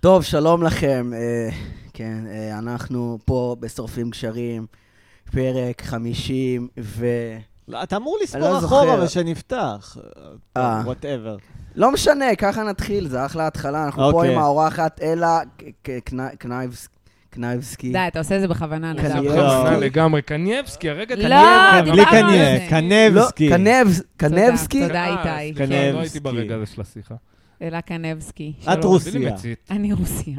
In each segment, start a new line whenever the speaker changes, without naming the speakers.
טוב, שלום לכם. אה, כן, אה, אנחנו פה בשורפים גשרים, פרק 50, ו...
לא, אתה אמור
אני לא
לספור
זוכר.
אחורה ושנפתח.
אה.
וואטאבר. לא
לא משנה, ככה נתחיל, זה אחלה התחלה. אנחנו פה
אוקיי.
עם האורחת אלה ק- ק- קני- קנייבס- קנייבסקי. לא,
די, אתה עושה את זה בכוונה,
כן,
נדב.
לא.
בכוונה לגמרי. קנייבסקי, הרגע כן,
לא,
קנייבסקי.
דיברנו
כן, בלי
על זה.
קניה, קנבסקי.
לא, קנבס- קנבסקי?
תודה,
אה,
איתי.
סליחה,
כן.
לא הייתי ברגע הזה של השיחה.
אלה קנבסקי.
שלום,
את רוסיה.
תני לי מצית.
אני רוסיה.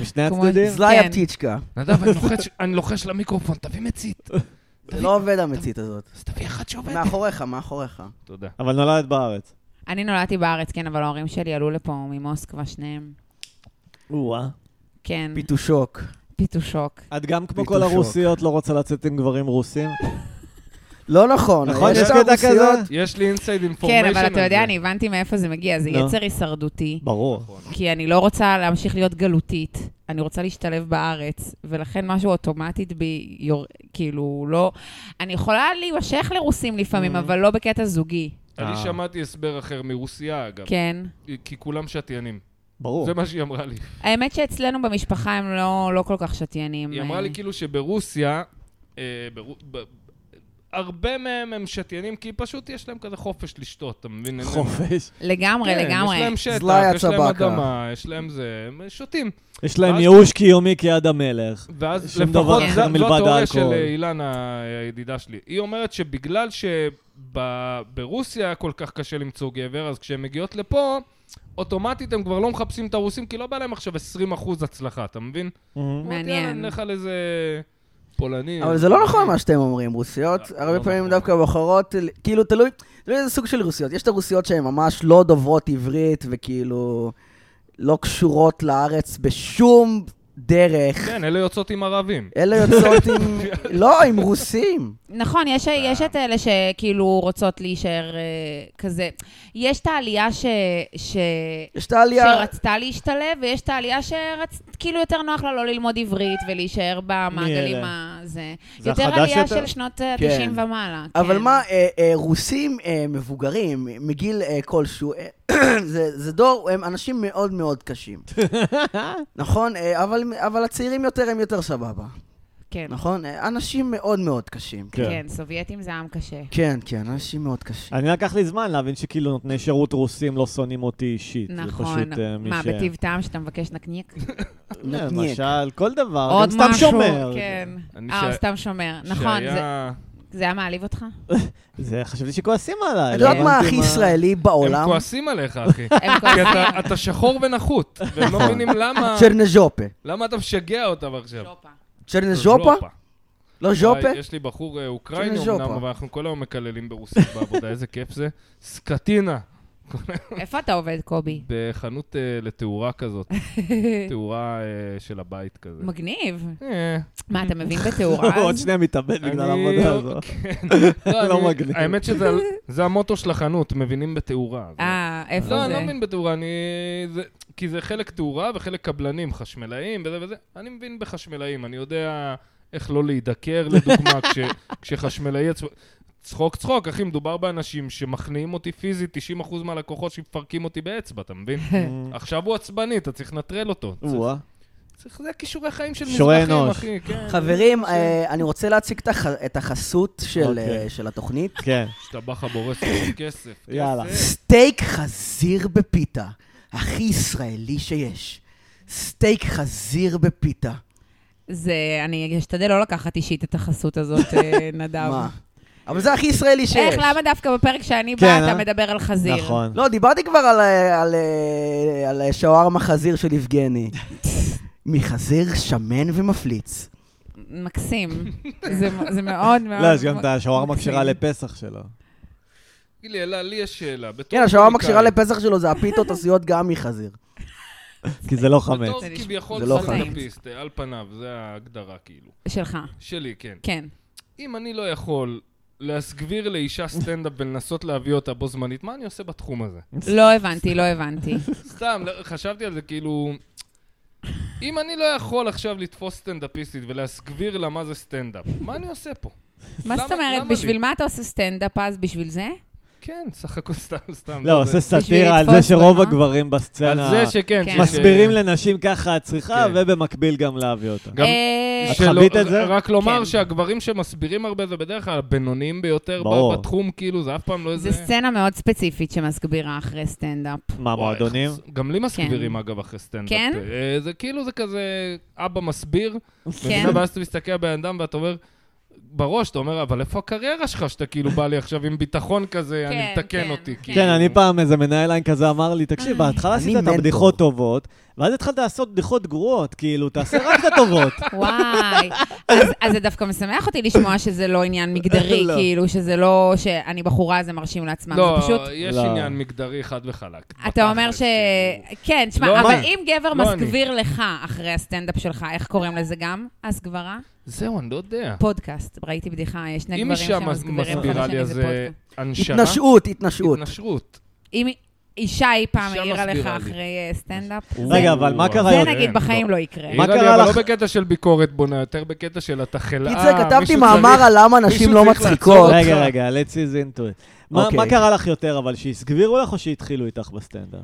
משני
כמו-
הצדדים?
זלאיה
כן.
פטיצ'קה.
נדב, אני לוחש- אני לוחש למיקרופון, תביא מצית.
כן.
זה לא עובד המצית הזאת.
אז תביא אחת שעובדת.
נכון.
מאחוריך, מאחוריך.
תודה.
אבל נולדת בארץ.
אני נולדתי בארץ, כן, אבל ההורים שלי עלו לפה ממוסקבה, שניהם.
או-אה.
כן,
פיתושוק.
פיתושוק.
את גם כמו
ביטול
כל
שוק.
הרוסיות לא רוצה לצאת עם גברים רוסים?
לא נכון.
נכון,
יש
יש
שם
קטע
רוסיות-
כזה?
יש לי אינסייד אינפורמיישן.
כן, אבל אתה יודע, אני הבנתי מאיפה זה מגיע. זה
לא.
נו.
יצר הישרדותי,
ברור.
כי אני לא רוצה להמשיך להיות גלותית. אני רוצה להשתלב בארץ, ולכן משהו אוטומטית בי, יור- כאילו, לא... אני יכולה להימשך לרוסים
Mm.
לפעמים, אבל לא בקטע זוגי,
אני
אה.
שמעתי הסבר אחר מרוסיה, אגב.
כן?
כי כולם שתיינים.
ברור.
זה מה שהיא אמרה לי.
האמת שאצלנו במשפחה הם לא, לא כל כך שתיינים.
היא אמרה
אה,
לי כאילו שברוסיה, אה, ברו- ב- הרבה מהם הם שתיינים, כי פשוט יש להם כזה חופש לשתות, אתה מבין? אין להם-
חופש.
לגמרי,
כן,
לגמרי.
יש להם שטח,
זלאיה
יש להם
צבקה.
אדמה, יש להם זה, הם שותים.
יש להם
ואז-
ייאוש קיומי כיד המלך.
ואז
שום
לפחות
דבר
אחר
ז- זו
מלבד
התיאוריה של אה,
האלכוהול.
אילנה, הידידה שלי. היא אומרת שבגלל שברוסיה כל כך קשה למצוא גבר, אז כשהן מגיעות לפה, אוטומטית הם כבר לא מחפשים את הרוסים, כי לא בא להם עכשיו 20% הצלחה, אתה מבין?
מהמם.
מעניין.
אמרתי, "יאללה, נלך על איזה פולני.
אבל זה לא נכון מה שאתם אומרים, רוסיות,
לא,
הרבה
לא
פעמים
נכון.
דווקא בוחרות, כאילו תלוי, תלוי איזה סוג של רוסיות. יש את הרוסיות שהן ממש לא דוברות עברית, וכאילו לא קשורות לארץ בשום דרך.
כן, אלה יוצאות עם ערבים.
אלה יוצאות עם, לא, עם רוסים.
נכון, יש, יש את אלה שכאילו רוצות להישאר אה, כזה. יש את העלייה ש, ש,
יש את העלייה,
שרצתה להשתלב, ויש את העלייה שכאילו יותר נוח לה לא ללמוד עברית ולהישאר במעגלים
אלה?
הזה.
זה
יותר
החדש
עלייה
יותר?
של שנות ה-90
כן.
ומעלה.
אבל
כן.
מה, אה, אה, רוסים אה, מבוגרים, מגיל אה, כלשהו, אה, זה זה דור, הם אנשים מאוד מאוד קשים. נכון? אה, אבל אבל הצעירים יותר הם יותר סבבה,
כן,
נכון? אה, אנשים מאוד מאוד קשים.
כן.
כן, סובייטים זה עם קשה.
כן, כן, אנשים מאוד
אה,
קשים.
אני לקח לי זמן להבין שכאילו נותני שירות רוסים לא שונאים אותי אישית. זה
נכון.
פשוט אה, מי
מה,
ש-
בטיב טעם שאתה מבקש נקניק?
אה,
נתניק.
למשל, כל דבר,
עוד
אה, גם סתם
משהו,
שומר.
כן.
אני
אה, הוא
ש-
סתם שומר. נכון, זה-
שהיה-
זה היה מעליב אותך?
זה, חשבתי שכועסים עליי.
את יודעת
לא
מה
הבנתי
הכי ישראלי
הם
בעולם?
כועסים עליך, אחי.
הם
כי
כועסים.
אתה- אתה שחור ונחות, והם לא
נכון.
מבינים למה-
צ'רנז'ופה.
למה אתה משגע אותם עכשיו.
טופה.
צ'רנז'ופה?
ז'ופה.
לא ז'ופה?
וואי, יש לי בחור אה, אוקראיני
ז'ופה.
אמנם, אבל אנחנו כל היום מקללים ברוסית בעבודה, איזה כיף זה. סקטינה,
איפה אתה עובד, קובי?
בחנות אה, לתאורה כזאת, תאורה אה, של הבית כזה.
מגניב.
אה,
מה, אתה מבין בתאורה
הוא עוד
אז?
שנייה מתאבד
אני- אוקיי. כן.
בגלל העבודה הזו. לא
אני-
מגניב.
האמת שזה זה המוטו של החנות, מבינים בתאורה. זה-
אה, איפה זה?
לא, אני לא מבין בתאורה, אני... זה... כי זה חלק תאורה וחלק קבלנים, חשמלאים וזה וזה. אני מבין בחשמלאים, אני יודע איך לא להידקר, לדוגמה, כש... כשחשמלאי... עצמו- צחוק צחוק, אחי, מדובר באנשים שמכניעים אותי פיזית, 90% מהלקוחות שמפרקים אותי באצבע, אתה מבין? עכשיו הוא עצבני, אתה צריך לנטרל אותו. צריך-
או-אה.
צריך, זה כישורי חיים של
כישורי
מזרחים,
אנוש.
אחי, כן.
חברים, אה, אני רוצה להציג את הח- את החסות של,
אוקיי.
אה, של התוכנית.
כן.
השתבח הבורס, כסף, כסף.
יאללה.
סטייק חזיר בפיתה, הכי ישראלי שיש. סטייק חזיר בפיתה.
זה, אני אשתדל לא לקחת אישית את החסות הזאת, אה, נדב.
מה? אבל זה הכי ישראלי שיש.
איך, למה דווקא בפרק שאני
כן,
באה אתה
אה?
מדבר על חזיר?
נכון.
לא, דיברתי כבר על, אה, על, אה, על שווארמה חזיר של יבגני. מחזיר שמן ומפליץ.
מקסים. זה זה מאוד מאוד...
לא, יש גם את השווארמה
מקסים.
כשרה לפסח שלו.
תגיד לי, אלה, לי יש שאלה. בתור
כן, השווארמה
קומיקאי,
כשרה לפסח שלו זה הפיתות עשויות גם מחזיר.
כי זה לא
בתור
חמץ.
זה נשמע-
כביכול
זה לא
סטנדאפיסט, אה, על פניו, זה ההגדרה כאילו.
שלך,
שלי, כן.
כן.
אם אני לא יכול להסגביר לאישה סטנדאפ ולנסות להביא אותה בו זמנית, מה אני עושה בתחום הזה?
לא הבנתי, לא הבנתי.
סתם, לא- חשבתי על זה כאילו... אם אני לא יכול עכשיו לתפוס סטנדאפיסטית ולהסגביר לה מה זה סטנדאפ, מה אני עושה פה?
מה זאת
למה-
אומרת,
למה לי?
בשביל מה אתה עושה סטנדאפ אז? בשביל זה?
כן, סך הכל סתם, סתם.
לא, עושה
בשביל
סאטירה על זה
לתפוס
שרוב
במה?
הגברים
על
בסצנה
זה שכן.
כן.
ש-
מסבירים לנשים ככה את צריכה,
כן.
ובמקביל גם להביא אותה.
גם
אה,
את
שלא-
חווית את זה?
רק לומר
כן.
שהגברים שמסבירים הרבה זה בדרך כלל הבינוניים ביותר ב-
ברור.
בתחום, כאילו, זה אף פעם לא איזה...
זו סצנה מאוד ספציפית שמסבירה אחרי סטנדאפ.
מה,
וואי,
מועדונים?
איך- גם לי מסבירים, אגב, אחרי סטנדאפ.
כן?
אה, זה כאילו, זה כזה, אבא מסביר,
כן.
ואז אתה מסתכל על בן אדם ואתה אומר, בראש, אתה אומר, אבל איפה הקריירה שלך שאתה כאילו בא לי עכשיו עם ביטחון כזה,
כן,
אני
כן,
מתקן אותי.
כן.
כאילו."
כן, אני פעם, איזה מנהל עין כזה אמר לי, תקשיב, בהתחלה
אני
עשית את
מנטור."
הבדיחות טובות, ואז התחלת לעשות בדיחות גרועות, כאילו, תעשה רק את הטובות.
וואי. אז- אז זה דווקא משמח אותי לשמוע שזה לא עניין מגדרי,
לא.
כאילו, שזה לא שאני בחורה, אז הם מרשים לעצמם.
לא,
זה פשוט...
יש
לא.
עניין מגדרי חד וחלק.
אתה אומר ש...
בתכלס, כאילו.
כן,
לא,
תשמע, אבל
מה?
אם גבר
לא אני.
מסגביר לך אחרי הסטנדאפ שלך, איך קוראים לזה גם? הסגברה?
זהו, אני לא יודע.
פודקאסט. ראיתי בדיחה, יש שני
אם
גברים
אישה
שמסגבירים אחד
מסבירה לי,
לשני,
אז
זה
אה, זה
פודקאסט.
הנשרה?
התנשאות, התנשאות.
התנשרות.
אם אישה אי פעם
אישה
העירה לך
מסבירה לי.
אחרי אה, סטנדאפ, זה-
רגע, אבל מה קרה
זה
יותר?
נגיד בחיים לא יקרה.
מה
העירה לי,
קרה
אבל
לך?
לא בקטע של ביקורת בונה, יותר בקטע של אתה חלאה.
קיצר, כתבתי
אה, מישהו
מאמר
צריך-
על למה נשים
מישהו
לא
צריך לעצור
מצחיקות.
אותך.
רגע, רגע, let's is into it. מה
אוקיי.
מה קרה לך יותר, אבל, שהסגבירו לך או שהתחילו איתך בסטנדאפ?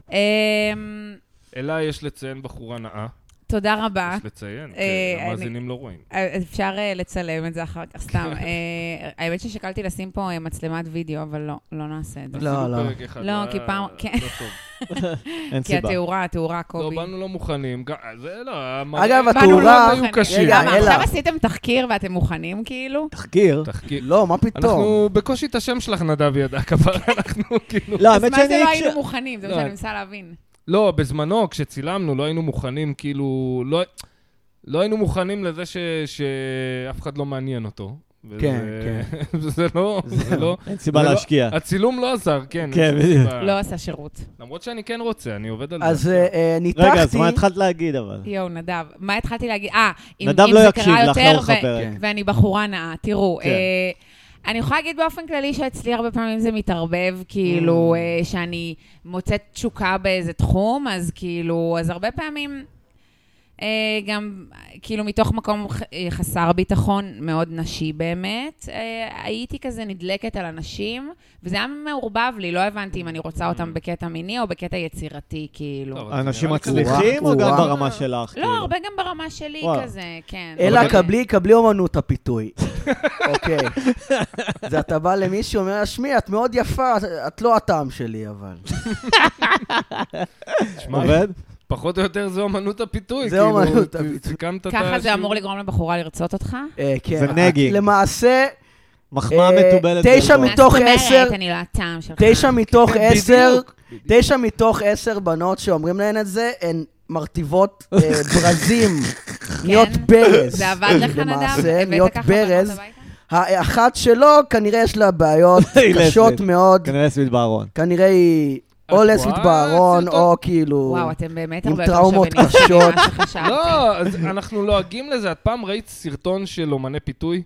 אמ,
אלה יש לציין בחורה נאה.
תודה רבה.
יש לציין,
אה,
כי
אני-
המאזינים לא רואים.
אה, אפשר אה, לצלם את זה אחר כך, סתם. אה, האמת ששקלתי לשים פה אה, מצלמת וידאו, אבל לא, לא נעשה את זה.
לא,
אפילו
לא.
פרק אחד
לא,
היה-
כי פעם- כן.
לא טוב.
אין
כי
סיבה.
התאורה, התאורה,
לא,
קובי.
באנו לא מוכנים. גם- זה לא, המראה-
אגב,
באנו
התאורה-
לא
מוכנים.
היו קשים.
רגע,
למה, עכשיו
אלה.
עשיתם תחקיר ואתם מוכנים, כאילו?
תחקיר?
תחקיר.
לא, מה פתאום?
אנחנו בקושי את השם שלך נדב ידע כבר, אנחנו כאילו...
לא,
אז
האמת
מה זה
שאני...
לא
הקש-
היינו מוכנים? זה מה
לא,
שאני
אני-
מנסה להבין.
לא, בזמנו, כשצילמנו, לא היינו מוכנים, כאילו... לא- לא היינו מוכנים לזה ש- שאף אחד לא מעניין אותו. וזה-
כן,
זה לא... זה לא...
אין סיבה
זה לא-
להשקיע.
הצילום לא עזר, כן.
כן,
אין שום
בדיוק.
סיבה.
לא עשה שירות.
למרות שאני כן רוצה, אני עובד על
אז
זה.
אה, אה, ניתחתי...
רגע, אז מה התחלת להגיד, אבל?
יואו, נדב. מה התחלתי להגיד? אה, אם
נדב
אם
לא
זה
יקשיב
קרה
לך
יותר,
לאורך
ו-
הפרק.
כן.
ואני בחורה נאה. תראו,
כן.
אה, אני יכולה להגיד באופן כללי שאצלי הרבה פעמים זה מתערבב,
Mm.
כאילו, אה, שאני מוצאת תשוקה באיזה תחום, אז כאילו, אז הרבה פעמים... אה, גם, אה, כאילו, מתוך מקום ח- אה, חסר ביטחון, מאוד נשי באמת, אה, הייתי כזה נדלקת על אנשים, וזה היה מעורבב לי, לא הבנתי אם אני רוצה
Mm.
אותם בקטע מיני או בקטע יצירתי, כאילו.
טוב, אבל זה
האנשים
נראה לי כזה-
מצליחים או
וואו.
גם
וואו.
ברמה שלך?
לא,
כאילו?
הרבה גם ברמה שלי
וואלה.
כזה, כן.
אלא
אבל-
אוקיי.
קבלי, קבלי אומנות הפיתוי. אוקיי. זה אתה בא למישהו, אומר, שמי, את מאוד יפה, את לא הטעם שלי, אבל.
תשמע,
עובד?
פחות או יותר זה אומנות הפיתוי.
זה
כאילו,
אומנות
ת-
הפיתוי.
סיכמת את
ככה זה
השיעור.
אמור לגרום לבחורה לרצות אותך?
אה, כן.
זה נגי.
למעשה,
מחמאה
אה,
מתובלת.
תשע
בלבו.
מת- מתוך
מה זאת
עשר-
אומרת, אני לא הטעם שלך.
תשע מתוך
בדיוק.
עשר, תשע מתוך עשר בנות שאומרים להן את זה, הן מרטיבות אה, ברזים, נהיות ברז.
זה עבד לך, נדב?
למעשה,
הבאת
נהיות
ככה
ברז.
בנות הביתה?
האחת שלו, כנראה יש לה בעיות
היא
קשות
לסבית.
מאוד.
כנראה סביב בארון.
כנראה היא או
את
לסבית
רואה
בארון,
סרטון?
או כאילו...
וואו, אתם באמת
עם
הרבה יותר
טראומות
שווים
קשות.
ממה שחשבתי.
לא, אז אנחנו לועגים לזה. את פעם ראית סרטון של אומני פיתוי?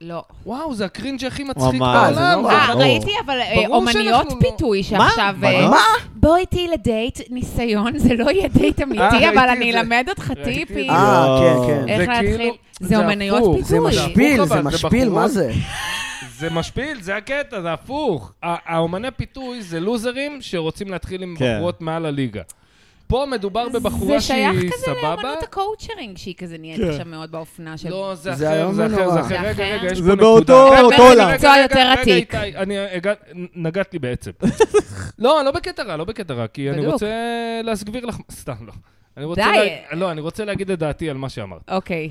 לא.
וואו, זה הקרינג' הכי מצחיק
ממש.
אה, זה
בעולם.
נורא.
זה
אה,
אחד-
ברור.
ראיתי, אבל אה,
ברור
אומניות
שאנחנו לא-
פיתוי שעכשיו...
מה?
אה,
מה?
בוא איתי לדייט ניסיון, זה לא יהיה דייט אמיתי,
ראיתי
אבל
את
אני
זה.
אלמד אותך
ראיתי את
טיפים.
זה.
אה, כן,
יואו.
כן.
איך
זה כאילו-
להתחיל?
זה
זה אומניות
הפוך.
זה
פיתוי.
משפיל,
אבל
זה
זה
משפיל, מה
בחורות.
זה?
זה משפיל, זה הקטע, זה הפוך. ה- האומני פיתוי זה לוזרים שרוצים להתחיל עם
כן.
בחורות מעל הליגה. פה מדובר בבחורה
זה
שהיא
שייך כזה
סבבה.
לאמנות הקואוצ'רינג, שהיא כזה נהיית עכשיו מאוד באופנה של...
לא, זה
זה
אחר,
איום
זה אחר,
ונורא.
זה אחר.
זה
רגע,
אחר?
רגע, יש
זה
פה נקודה.
באותו-
רגע,
אותו
רגע,
עולם.
רגע,
מקצוע
רגע,
יותר
רגע,
עתיק.
איתי, אני הגע- נגעת לי בעצם. לא, לא בקטע רע, לא בקטע רע, כי אני
בדיוק.
רוצה להסגביר לך... סתם, לא. אני רוצה
די.
לה- לא, אני רוצה להגיד את דעתי על מה שאמרת.
אוקיי.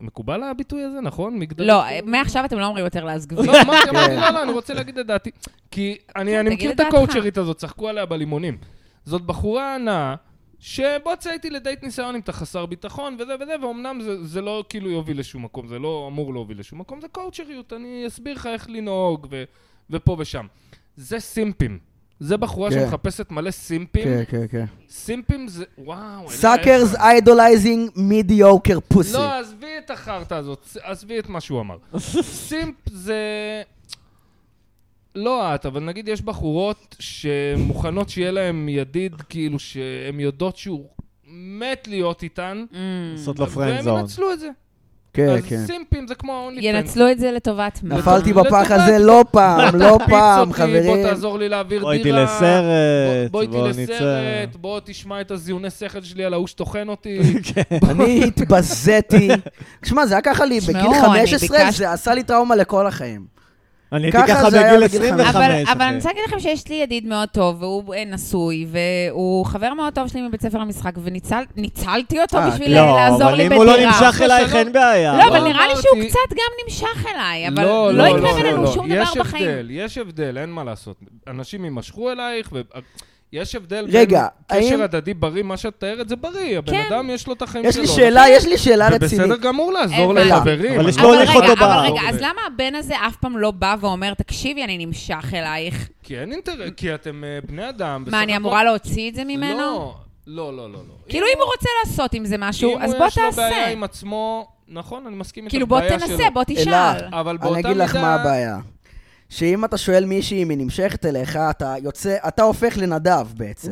מקובל הביטוי הזה, נכון? מגדרי?
לא, מעכשיו אתם לא אומרים יותר Mm. להסגביר.
לא, אמרתי, אמרתי,
כן.
לא, לא, אני רוצה להגיד את דעתי. כי אני אני
תגיד
מכיר
את
את
דעתך.
הקואוצ'רית הזאת, צחקו עליה בלימונים. זאת בחורה נאה, שבוא תצא איתי לדייט ניסיון אם אתה חסר ביטחון וזה וזה, ואומנם זה- זה לא כאילו יוביל לשום מקום, זה לא אמור להוביל לשום מקום, זה קואוצ'ריות, אני אסביר לך איך לנהוג ו- ופה ושם. זה סימפים. זה בחורה
כן.
שמחפשת מלא סימפים.
כן, כן, כן.
סימפים זה... וואו. אלה-
סאקרס איידולייזינג מידיוקר פוסי.
לא, עזבי את החרטא הזאת, עזבי את מה שהוא אמר. סימפ זה... לא את, אבל נגיד יש בחורות שמוכנות שיהיה להן ידיד, כאילו שהן יודעות שהוא מת להיות איתן,
Mm.
לעשות לו פרנד
והן
זון.
ינצלו את זה.
כן,
אז
כן.
סימפים זה כמו אונלי
ינצלו את זה לטובת מה?
נפלתי
לטובת-
בפח הזה לא פעם, לא פעם,
כאילו, בוא
חברים.
תעזור לי להעביר
בוא
דירה.
איתי לסרט,
בוא איתי
בוא נצא.
לסרט, בוא תשמע את הזיוני שכל שלי על ההוא שטוחן אותי.
כן.
אני התבזיתי. תשמע, זה היה ככה לי,
תשמעו,
בגיל
אני
15
ביקשתי-
זה עשה לי טראומה לכל החיים.
אני הייתי
ככה
ככה
זה היה
בגיל
בגיל
25.
אבל, אבל
אחי.
אני רוצה להגיד לכם שיש לי ידיד מאוד טוב, והוא אה, נשוי, והוא חבר מאוד טוב שלי מבית ספר למשחק, וניצלתי אותו
אה,
בשביל
לא,
לעזור לי
אבל
בדירה.
אם הוא לא נמשך אלייך,
שלום.
אין בעיה.
לא, אבל נראה לי
אמרתי-
שהוא קצת גם נמשך אליי, אבל לא, יקרה בינינו שום דבר
יש
בחיים.
הבדל, יש הבדל, אין מה לעשות. אנשים יימשכו אלייך, ו... אה, יש הבדל
רגע,
בין
האם-
קשר הדדי בריא, מה שאת מתארת זה בריא, הבן
כן.
אדם יש לו את החיים
יש
שלו.
לי שאלה, יש לי שאלה רצינית.
ובסדר גמור לעזור
הבנתי.
לחברים. אוקיי.
אבל יש
אני-
לו
אבל
הוליך
רגע,
אותו
אבל
בהר.
רגע, אז למה הבן הזה אף פעם לא בא ואומר, תקשיבי, אני נמשך אלייך?
כי אין אינטרס, כי אתם אה, בני אדם. בסך
מה, אני
הכל-
אמורה להוציא את זה ממנו?
לא, לא, לא, לא. לא.
כאילו, אם הוא רוצה לעשות עם זה משהו, אז
אם
בוא
יש לו בעיה
תעשה.
עם עצמו, נכון, אני מסכים איתך.
כאילו, בוא
בעיה
תנסה,
שלו.
בוא
אלה,
תשאל.
אבל
אני
באותה
אגיד לך
מידה-
מה הבעיה. שאם אתה שואל מישהי אם היא נמשכת אליך, אתה יוצא, אתה הופך לנדב בעצם.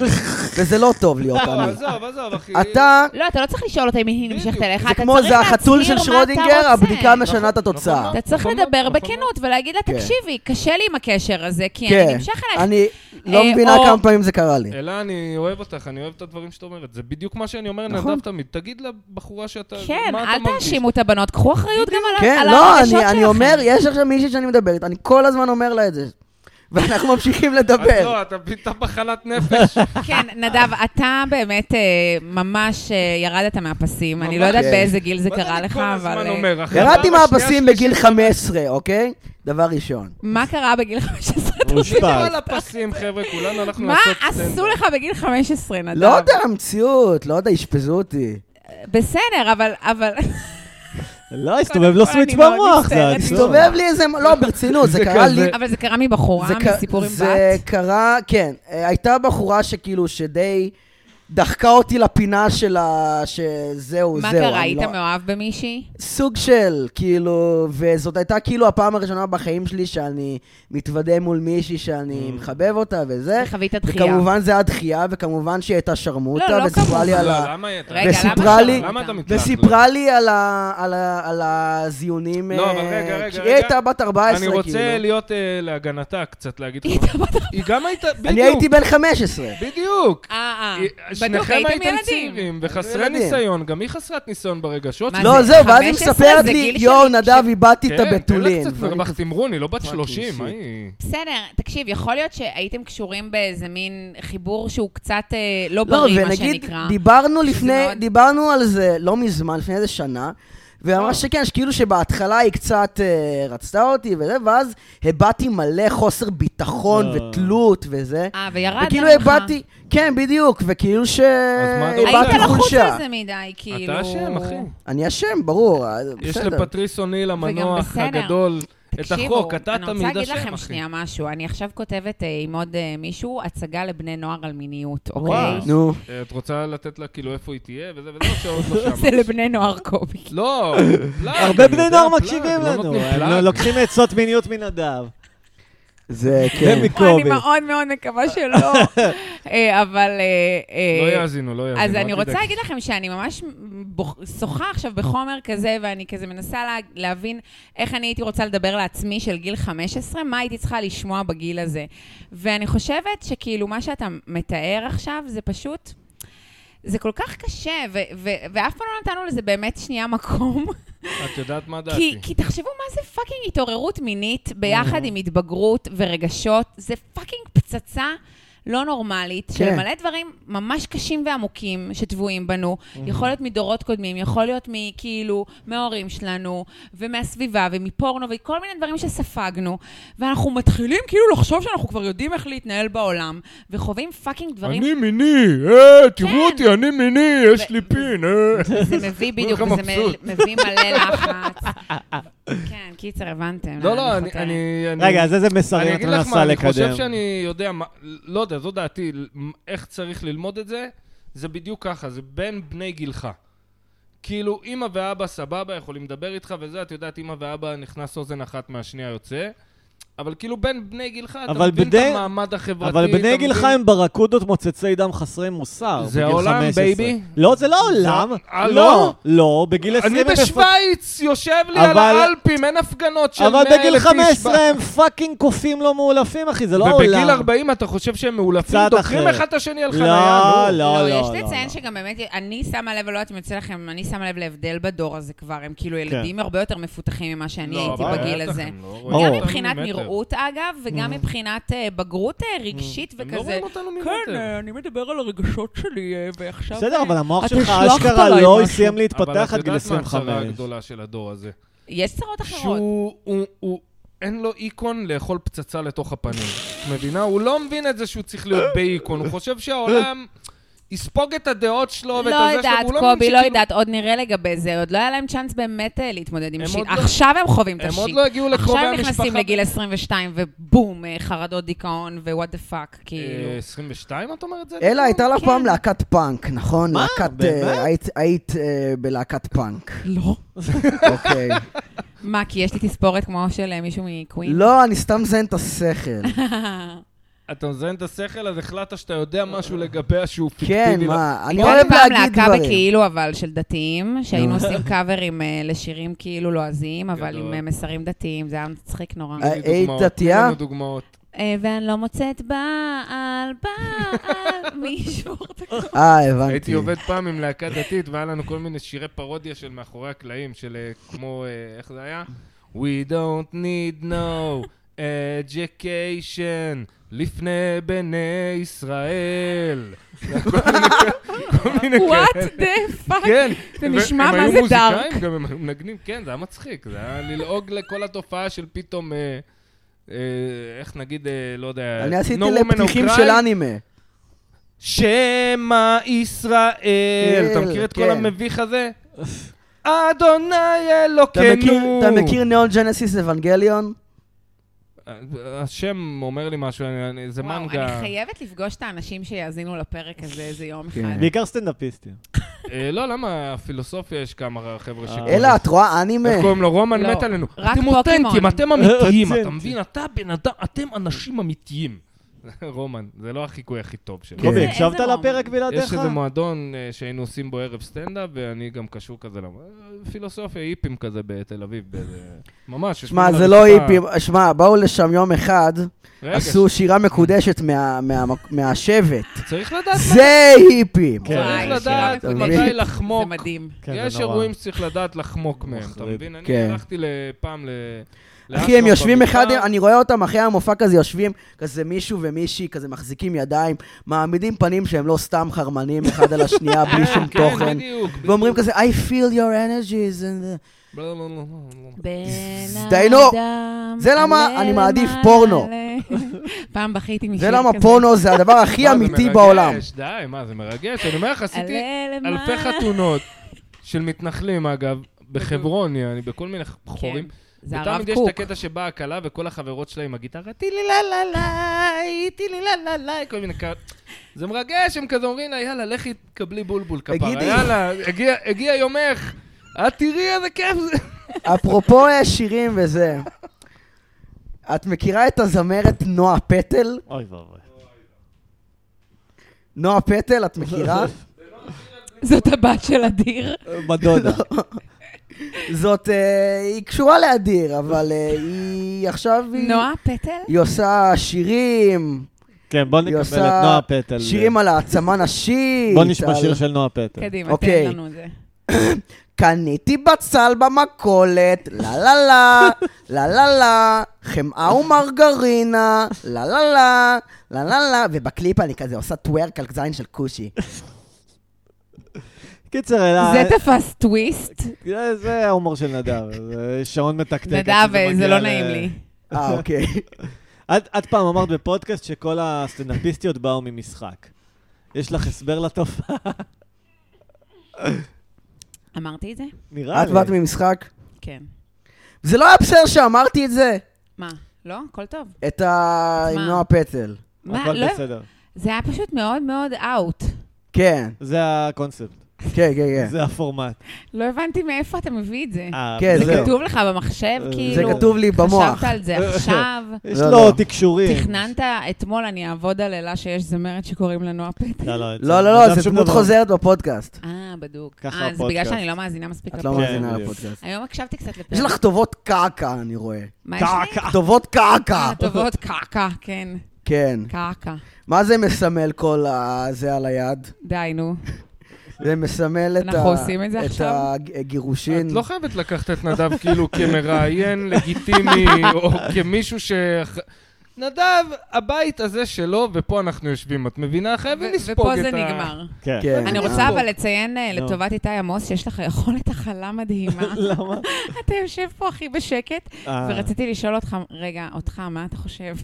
וזה לא טוב להיות
לא,
אני.
עזוב, עזוב, אחי.
אתה,
לא, אתה לא צריך לשאול אותה אם היא
בדיוק.
נמשכת אליך,
זה
אתה
כמו
צריך
זה החתול
להצהיר
של
מה אתה
שרודינגר,
רוצה.
הבדיקה
נכון,
משנה את
נכון,
התוצאה.
נכון.
אתה צריך
נכון
לדבר
מאוד, נכון מאוד.
בכנות ולהגיד לה,
כן.
תקשיבי, קשה לי עם הקשר הזה, כי אני
כן,
נמשך אלייך.
אני לא
אה,
מבינה
או-
כמה פעמים זה קרה לי.
אלה, אני אוהב אותך, אני אוהב את הדברים שאת אומרת. זה בדיוק מה שאני אומר
נכון.
לנדב תמיד. תגיד לבחורה שאתה...
כן,
מה
אל
אתה מרגיש?
תאשימו את הבנות, קחו אחריות גם על ה-
כן,
על
לא,
הרגשות שלכם.
אני, אני אומר, יש עכשיו מישהי שאני מדברת, אני כל הזמן אומר לה את זה. ואנחנו ממשיכים
אז
לדבר.
לא, אתה פתאום בחלת נפש.
כן, נדב, אתה באמת אה, ממש אה, ירדת מהפסים. אני לא
ממש.
יודעת
כן.
באיזה גיל זה
מה
קרה
אני
לך,
כל הזמן
אבל... אה,
אומר? אחרי
ירדתי
הפעם לא, השנייה
מהפסים
שלי
בגיל 15, אוקיי? דבר ראשון.
מה קרה בגיל 15?
הוא
דיבר
אושפז.
על הפסים, חבר'ה, כולנו הלכנו
מה
לעשות
עשו לך בגיל 15, נדב?
לא יודע, המציאות, לא יודע, אשפזו אותי.
לא. בסדר, אבל... אבל...
לא, הסתובב לו
כל,
סוויץ
אני מאוד
במוח, זה
מצטערת.
עצוב.
הסתובב לי איזה... לא, ברצינות, זה
זה
קרה לי...
כזה.
אבל זה קרה מבחורה,
זה ק-
מסיפור עם
זה
בת.
קרה, כן. אה, הייתה בחורה שכאילו, שדי דחקה אותי לפינה של ה... שזהו, זהו.
מה
אני
קרה? היית
לא-
מאוהב במישהי?
סוג של, כאילו, וזאת הייתה כאילו הפעם הראשונה בחיים שלי שאני מתוודה מול מישהי שאני
Mm.
מחבב אותה וזה.
וחווית דחייה.
וכמובן זה היה דחייה, וכמובן שהיא הייתה שרמוטה,
לא, לא
וסיפרה לי
כמובן.
על
לא,
ה...
למה אתה-
רגע,
וסיפרה
למה לא
לי-
שם
למה אתה
אותם?
מתלהב?
וסיפרה לי על, ה, על, ה, על הזיונים,
לא, אבל
אה,
רגע, רגע,
כי
רגע.
היא הייתה בת 14,
אני רוצה
כאילו.
להיות אה, להגנתה קצת, להגיד
היא
לך.
הייתה בת...
היא גם הייתה,
אני הייתי
בדיוק,
בן 15.
בדיוק.
אה, אה.
היא-
בטוח
שניכם
הייתם
הייתם
ילדים.
צעירים וחסרי
ילדים.
ניסיון, גם היא חסרת ניסיון ברגשות.
מה
שלה.
לא,
זה,
זהו, ואז היא
15
מספרת
זה
לי,
גיל
יואו,
של-
נדב,
של-
איבדתי את
כן,
הבתולין.
תן לה קצת
ואני
מרווח תמרון, היא לא בת 30,
shit.
מה היא?
בסדר, תקשיב, יכול להיות שהייתם קשורים באיזה מין חיבור שהוא קצת אה, לא
לא,
בריא, מה
ונגיד,
שנקרא.
דיברנו
שזה
לפני,
מאוד-
דיברנו על זה לא מזמן, לפני איזה שנה, והיא אמרה שכן, שכאילו שבהתחלה היא קצת אה, רצתה אותי וזה, ואז הבעתי מלא חוסר ביטחון
אה.
ותלות וזה.
אה, וירד לך.
וכאילו הבעתי, כן, בדיוק, וכאילו
מה אתה
שהבעתי
רוצה?
היית
חולשה.
לחוץ על זה מדי, כאילו...
אתה אשם, אחי.
אני אשם, ברור, אה,
יש
בסדר.
לפטריס אוניל המנוח
בסדר.
הגדול את
תקשיבו,
החוק, אתה
אני רוצה
תמיד
להגיד
אשם,
לכם
אחי.
שנייה משהו. אני עכשיו כותבת אה, עם עוד אה, מישהו, הצגה לבני נוער על מיניות, אוקיי?
וואו.
נו,
אה, את רוצה לתת לה כאילו איפה היא תהיה וזה וזה, או שעוד לא שם?
זה לבני נוער קובי.
לא, פלאג,
הרבה
אני
בני
יודע,
נוער
פלאג,
מקשיבים
לא
לנו,
נותנים
הם
פלאג.
לוקחים עצות מיניות מנדב.
זה
זה
כן.
אני
מקובי.
מאוד מאוד מקווה שלא, אה, אבל... אה, אה,
לא יאזינו, לא יאזינו.
אז
אל
אני רוצה
תדאג.
להגיד לכם שאני ממש בוח- שוחה עכשיו בחומר כזה, ואני כזה מנסה לה, להבין איך אני הייתי רוצה לדבר לעצמי של גיל 15, מה הייתי צריכה לשמוע בגיל הזה. ואני חושבת שכאילו מה שאתה מתאר עכשיו זה פשוט... זה כל כך קשה, ו- ו- ואף פעם לא נתנו לזה באמת שנייה מקום.
את יודעת מה
כי,
דעתי.
כי תחשבו מה זה פאקינג התעוררות מינית ביחד
אוקיי.
עם התבגרות ורגשות, זה פאקינג פצצה לא נורמלית, של
כן.
מלא דברים ממש קשים ועמוקים שטבועים בנו.
אוקיי.
יכול להיות מדורות קודמים, יכול להיות מכאילו, מההורים שלנו, ומהסביבה, ומפורנו, וכל מיני דברים שספגנו, ואנחנו מתחילים כאילו לחשוב שאנחנו כבר יודעים איך להתנהל בעולם, וחווים פאקינג דברים,
אני מיני,
כן.
אה, תראו אותי, אני מיני, יש לי פין, אה.
זה מביא בדיוק,
כמה
וזה
מבסוט.
מ- מביא מלא לחץ. כן, קיצר, הבנתם.
לא,
לאן
לא, אני...
חותרת.
אני-
רגע, אז איזה מסרים
אני
את
אגיד לך
מנסה
מה, אני
לקדם?
חושב שאני יודע, מה- לא יודע, זו דעתי, ל- איך צריך ללמוד את זה, זה בדיוק ככה, זה בין בני גילך. כאילו, אימא ואבא סבבה, יכולים לדבר איתך וזה, את יודעת, אימא ואבא נכנס אוזן אחת מהשנייה יוצא, אבל כאילו בין בני גילך, אתה
אבל
מבין
בדי-
את המעמד החברתי.
אבל בני
אתה
גילך
מבין-
הם ברקודות מוצצי דם חסרי מוסר.
זה
בגיל
העולם,
15.
בייבי.
לא, זה לא העולם.
אה,
לא,
לא?
לא, בגיל 20
אני
הם מפ-
בשוויץ, יושב לי על
אבל-
האלפים, אין הפגנות של 100,000
אבל
איש.
בגיל
ב-
15 הם פאקינג קופים לא מאולפים, אחי, זה לא העולם.
ובגיל 40 אתה חושב שהם מאולפים,
קצת
דוקרים
אחרת.
אחד את השני על
לא,
חנייה, נו.
לא, לא,
יש
לא,
לציין
לא.
שגם באמת, אני שמה לב, אני לא יודעת אם יוצא לכם, אני שמה לב להבדל בדור הזה כבר, הם
כן.
כאילו ילדים הרבה יותר מפותחים ממה שאני הייתי
ברור,
בגיל
לא, בטח,
הזה.
הם לא רואים
גם
אותנו
מבחינת
ממטר.
נראות, אגב, וגם
Mm.
מבחינת אה, בגרות אה, רגשית
הם לא
וכזה.
רואים אותנו
כן,
ממטר.
אה, אני מדבר על הרגשות שלי, אה, ועכשיו...
בסדר, אבל המוח
את
שלך
השלכת
אשכרה
עליי
לא
משהו.
סיים
אבל
להתפתח
את
עד גיל
יודעת מה הצרה
25.
הגדולה של הדור הזה?
יש צרות אחרות.
שהוא, הוא, הוא, אין לו איקון לאכול פצצה לתוך הפנים. את מבינה? הוא לא מבין את זה שהוא צריך להיות באיקון, הוא חושב שהעולם יספוג את הדעות שלו ואת
לא
הזה שלו,
יודעת,
והוא לא
קובי,
מבין
לא
שכאילו-
יודעת, עוד נראה לגבי זה, עוד לא היה להם צ'אנס באמת אה, להתמודד עם
הם
שיט.
עוד לא-
עכשיו הם חווים את
הם
השיט.
עוד לא הגיעו לקרובי
עכשיו הם
המשפחה.
נכנסים לגיל 22, ובום, אה, חרדות דיכאון ווואט דה פאק, כאילו.
אה, 22 את אומרת זה?
אלה, הייתה לך
כן.
פעם להקת פאנק, נכון?
מה?
להקת...
באמת?
אה, היית- היית אה, בלהקת פאנק,
לא.
אוקיי.
מה, כי יש לי תספורת כמו של אה, מישהו מקווין?
לא, אני סתם מזיין את השכל.
אתה מזיין את השכל, אז החלטת שאתה יודע משהו לגביה שהוא
כן,
פיקטיבי. לא-
מה, אני
כל
אוהב
פעם
להגיד
להקה
דברים.
בכאילו, אבל של דתיים, שהיינו עושים קאברים אה, לשירים כאילו לועזיים, אבל
גדול.
עם אה, מסרים דתיים, זה היה מצחיק נורא.
אה,
תני לי דוגמאות,
היית דתייה?
תני לנו דוגמאות.
אה, ואני לא מוצאת בעל, בעל, מי ישמור את הכל?
אה, הבנתי.
הייתי עובד פעם עם להקה דתית, והיה לנו כל מיני שירי פרודיה של מאחורי הקלעים, של אה, כמו, אה, איך זה היה? We don't need no education לפני בני ישראל. כל מיני כ- כל
כן.
מיני
What
כאלה.
the fuck?
כן.
זה נשמע
והם
מה
היו
זה
מוזיקאים,
דארק.
גם הם היו מנגנים, כן, זה היה מצחיק. זה היה ללעוג לכל התופעה של פתאום, אה, אה, איך נגיד, אה, לא יודע,
אני עשיתי
No Woman No
לפתיחים
Cry.
של אנימה.
שמא ישראל. אתה מכיר את
כן.
כל המביך הזה? אדוני
אתה מכיר-
אלוקינו.
אתה מכיר ניאון ג'נסיס אבנגליון?
השם אומר לי משהו, אני- אני- זה
וואו,
מנגה.
אני חייבת לפגוש את האנשים שיאזינו לפרק הזה איזה יום אחד.
כן.
בעיקר סטנדאפיסטים.
אה, לא, למה הפילוסופיה יש כמה חבר'ה
אה.
שקוראים.
אלה, את רואה אנימה?
איך קוראים לו? רומן
לא.
מת עלינו.
רק
אתם
פוקימון.
אותנטיים, אתם אמיתיים, אתה
אותנטי.
מבין? אתה בן אדם, אתם אנשים אמיתיים. רומן, זה לא החיקוי הכי טוב שלו.
כן.
קובי,
איזה-
הקשבת
איזה
לפרק
רומן?
בלעדיך?
יש איזה מועדון אה, שהיינו עושים בו ערב סטנדאפ, ואני גם קשור כזה למ- אה, פילוסופיה, היפים כזה בתל אביב, באיזה... ממש.
שמע,
יושבים
זה
על
לא
הרצפה.
היפים. שמע, באו לשם יום אחד,
אה. רגע,
עשו שירה מקודשת מה- מה- מהשבט.
צריך לדעת
זה היפים.
כן.
צריך
וואי,
לדעת
שירה
מתי
מקודשת.
לחמוק.
זה מדהים.
כן, זה
יש
נורא.
אירועים שצריך לדעת לחמוק מהם, אתה
מחריד.
מבין? אני
כן.
הלכתי ל- פעם ל...
אחי, הם
לאשקלון
יושבים
בביתר.
אחד, אני רואה אותם אחרי המופע כזה יושבים, כזה מישהו ומישהי, כזה מחזיקים ידיים, מעמידים פנים שהם לא סתם חרמנים אחד על השנייה בלי שום
כן,
תוכן,
בדיוק.
ואומרים כזה, I feel your energies. and the-"
לא, לא, לא, לא, לא.
בן
דיינו.
אדם
זה למה
עלה
אני מעדיף
למעלה.
פורנו.
פעם בכיתי משיר
זה
כזה.
למה פורנו זה הדבר הכי
מה, זה
אמיתי
מרגש,
בעולם.
די, מה, זה מרגש. אני אומר לך, עשיתי
עלה למעלה.
אלפי חתונות של מתנחלים, אגב, בחברון, אני בכל מיני חורים.
כן, זה הרב
ותמיד יש את
קוק.
הקטע שבאה הכלה וכל החברות שלה עם הגיטרה, טילי לה לה לה, טילי לה לה לה, כל מיני כאלה. זה מרגש, הם כזה אומרים לה, יאללה, לכי תקבלי בולבול כפרה,
תגידי.
יאללה, הגיע- הגיע יומך, את תראי איזה כיף זה.
אפרופו אה, שירים וזה, את מכירה את הזמרת נועה פטל?
אוי ואבוי.
נועה פטל, את מכירה?
זאת הבת של אדיר.
אה, בדודה.
זאת, אה, היא קשורה לאדיר, אבל אה, היא עכשיו... היא-
נועה פטל?
היא עושה שירים,
כן, בוא נקבל
היא
את
עושה
נועה פטל.
שירים על העצמה נשית.
בוא נשמע
על-
שיר של נועה פטל.
קדימה, תן
אוקיי.
לנו את זה.
קניתי בצל במכולת, לה לה לה, לה לה לה, חמאה ומרגרינה, לה לה לה, לה לה לה, ובקליפ אני כזה עושה טוורק על זין של כושי.
קיצר,
אה,
אלה...
זה תפס טוויסט.
זה- זה ההומור של נדב, זה שעון מתקתק. עד
נדב,
שזה מגיע
זה לא
ל-
נעים לי.
אה, אוקיי.
את את פעם אמרת בפודקאסט שכל הסטנדאפיסטיות באו ממשחק. יש לך הסבר לתופעה?
אמרתי את זה?
נראה
את
לי.
באת ממשחק?
כן.
זה לא היה בסדר שאמרתי את זה?
מה? לא? הכל טוב.
את ה...
מה?
עם נועה פטל.
מה?
הכל
לא-
בסדר.
זה היה פשוט מאוד מאוד אאוט.
כן.
זה הקונספט.
כן, כן, כן.
זה הפורמט.
לא הבנתי מאיפה אתה מביא את זה.
אה,
כן,
זה
זה
זהו. אה,
כתוב לך במחשב,
זה
כאילו?
זה כתוב לי במוח.
חשבת על זה עכשיו?
יש
לא,
לו
לא.
תקשורים.
תכננת אתמול, אני אעבוד על אלה שיש זמרת שקוראים לה נועה פתק.
לא, לא,
לא, לא,
אדם
לא, זה
שום
דמות
דבר.
חוזרת בפודקאסט.
אה, בדוק.
ככה
אה, זה בגלל
הפודקאסט.
שאני לא מאזינה מספיק
את לא
לפרק.
כן,
מאזינה
בדיוק.
לפודקאסט.
היום הקשבתי קצת לפרק.
יש לך כתובות קעקע, אני רואה.
מה יש לי?
קעקע.
כתובות קעקע.
אה, טובות קעקע, כן.
כן.
קעקע.
מה זה מסמל כל ה- זה על היד?
די, נו.
זה מסמל את ה...
אנחנו עושים את זה עכשיו?
את הגירושין.
את לא חייבת לקחת את נדב כאילו כמראיין לגיטימי, או כמישהו ש... נדב, הבית הזה שלו, ופה אנחנו יושבים, את מבינה? חייבים
ו-
לספוג את ה...
ופה זה נגמר.
כן.
כן.
אני
אה,
רוצה
נו.
אבל לציין אה,
נו.
לטובת איתי עמוס, שיש לך יכולת הכלה מדהימה.
למה?
אתה יושב פה הכי בשקט,
אה,
ורציתי לשאול אותך, רגע, אותך, מה אתה חושב?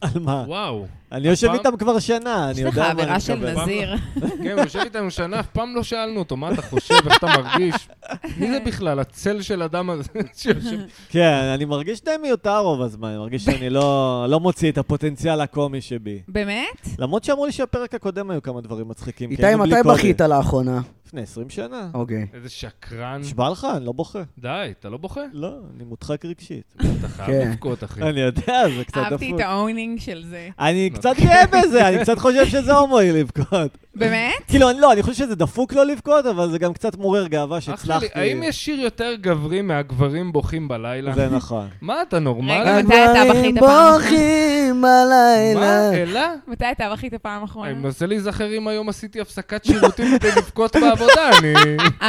על מה?
וואו.
אני יושב
הפעם-
איתם כבר שנה, אני
נכון. יש לך
יודע מה אני
עבירה של
מקבל.
נזיר.
כן, הוא יושב איתנו שנה, אף פעם לא שאלנו אותו, מה אתה חושב, איך אתה מרגיש? מי זה בכלל? הצל של אדם הזה שיושב...
כן, אני מרגיש די מיותר רוב הזמן, אני מרגיש שאני לא לא מוציא את הפוטנציאל הקומי שבי.
באמת?
למרות שאמרו לי שהפרק הקודם היו כמה דברים מצחיקים. כי
איתי,
היינו כן, בלי
מתי
קודם.
בכית לאחרונה?
לפני 20 שנה.
אוקיי.
איזה שקרן.
נשבע לך, אני לא בוכה.
די, אתה לא בוכה?
לא, אני מודחק רגשית.
אתה חייב
כן.
לבכות, אחי.
אני יודע, זה קצת
אהבתי
דפוק.
את האונינג של זה.
אני קצת גאה בזה, אני קצת חושב שזה הומואי לבכות.
באמת?
כאילו, אני- לא, אני חושב שזה דפוק לא לבכות, אבל זה גם קצת מעורר גאווה
אח שלי,
שהצלחתי.
האם יש שיר יותר גברי מהגברים בוכים בלילה?
זה נכון.
מה, אתה נורמל?
רגע, לא, מתי אתה
הגברים
בכית פעם אחרונה?
בוכים
מה,
הלילה.
אלה?
מתי אתה בכית פעם אחרונה?
אני מנסה להיזכר אם היום עשיתי הפסקת שירותים כדי לבכות בעבודה, אני...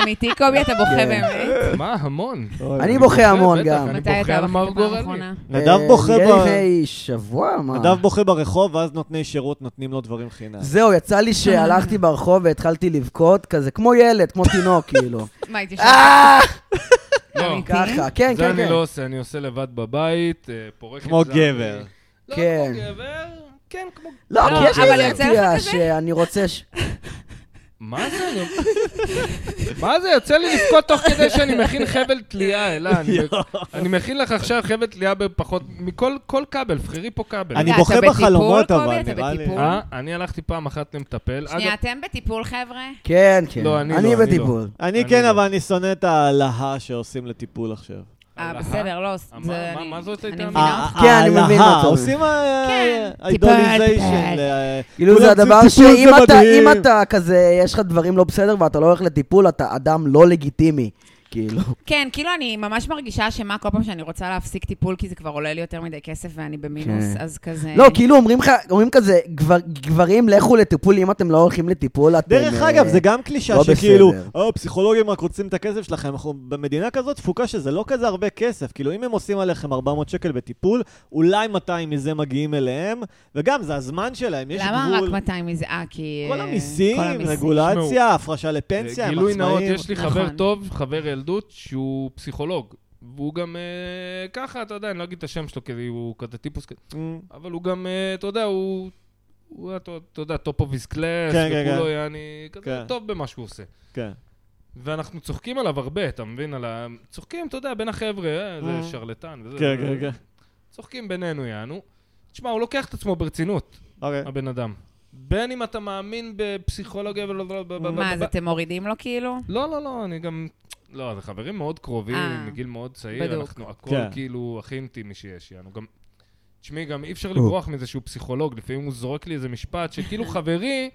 אמיתי, קובי, אתה
כן.
בוכה באמת?
מה, המון.
אוי,
אני בוכה המון
בטח,
גם.
אני
מתי
בוכה
אתה
על מר
בכית פעם
גורלי.
אחרונה?
נדב
אה,
בוכה
נראה לי
ב-
לפני שבוע, מה?
נדב בוכה ברחוב, ואז נותני שירות נותנים לו דברים חינם.
זהו, יצא לי שהלכתי ברחוב והתחלתי לבכות, כזה כמו ילד, כמו תינוק, כאילו.
מה, התיישבת?
אה!
לא,
אמיתי?
ככה, כן,
זה
כן,
אני
כן.
לא עושה, אני עושה לבד בבית, אה, פורק את
כמו
זה.
גבר.
לא,
כן.
כמו גבר, כן, כמו...
לא,
לא,
כי יש לי
אבל יוצא לך
אלרגיה
כזה?
שאני רוצה ש...
מה זה? אני- מה זה? יוצא לי לבכות תוך כדי שאני מכין חבל תלייה, אלה. אני-
יואו.
אני מכין לך עכשיו חבל תלייה בפחות... מכל כל כבל, בחרי פה כבל.
אני
רגע,
בוכה
אתה בטיפול,
בחלומות,
קובי?
אבל
אתה
נראה לי.
בטיפול?
אה? אני הלכתי פעם אחת למטפל.
שנייה,
אגב,
אתם בטיפול, חבר'ה?
כן, כן.
לא, אני לא,
אני
אני לא.
בטיפול.
אני
אני
כן,
לא.
אבל אני שונא את ההלהה שעושים לטיפול עכשיו.
אה,
הלהה?
בסדר, לא,
מה-
זה...
מה-
אני-
מה זאת הייתה?
אני מבינה אותך.
ה-
כן, אני מבין
ההלהה,
מה אתה אומר.
אה, עושים אה,
כן,
אידוליזיישן.
טיפול,
כאילו זה הדבר שאם אתה, אם
מדהים.
אתה כזה, יש לך דברים לא בסדר ואתה לא הולך לטיפול, אתה אדם לא לגיטימי. כאילו,
כן, כאילו אני ממש מרגישה שמה כל פעם שאני רוצה להפסיק טיפול, כי זה כבר עולה לי יותר מדי כסף ואני במינוס,
כן.
אז כזה...
לא, כאילו אומרים לך, אומרים כזה, "גבר- גברים לכו לטיפול, אם אתם לא הולכים לטיפול, אתם...
דרך
אה,
אגב, זה גם קלישה
לא
שכאילו,
בסדר.
או, פסיכולוגים רק רוצים את הכסף שלכם. אנחנו במדינה כזאת תפוקה שזה לא כזה הרבה כסף. כאילו, אם הם עושים עליכם 400 שקל בטיפול, אולי 200 מזה מגיעים אליהם, וגם, זה הזמן שלהם, יש
למה רק
גבול.
200 מזה? אה, כי...
כל
אה,
המיסים,
כל המיסים.
רגולציה, הפרשה לפנסיה,
אה,
הם
גילוי נאות,
עצמאים.
יש לי
נכון.
חבר טוב, חבר ילדות, שהוא פסיכולוג. והוא גם אה, ככה, אתה יודע, אני לא אגיד את השם שלו, כי הוא כזה טיפוס כזה,
אמ,
אבל הוא גם, אה, אתה יודע, הוא, הוא היה, אתה אתה יודע, טופ אוביס קלאס,
כן, כן,
וכולו
כן.
יעני, כזה
כן.
טוב במה שהוא עושה.
כן.
ואנחנו צוחקים עליו הרבה, אתה מבין? על ה... צוחקים, אתה יודע, בין החבר'ה, אה,
אה.
זה שרלטן וזה.
כן, כן, כן.
צוחקים בינינו, יענו. תשמע, הוא לוקח את עצמו ברצינות,
אוקיי.
הבן אדם. בין אם אתה מאמין בפסיכולוגיה ולא... לא- לא-
מה,
לא- לא-
אז אתם מורידים לו כאילו?
לא, לא, לא, אני גם... לא, זה חברים מאוד קרובים,
אה,
מגיל מאוד צעיר,
בדיוק.
אנחנו הכל
כן.
כאילו הכי אינטימי שיש, יענו. גם... תשמעי, גם אי אפשר לברוח מזה שהוא פסיכולוג, לפעמים הוא זורק לי איזה משפט שכאילו חברי,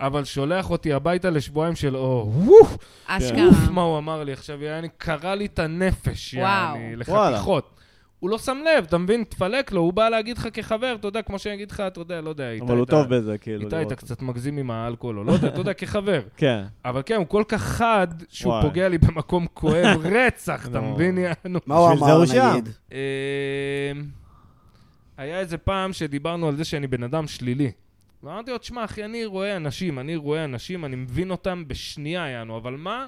אבל שולח אותי הביתה לשבועיים של או,
כן.
וואו, אוף
אשכרה.
מה הוא אמר לי עכשיו, יעני, קרע לי את הנפש,
וואו.
יעני,
וואלה.
לחתיכות. הוא לא שם לב, אתה מבין? תפלק לו, הוא בא להגיד לך כחבר, אתה יודע, כמו שאני אגיד לך, אתה יודע, לא יודע, איתי,
אבל הוא
אתה-
טוב בזה, כאילו.
איתי,
לראות.
אתה קצת מגזים עם האלכוהול, או לא יודע, אתה יודע, כחבר.
כן.
אבל כן, הוא כל כך חד, שהוא
וואי.
פוגע לי במקום כואב רצח, אתה
נו.
מבין, יענו?
מה הוא
בשביל זה
אמר,
הוא שם.
נגיד?
אמ, היה איזה פעם שדיברנו על זה שאני בן אדם שלילי. ואמרתי לו, תשמע, אחי, אני רואה אנשים, אני רואה אנשים, אני מבין אותם בשנייה, יענו, אבל מה?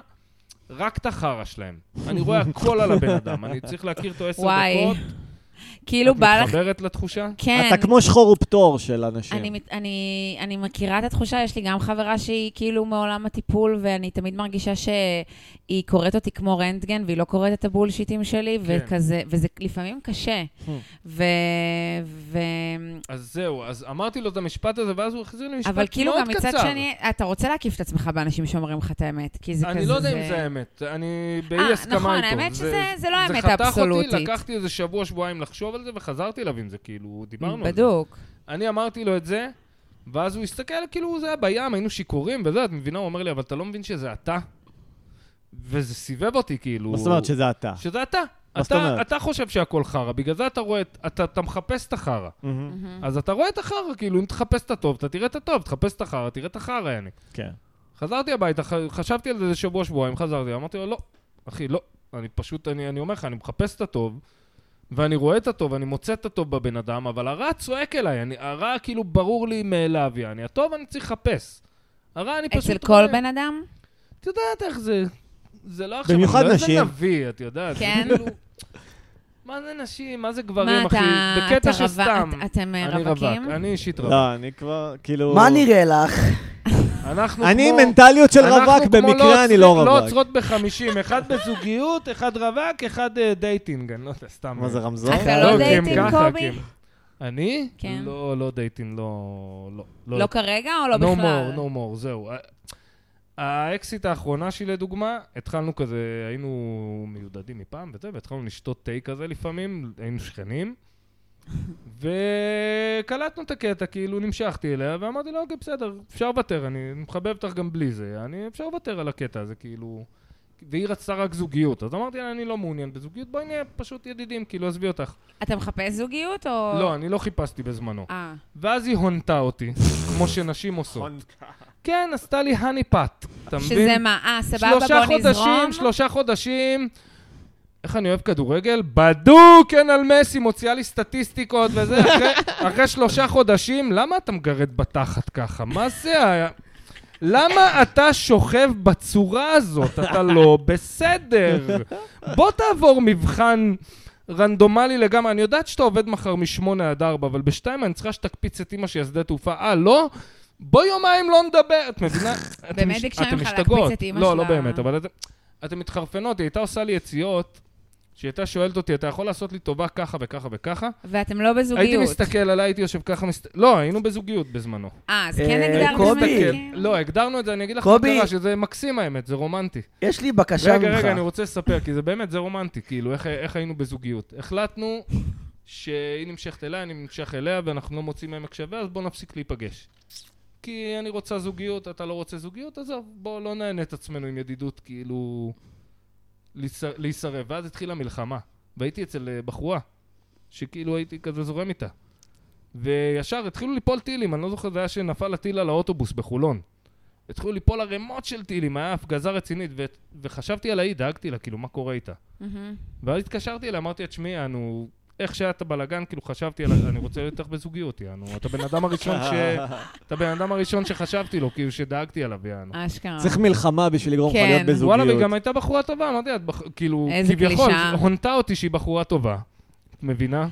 רק את החרא שלהם. אני רואה הכל על הבן אדם, אני צריך להכיר אותו עשר
וואי.
דקות.
כאילו בא
את
לך...
מתחברת לתחושה?
כן.
אתה כמו שחור ופטור של אנשים.
אני, מת- אני, אני מכירה את התחושה, יש לי גם חברה שהיא כאילו מעולם הטיפול, ואני תמיד מרגישה שהיא קוראת אותי כמו רנטגן, והיא לא קוראת את הבולשיטים שלי,
כן.
וכזה, וזה לפעמים קשה.
Hmm.
ו... ו...
אז זהו, אז אמרתי לו את המשפט הזה, ואז הוא החזיר לי משפט מאוד קצר.
אבל כאילו גם מצד שני, אתה רוצה להקיף את עצמך באנשים שאומרים לך את האמת, כי זה כזה...
אני לא יודע אם זה האמת, אני באי
אה,
הסכמה איתו.
נכון, האמת שזה זה לא האמת
זה חתך
האבסולוטית.
אותי, לקחתי איזה שבוע-שבועיים לחשוב על זה, וחזרתי אליו עם זה, כאילו, דיברנו על זה.
Mm-hmm. בדוק.
אני אמרתי לו את זה, ואז הוא הסתכל, כאילו, זה היה בים, היינו שיכורים וזה, את מבינה? הוא אומר לי, אבל אתה לא מבין שזה אתה? וזה סיבב אותי, כאילו...
מה זאת אומרת שזה אתה?
שזה אתה.
מה זאת
אתה,
אומרת?
אתה חושב שהכל חרא, בגלל זה אתה רואה, את- אתה, אתה מחפש את החרא.
מהמם.
אז אתה רואה את החרא, כאילו, אם תחפש את הטוב, אתה תראה את הטוב, תחפש את החרא, תראה את החרא, יעני.
כן.
חזרתי הביתה, ח- חשבתי על זה איזה שבוע, שבועיים, חזרתי, אמרתי לו, לא, אחי, לא. אני פשוט, אני, אני אומר לך, אני מחפש את הטוב, ואני רואה את הטוב, אני מוצא את הטוב בבן אדם, אבל הרע צועק אליי, אני, הרע כאילו ברור לי מאליו, יעני. הטוב אני צריך לחפש. הרע אני פשוט...
אצל
רואה.
כל בן אדם?
את יודעת איך זה... זה לא עכשיו...
במיוחד
אני לא
נשים.
איזה נביא, את יודעת. זה
כן?
כאילו- מה זה נשים? מה זה
מה,
גברים, אחי?
אתה... אתה
בקטע
רווק-
שסתם.
את- אתם אה,
אני
רווקים?
רווק, אני אישית רווק.
לא, אני כבר, כאילו...
מה נראה לך?
אנחנו
אני
כמו-
מנטליות של
אנחנו
רווק,
כמו
במקרה אני לא
עוצרים- לא
רווק.
עוצרות בחמישים, אחד בזוגיות, אחד רווק, אחד אה, דייטינג, אני לא יודע, סתם.
מה זה רמזור?
אתה
לא
לא, כי הם
דייטינג,
ככה,
קובי?
כי הם- אני?
כן.
לא, לא דייטינג, לא...
לא כרגע או לא
No
בכלל?
more, no more, זהו. ה- האקסיט האחרונה שלי, לדוגמה, התחלנו כזה, היינו מיודדים מפעם וזה, והתחלנו לשתות תה כזה לפעמים, היינו שכנים, וקלטנו את הקטע, כאילו נמשכתי אליה, ואמרתי לה, אוקיי, בסדר, אפשר לוותר, אני מחבב אותך גם בלי זה, אני אפשר לוותר על הקטע הזה, כאילו... והיא רצתה רק זוגיות, אז אמרתי לה, אני לא מעוניין בזוגיות, בואי נהיה פשוט ידידים, כאילו, עזבי אותך.
אתה מחפש זוגיות או...
לא, אני לא חיפשתי בזמנו.
אה.
ואז היא הונתה אותי, כמו שנשים עושות. כן, עשתה לי הני פאט, אתה מבין?
שזה מה? אה, סבבה,
שלושה
בוא נזרום.
חודשים, שלושה חודשים. איך אני אוהב כדורגל? בדוק, אין על מסי, מוציאה לי סטטיסטיקות וזה. אחרי, אחרי שלושה חודשים, למה אתה מגרד בתחת ככה? מה זה היה? למה אתה שוכב בצורה הזאת? אתה לא בסדר. בוא תעבור מבחן רנדומלי לגמרי. אני יודעת שאתה עובד מחר משמונה עד ארבע, אבל בשתיים אני צריכה שתקפיץ את אימא שהיא שדה תעופה. אה, לא? בוא יומיים לא נדבר. את מבינה? אתם
באמת
מש-
ביקשה
אתם
ממך להקפיץ
משתגעות.
את אימא
לא, לא
שלה.
באמת, אבל את- אתם מתחרפנות. היא הייתה עושה לי יציאות, שהיא הייתה שואלת אותי, אתה יכול לעשות לי טובה ככה וככה וככה?
ואתם לא בזוגיות.
הייתי מסתכל עליה, הייתי יושב ככה, מסת- לא, היינו בזוגיות בזמנו.
אה, אז
אה,
כן הגדרתם
קובי.
את זה?
כן,
כאילו?
לא, הגדרנו את זה, אני אגיד לך מה
קובי.
קרה, שזה מקסים האמת, זה רומנטי.
יש לי בקשה ממך.
רגע, רגע, אני רוצה לספר, כי זה באמת, זה רומנטי, כאילו, איך- איך היינו בזוגיות. החלטנו שהיא נמשכת אליי, אני נמשך אליה, ואנחנו לא מוצאים עמק שווה, אז בואו נפסיק להיפגש. כי אני רוצה זוגיות, אתה לא רוצה זוגיות, עזוב, בואו לא נהנה את עצמנו עם ידידות, כאילו, להיס- להיסרב. ואז התחילה מלחמה, והייתי אצל אה, בחורה, שכאילו הייתי כזה זורם איתה. וישר התחילו ליפול טילים, אני לא זוכר, זה היה שנפל הטיל על האוטובוס בחולון. התחילו ליפול ערימות של טילים, היה הפגזה רצינית, ו- וחשבתי על ההיא, דאגתי לה, כאילו, מה קורה איתה?
מהמם.
ואז התקשרתי אליה, אמרתי לה, תשמעי, אנו, איך שהיה את הבלאגן, כאילו, חשבתי על ה- אני רוצה להיות איתך בזוגיות, יענו, אתה בן אדם הראשון ש... אתה בן אדם הראשון שחשבתי לו, כאילו, שדאגתי עליו, יענו.
אשכרה.
צריך מלחמה בשביל לגרום לך
כן.
להיות בזוגיות.
וואלה, והיא גם הייתה בחורה טובה, אמרתי לה, את בח- כאילו,
איזה
כביכול,
קלישאה.
הונתה אותי שהיא בחורה טובה. מבינה?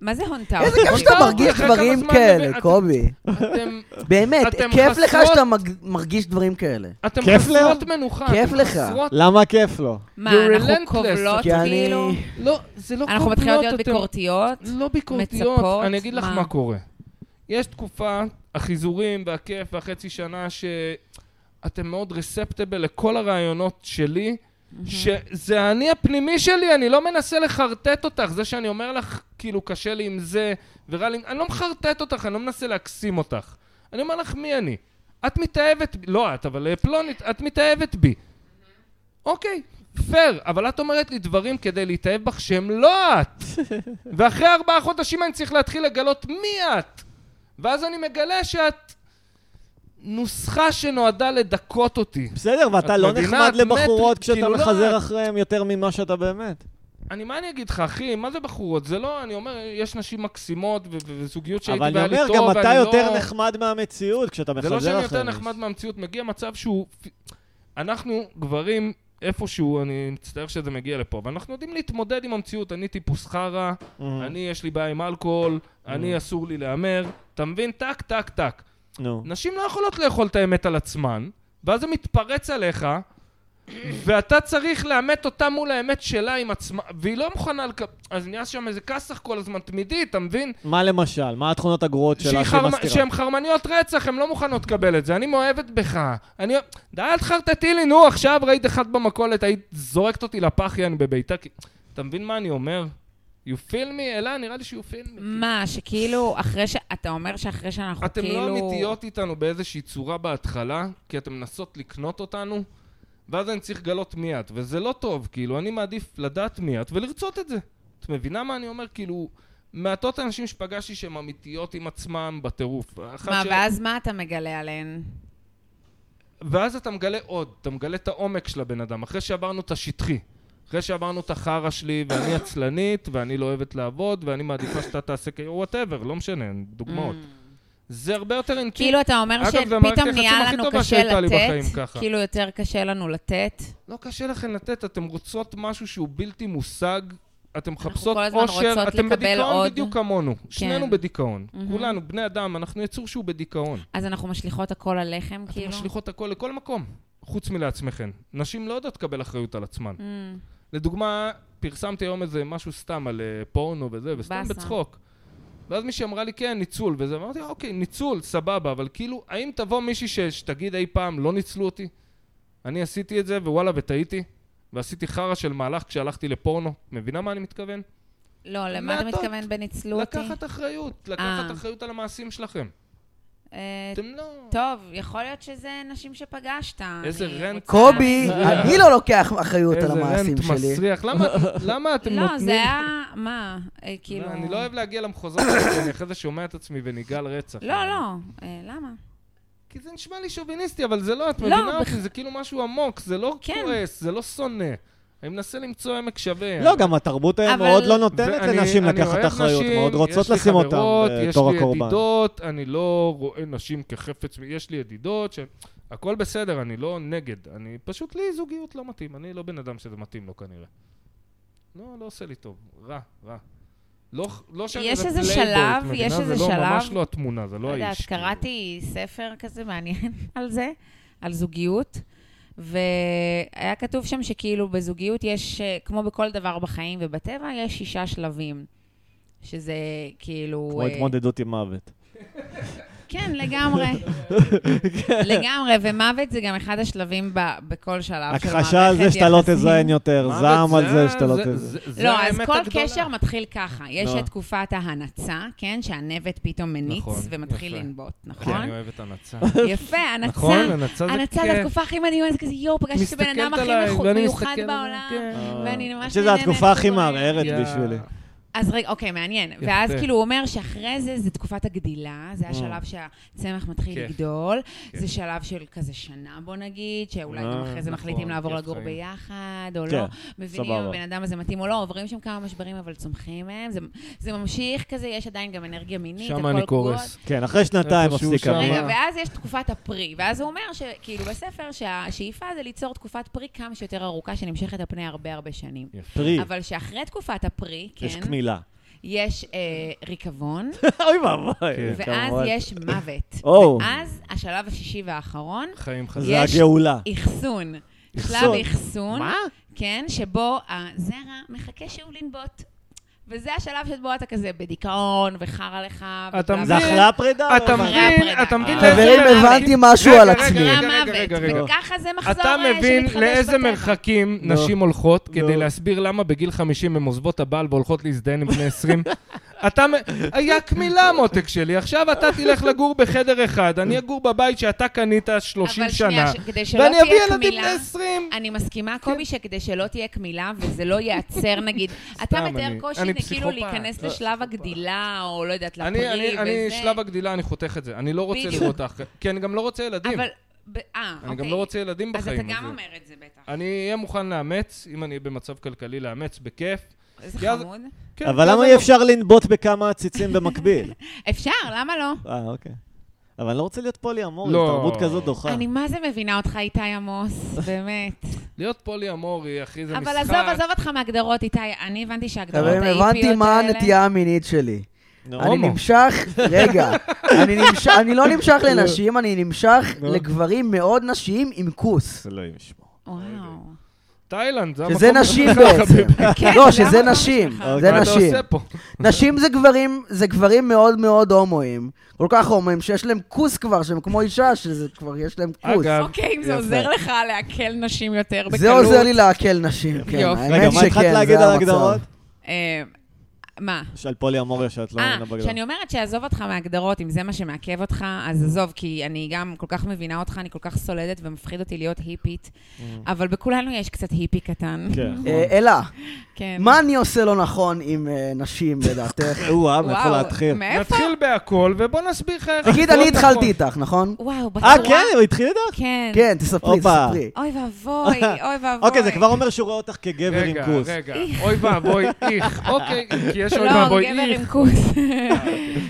מה זה הונתה?
איזה כיף
אוקיי,
שאתה
אוקיי,
מרגיש
אחרי
דברים
כמה זמן
כאלה,
אתם-
קובי.
אתם
באמת,
אתם
כיף לך
חסרות-
שאתה מג- מרגיש דברים כאלה.
אתם
כיף
חסרות מנוחה.
כיף
אתם
לך.
חסרות-
למה כיף לו?
מה,
You're
אנחנו
relentless.
קובלות
כי אני...
כאילו?
לא, זה לא
אנחנו מתחילות
קובלות,
להיות
אתם-
ביקורתיות?
לא ביקורתיות.
מצפות?
אני אגיד לך
מה?
מה קורה. יש תקופה, החיזורים והכיף והחצי שנה, שאתם מאוד רספטבל לכל הרעיונות שלי, שזה האני הפנימי שלי, אני לא מנסה לחרטט אותך. זה שאני אומר לך, כאילו, קשה לי עם זה, ורע לי... עם- אני לא מחרטט אותך, אני לא מנסה להקסים אותך. אני אומר לך מי אני. את מתאהבת, בי- לא את, אבל אה, פלונית, את מתאהבת בי. אוקיי, פייר, אבל את אומרת לי דברים כדי להתאהב בך שהם לא את. ואחרי ארבעה חודשים אני צריך להתחיל לגלות מי את. ואז אני מגלה שאת נוסחה שנועדה לדכא אותי.
בסדר, ואתה
את
לא
מבינה?
נחמד
את
לבחורות
מת-
כשאתה
כאילו, לא,
מחזר
את-
אחריהן יותר ממה שאתה באמת.
אני, מה אני אגיד לך, אחי? מה זה בחורות? זה לא, אני אומר, יש נשים מקסימות ו- ו- וזוגיות שהייתי
אבל
והיה
אני
לי טוב,
אומר, גם אתה
ואני
יותר
לא...
נחמד מהמציאות כשאתה מחזר
זה
אחריהן.
לא שאני יותר נחמד מהמציאות, מגיע מצב שהוא... אנחנו, גברים, איפשהו, אני מצטער שזה מגיע לפה, אבל אנחנו יודעים להתמודד עם המציאות. אני טיפוס חרא,
Mm.
אני יש לי בעיה עם אלכוהול, אני אסור לי להמר. אתה מבין? טק, טק, טק.
נו.
נשים לא יכולות לאכול את האמת על עצמן, ואז זה מתפרץ עליך, ואתה צריך לאמת אותה מול האמת שלה עם עצמה, והיא לא מוכנה לקב... אז נהיה שם איזה כסח כל הזמן תמידי, אתה מבין?
מה למשל? מה התכונות הגרועות שלה
שהיא
שהיא
חרמ-
מסתירה?
שהן חרמניות רצח, הן לא מוכנות לקבל את זה. אני מאוהבת בך. אני... די, אל תחרטטי לי, נו, עכשיו ראית אחד במכולת, היית זורקת אותי לפח יעני בביתה. כי- אתה מבין מה אני אומר? You feel me? אלה, נראה לי ש- you feel me.
מה, שכאילו, אחרי ש... אתה אומר שאחרי שאנחנו
אתם
כאילו...
לא אמיתיות איתנו באיזושהי צורה בהתחלה, כי אתם מנסות לקנות אותנו, ואז אני צריך לגלות מי את, וזה לא טוב, כאילו, אני מעדיף לדעת מי את ולרצות את זה. את מבינה מה אני אומר? כאילו, מעטות האנשים שפגשתי שהן אמיתיות עם עצמם בטירוף. אחת
מה,
ש- כן.
ואז מה אתה מגלה עליהן?
ואז אתה מגלה עוד, אתה מגלה את העומק של הבן אדם, אחרי שעברנו את השטחי. אחרי שעברנו את החרא שלי, ואני עצלנית, ואני לא אוהבת לעבוד, ואני מעדיפה שאתה תעשה כ... וואטאבר, לא משנה, דוגמאות. זה הרבה יותר אינטימי.
כאילו, אתה אומר
אגב, זה
שפתאום
המערכת
נהיה
יחסים הכי
לנו
טובה
קשה
שהייתה לי בחיים,
לתת?
ככה.
כאילו, יותר קשה לנו לתת?
לא קשה לכן לתת, אתם רוצות משהו שהוא בלתי מושג, אתם מחפשות
כל הזמן
אושר,
רוצות
אתם
לקבל
בדיכאון
עוד. כן. Mm-hmm.
בדיוק כמונו. שנינו בדיכאון.
מהמם.
כולנו, בני אדם, אנחנו יצור שהוא בדיכאון.
אז אנחנו משליכות הכל עליכם,
אתם
כאילו?
משליכות הכל לכל מקום, חוץ מלעצמכן. נשים לא יודעות לקבל אחריות על עצמן.
Mm.
לדוגמה, פרסמתי היום איזה משהו סתם על אה, פורנו וזה, וסתם
באסה.
בצחוק. ואז מישהי אמרה לי, כן, ניצול, וזה, אמרתי, אוקיי, ניצול, סבבה, אבל כאילו, האם תבוא מישהי ש- שתגיד אי פעם, לא ניצלו אותי? אני עשיתי את זה, ווואלה, וטעיתי, ועשיתי חרא של מהלך כשהלכתי לפורנו. מבינה מה אני מתכוון?
לא, למה אתה
מעטות.
מתכוון בניצלו לא אותי?
לקחת אחריות, לקחת
אה.
אחריות על המעשים שלכם.
אה,
אתם לא...
טוב, יכול להיות שזה נשים שפגשת.
איזה
אני
רנט.
רוצה-
קובי, אני לא לוקח אחריות על
איזה
המעשים
רנט
שלי.
מסריח. למה- למה אתם נותנים...
לא, זה היה... מה? אה, כאילו...
אני לא אוהב להגיע למחוזות, האלה, כי אני אחרי זה שומע את עצמי ונגעל רצח.
לא, לא. אה, למה?
כי זה נשמע לי שוביניסטי, אבל זה לא, את
לא,
מבינה
בכ-
אותי, זה כאילו משהו עמוק, זה לא
כן.
כועס, זה לא שונא. אני מנסה למצוא עמק שווה.
לא, גם התרבות היום
אבל-
מאוד לא נותנת
כן. ואני-
לנשים
אני
לקחת
אוהב
אחריות,
נשים,
מאוד רוצות
יש לי
לשים אותם
חברות,
בתור
יש לי
הקורבן.
ידידות, אה, אני לא רואה נשים כחפץ, יש לי ידידות, ש- הכל בסדר, אני לא נגד. אני פשוט, לי זוגיות לא מתאים, אני לא בן אדם שזה מתאים לו כנראה. לא, לא עושה לי טוב, רע, רע. לא, לא שאני
יש
איזה
איזה
פלייבוי, את
שלב,
מבינה?
יש איזה
זה לא,
שלב.
ממש לא התמונה, זה לא
לא
האיש.
יודעת,
כאילו.
קראתי ספר כזה מעניין על זה, על זוגיות, והיה כתוב שם שכאילו בזוגיות יש, אה, כמו בכל דבר בחיים ובטבע, יש שישה שלבים. שזה כאילו...
כמו
אה,
התמודדות עם מוות.
כן, לגמרי. לגמרי, ומוות זה גם אחד השלבים ב- בכל
אה,
שלב של
הכחשה על זה
מערכת
שאתה לא
יחסים.
תזיין יותר,
מוות
זעם על זה
ה-
שאתה לא
זה-
תזיין.
זה- זה
לא, אז
האמת
כל
הגדולה.
קשר מתחיל ככה. יש
נו.
את תקופת ההנצה, כן? שהנבט פתאום מניץ
נכון,
ומתחיל
יפה.
לנבוט,
כן, אני
נכון?
אוהב את הנצה.
יפה, הנצה.
נכון, הנצה זה
הנצה זה התקופה הכי מדהימה, זה כזה יואו, פגשתי את הבן אדם
מסתכלת
הכי
עליי,
מחו-
ואני
מיוחד
מסתכל עליה,
בעולם.
כן.
ואני ממש
שזו
נהנית
התקופה הכי
לדבר.
מערערת
יא.
בשבילי.
אז רגע, אוקיי, מעניין. ואז
יפה.
כאילו הוא אומר שאחרי זה, זה תקופת הגדילה, זה
Mm.
השלב שהצמח מתחיל
כיף.
לגדול,
כן.
זה שלב של כזה שנה, בוא נגיד, שאולי
אה,
גם אחרי זה
נכון,
מחליטים לעבור
כיף
לגור
חיים.
ביחד, או
כן,
לא, מבינים אם
סבבה.
הבן אדם הזה מתאים או לא, עוברים שם כמה משברים, אבל צומחים מהם, זה- זה ממשיך כזה, יש עדיין גם אנרגיה מינית,
שם
הכל
אני
גוד.
קורס. אה.
כן, אחרי שנתיים אה,
איפשהו
מפסיק
שם.
המוות.
רגע,
מה?
ואז יש תקופת הפרי, ואז הוא אומר שכאילו בספר שהשאיפה זה ליצור תקופת פרי כמה שיותר ארוכה, שנמשכת על פני הרבה הרבה שנים.
כן.
פרי,
אבל שאחרי תקופת הפרי, כן,
יש קמילה.
יש אה, ריקבון,
אוי ואבוי.
כן.
ואז
כמובן.
יש מוות.
או.
ואז השלב השישי והאחרון,
חיים
זה
חזק.
יש-
הגאולה.
אחסון. שלב
אחסון.
אחסון, כן, שבו הזרע מחכה שהוא לנבוט. וזה השלב שבו אתה כזה בדיכאון וחרא לך.
אתה
וכאילו-
זה
מבין?
אחרי הפרידה?
לא,
או
אתה
אחרי?
מבין,
הפרידה.
אתה מבין
אה.
לאיזה
חברים,
מרחקים-
הבנתי משהו
רגע,
על
רגע,
עצמי.
רגע,
המוות,
רגע, רגע, רגע.
וככה זה מחזור
אתה
אה,
מבין
שמתחדש
לאיזה
בטבע.
מרחקים
לא.
נשים הולכות
לא.
כדי להסביר למה בגיל 50 הן עוזבות את הבעל והולכות להזדיין עם בני 20? אתה... מ- היה קמילה, מותק שלי. עכשיו אתה תלך לגור בחדר אחד, אני אגור בבית שאתה קנית 30
אבל שנייה,
שנה,
ש- כדי שלא
ואני אביא
תהיה
ילדים בני
קמילה,
20.
אני מסכימה,
כן.
קובי, שכדי שלא תהיה קמילה וזה לא ייעצר, נגיד, אתה
סתם,
מתאר
אני-
קושי,
אני
כאילו
פסיכופת. לא,
להיכנס לשלב הגדילה, או לא יודעת, לפרי
אני,
וזה.
אני, אני שלב הגדילה, אני חותך את זה. אני לא רוצה
בדיוק.
לראות אח... כי אני גם לא רוצה ילדים.
אבל, ב- אה, אוקיי.
אני גם לא רוצה ילדים
אז
בחיים.
אתה גם
זה-
אומר את זה בטח.
אני אהיה מוכן לאמץ, אם אני אהיה במצב כלכלי, לאמץ בכיף.
איזה
כי אז-
חמוד.
כן,
אבל
כי
למה
אז
אי
אני-
אפשר לנבוט בכמה עציצים במקביל?
אפשר, למה לא?
אה, אוקיי. אבל אני לא רוצה להיות פולי אמורי,
לא.
תרבות כזאת דוחה.
אני מה זה מבינה אותך, איתי עמוס, באמת.
להיות פולי אמורי, אחי, זה משחק.
אבל עזוב, עזוב אותך מהגדרות, איתי. אני הבנתי שההגדרות
חברים,
האיפיות האלה...
הבנתי מה הנטייה המינית שלי.
נו,
אני
הומו.
נמשך, רגע, אני נמשך- אני לא נמשך לנשים, אני נמשך לגברים מאוד נשיים עם כוס.
אלוהים ישמור.
וואו.
תאילנד, זה המקום...
שזה נשים בעצם.
כן,
לא,
למה
שזה
אתה
נשים,
משחק?
זה
מה אתה
נשים.
עושה פה?
נשים זה גברים, זה גברים מאוד מאוד הומואים. כל כך הומואים, שיש להם כוס כבר, שהם כמו אישה, שזה כבר יש להם כוס.
אגב,
אוקיי, אם
יפה.
זה עוזר לך לעכל נשים יותר בקלות.
זה עוזר לי לעכל נשים, כן,
יופי.
האמת
רגע, מה
שכן,
התחלת להגיד
זה
על
המצב.
ההגדרות?
אה, מה?
של פולי אמוריה שאת לא
אה,
מאמינה בגדול.
שאני אומרת שעזוב אותך מההגדרות, אם זה מה שמעכב אותך, אז עזוב, כי אני גם כל כך מבינה אותך, אני כל כך סולדת ומפחיד אותי להיות היפית, אבל בכולנו יש קצת היפי קטן.
Mm. כן.
אה, אלה,
כן.
מה אני עושה לא נכון עם אה, נשים, לדעתך?
או-אה, מאיפה
וואו,
להתחיל?
מאיפה?
נתחיל בהכל, ובוא נסביר לך איך...
תגיד,
הכל
אני התחלתי
נכון.
איתך, נכון?
וואו, בצורה...
אה, כן, הוא התחיל איתך?
כן.
כן, תספרי,
הופה.
תספרי.
אוי ואבוי, אוי ואבוי.
אוקיי, זה כבר אומר שהוא רואה אותך כגבר עם
רגע,
כוס.
רגע, אוי ואבוי, איך. אוקיי, כי יש אוי
לא,
ואבוי,
גבר
איך.
עם כוס.
כן,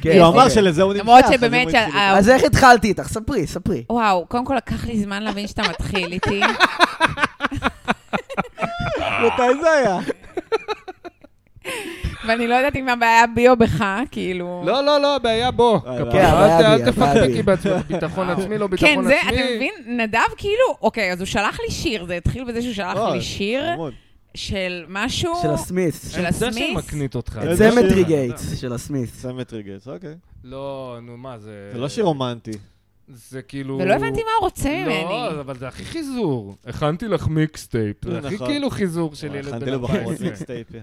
כי הוא אמר
אוקיי.
שלזה הוא נמשך.
למרות
אז
שבאמת
אם הוא
שה-
התחיל
אז איך התחלתי איתך? ספרי, ספרי.
וואו, קודם כל לקח לי זמן להבין שאתה מתחיל איתי. אה.
איתך, מתי זה היה?
ואני לא יודעת אם הבעיה בי או בך, כאילו...
לא, לא, לא, הבעיה בו.
אה,
כפרה,
כן,
הבעיה
אל-
בי,
אל
הבעיה בי.
תפקקי בעצמך, ביטחון עצמי, לא ביטחון
כן,
עצמי.
זה, אתה מבין? נדב כאילו, אוקיי, אז הוא שלח לי שיר, זה התחיל בזה שהוא שלח
אוי,
לי שיר
חמוד.
של משהו...
של הסמיס.
של
זה
הסמיס?
שמקנית אותך.
את
זה
איזה שיר?
אה.
מטריגייטס של הסמיס.
סמט ריגס, אוקיי.
לא, נו, מה זה...
זה לא שיר רומנטי.
זה כאילו...
ולא הבנתי מה הוא רוצה
לא,
ממני.
אבל זה הכי חיזור. הכנתי לך מיקסטייפ. זה הכי
נכון.
כאילו חיזור של ילד
הכנתי
בן
לבחורות
14.
מיקסטייפים.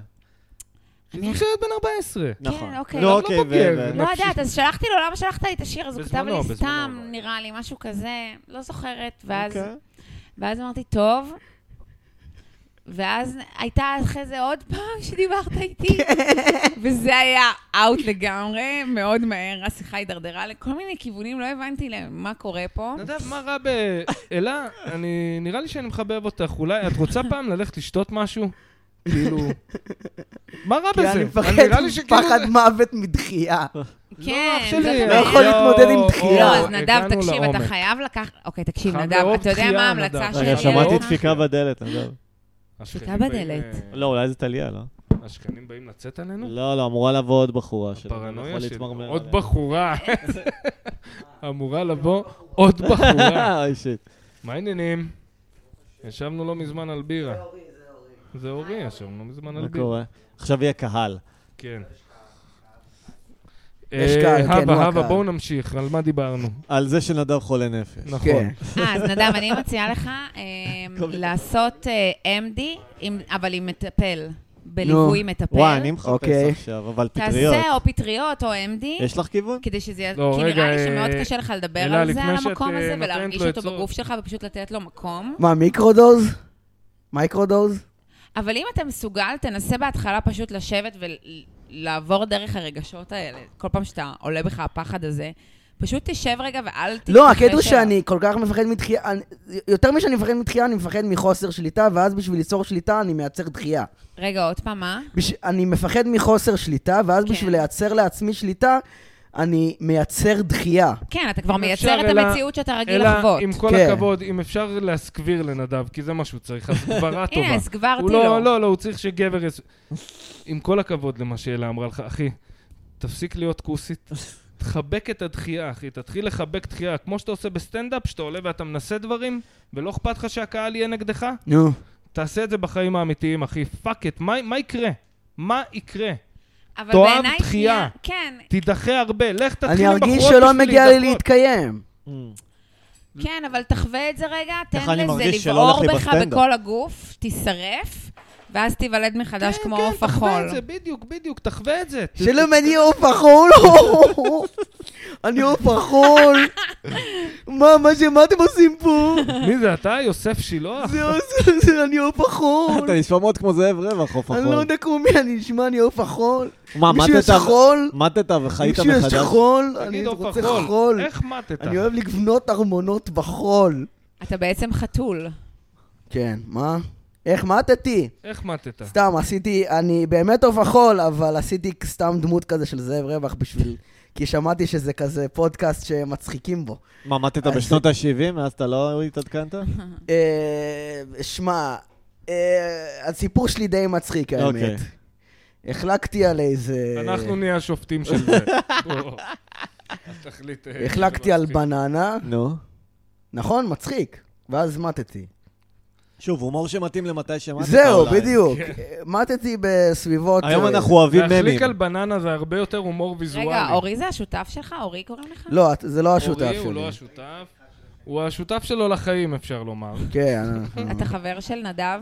חיזור של ילד בן 14.
נכון.
כן, אוקיי.
לא,
אבל
לא
אוקיי,
בוגר.
ו- ו-
לא יודעת, אז שלחתי לו, למה שלחת לי את השיר? אז הוא כתב
בזמנו,
לי
בזמנו,
סתם,
אבל.
נראה לי, משהו כזה, לא זוכרת. ואז
אוקיי.
ואז אמרתי, טוב. ואז הייתה אחרי זה עוד פעם שדיברת איתי,
כן.
וזה היה אאוט לגמרי, מאוד מהר, השיחה הידרדרה לכל מיני כיוונים, לא הבנתי למה קורה פה.
נדב, מה רע ב... אלה, אני... נראה לי שאני מחבב אותך. אולי את רוצה פעם ללכת לשתות משהו? כאילו... מה רע
כי
בזה?
אני
נראה
מפחד
לי שכאילו
פחד
זה-
מוות מדחייה.
כן,
אח
זאת
שלי,
לא
הבעיה.
יכול להתמודד עם דחייה.
לא,
יואו,
אז נדב,
הגענו
תקשיב, אתה
לעומק.
חייב לקחת... אוקיי, תקשיב,
חייב
נדב,
לאהוב
אתה יודע
דחייה,
מה
נדב.
ההמלצה
רגע,
שלי?
רגע,
אליך?
שמעתי דפיקה בדלת, אגב.
השכנים
דפיקה
באים,
בדלת.
אה,
לא, אולי זה טליה, לא?
השכנים באים לצאת עלינו?
לא, לא, אמורה לבוא עוד בחורה שלא לא
פרנויה
יכול אה.
שלי.
להתמרמר
עוד
עליה.
בחורה. אמורה לבוא עוד בחורה.
אה, אוי, שיט.
מה העניינים? ישבנו לא מזמן על בירה. זה אורי, ישבנו לא מזמן על
מה
בירה.
קורה? עכשיו יהיה קהל.
כן.
יש
אה,
קהל, כן,
הבה,
נו,
הבה,
הקהל.
בואו נמשיך, על מה דיברנו.
כן.
על זה שנדב חולה נפש.
נכון.
כן.
אה, אז נדב, אני מציעה לך אה, לעשות אה, MD, עם- אבל עם מטפל, בליווי מטפל.
וואי, אני מחפש
אוקיי.
עכשיו, אבל פטריות.
תעשה או פטריות או MD,
יש לך כיוון?
כדי שזה יהיה...
לא,
כי נראה לי
רגע,
שמאוד
אה,
קשה לך לדבר
אלה,
על זה,
לפני
על
שאת,
המקום
אה,
הזה,
נותנת
ולהרגיש
לו
אותו
עצות.
בגוף שלך ופשוט לתת לו מקום.
מה, מיקרודוז? מייקרודוז?
אבל אם אתה מסוגל, תנסה בהתחלה פשוט לשבת ולעבור דרך הרגשות האלה. כל פעם שאתה עולה בך הפחד הזה, פשוט תשב רגע ואל תתכחש
לא, הקטע הוא
אליו.
שאני כל כך מפחד מדחייה, אני- יותר משאני מפחד מדחייה, אני מפחד מחוסר שליטה, ואז בשביל ליצור שליטה אני מייצר דחייה.
רגע, עוד פעם, מה?
בש... אני מפחד מחוסר שליטה, ואז
כן.
כן. בשביל לייצר לעצמי שליטה, אני מייצר דחייה.
כן, אתה כבר
אם
מייצר
אפשר,
את
אלא-
המציאות שאתה רגיל
אלא,
לחוות.
עם כל
כן.
הכבוד, אם אפשר להסגביר לנדב, כי זה מה שהוא צריך, הסגברה טובה.
הנה, הסגברתי
הוא
לו.
לא, לא, לא, הוא צריך שגבר... יס- עם כל הכבוד למה שאלה אמרה לך, אחי, תפסיק להיות כוסית. תחבק את הדחייה, אחי, תתחיל לחבק דחייה. כמו שאתה עושה בסטנדאפ, שאתה עולה ואתה מנסה דברים, ולא אכפת לך שהקהל יהיה נגדך,
נו.
תעשה את זה בחיים האמיתיים, אחי. פאק את, מה מה יקרה? מה יקרה?
אבל
תואם
בעיניי
דחייה.
שנייה- כן,
תידחה הרבה, לך
אני
תתחיל עם בחורות
ארגיש שלא
בשביל
מגיע לי
להידחות.
להתקיים.
Mm.
כן, אבל תחווה את זה רגע, תן
אני
לזה
מרגיש שלא
לבעור
הולך לי
בך
בסטנדאפ?
בכל הגוף, תישרף, ואז תיוולד מחדש כמו עוף
כן, תחווה
החול.
את זה, בדיוק, בדיוק, תחווה את זה. ת-
שלא אני עוף החול, אני עוף החול. מה, מה ש- מה אתם עושים פה?
מי זה אתה? יוסף שילוח?
זה עושה, זה- אני עוף החול.
אה, אתה נשמע מאוד כמו זאב רווח, חוף
אני לא
החול.
יודע כמו מי, אני נשמע, אני עוף החול.
מה,
מישהו יש
מתת-
חול?
מתת וחיית
מישהו יש
מחדש?
חול? אני
תגיד עוף
רוצה
החול.
חול.
איך מתת?
אני אוהב לבנות ארמונות בחול.
אתה בעצם חתול.
כן, מה? איך מתתי?
איך מתת?
סתם, עשיתי, אני באמת עוף החול, אבל עשיתי סתם דמות כזה של זאב רווח בשביל... כי שמעתי שזה כזה פודקאסט שמצחיקים בו.
מה, מתת
אז-
בשנות ה-70, מאז אתה לא התעדכנת?
אה, שמע, אה, הסיפור שלי די מצחיק,
אוקיי.
האמת. החלקתי על איזה...
אנחנו נהיה השופטים של זה. בוא. אז תחליט, אה,
החלקתי
זה
על
מצחיק.
בננה,
נו.
נכון? מצחיק. ואז מתתי.
שוב, הומור שמתאים למתי שמעת.
זהו,
אולי.
בדיוק.
כן.
מתתי בסביבות...
היום
אה,
אנחנו אוהבים ממים.
להחליק על בננה זה הרבה יותר הומור ויזואלי.
רגע, אורי זה השותף שלך? אורי קוראים לך?
לא, את- זה לא השותף
אורי הוא לא
שלי.
השותף. הוא השותף שלו לחיים, אפשר לומר.
כן, אנחנו-
אתה חבר של נדב?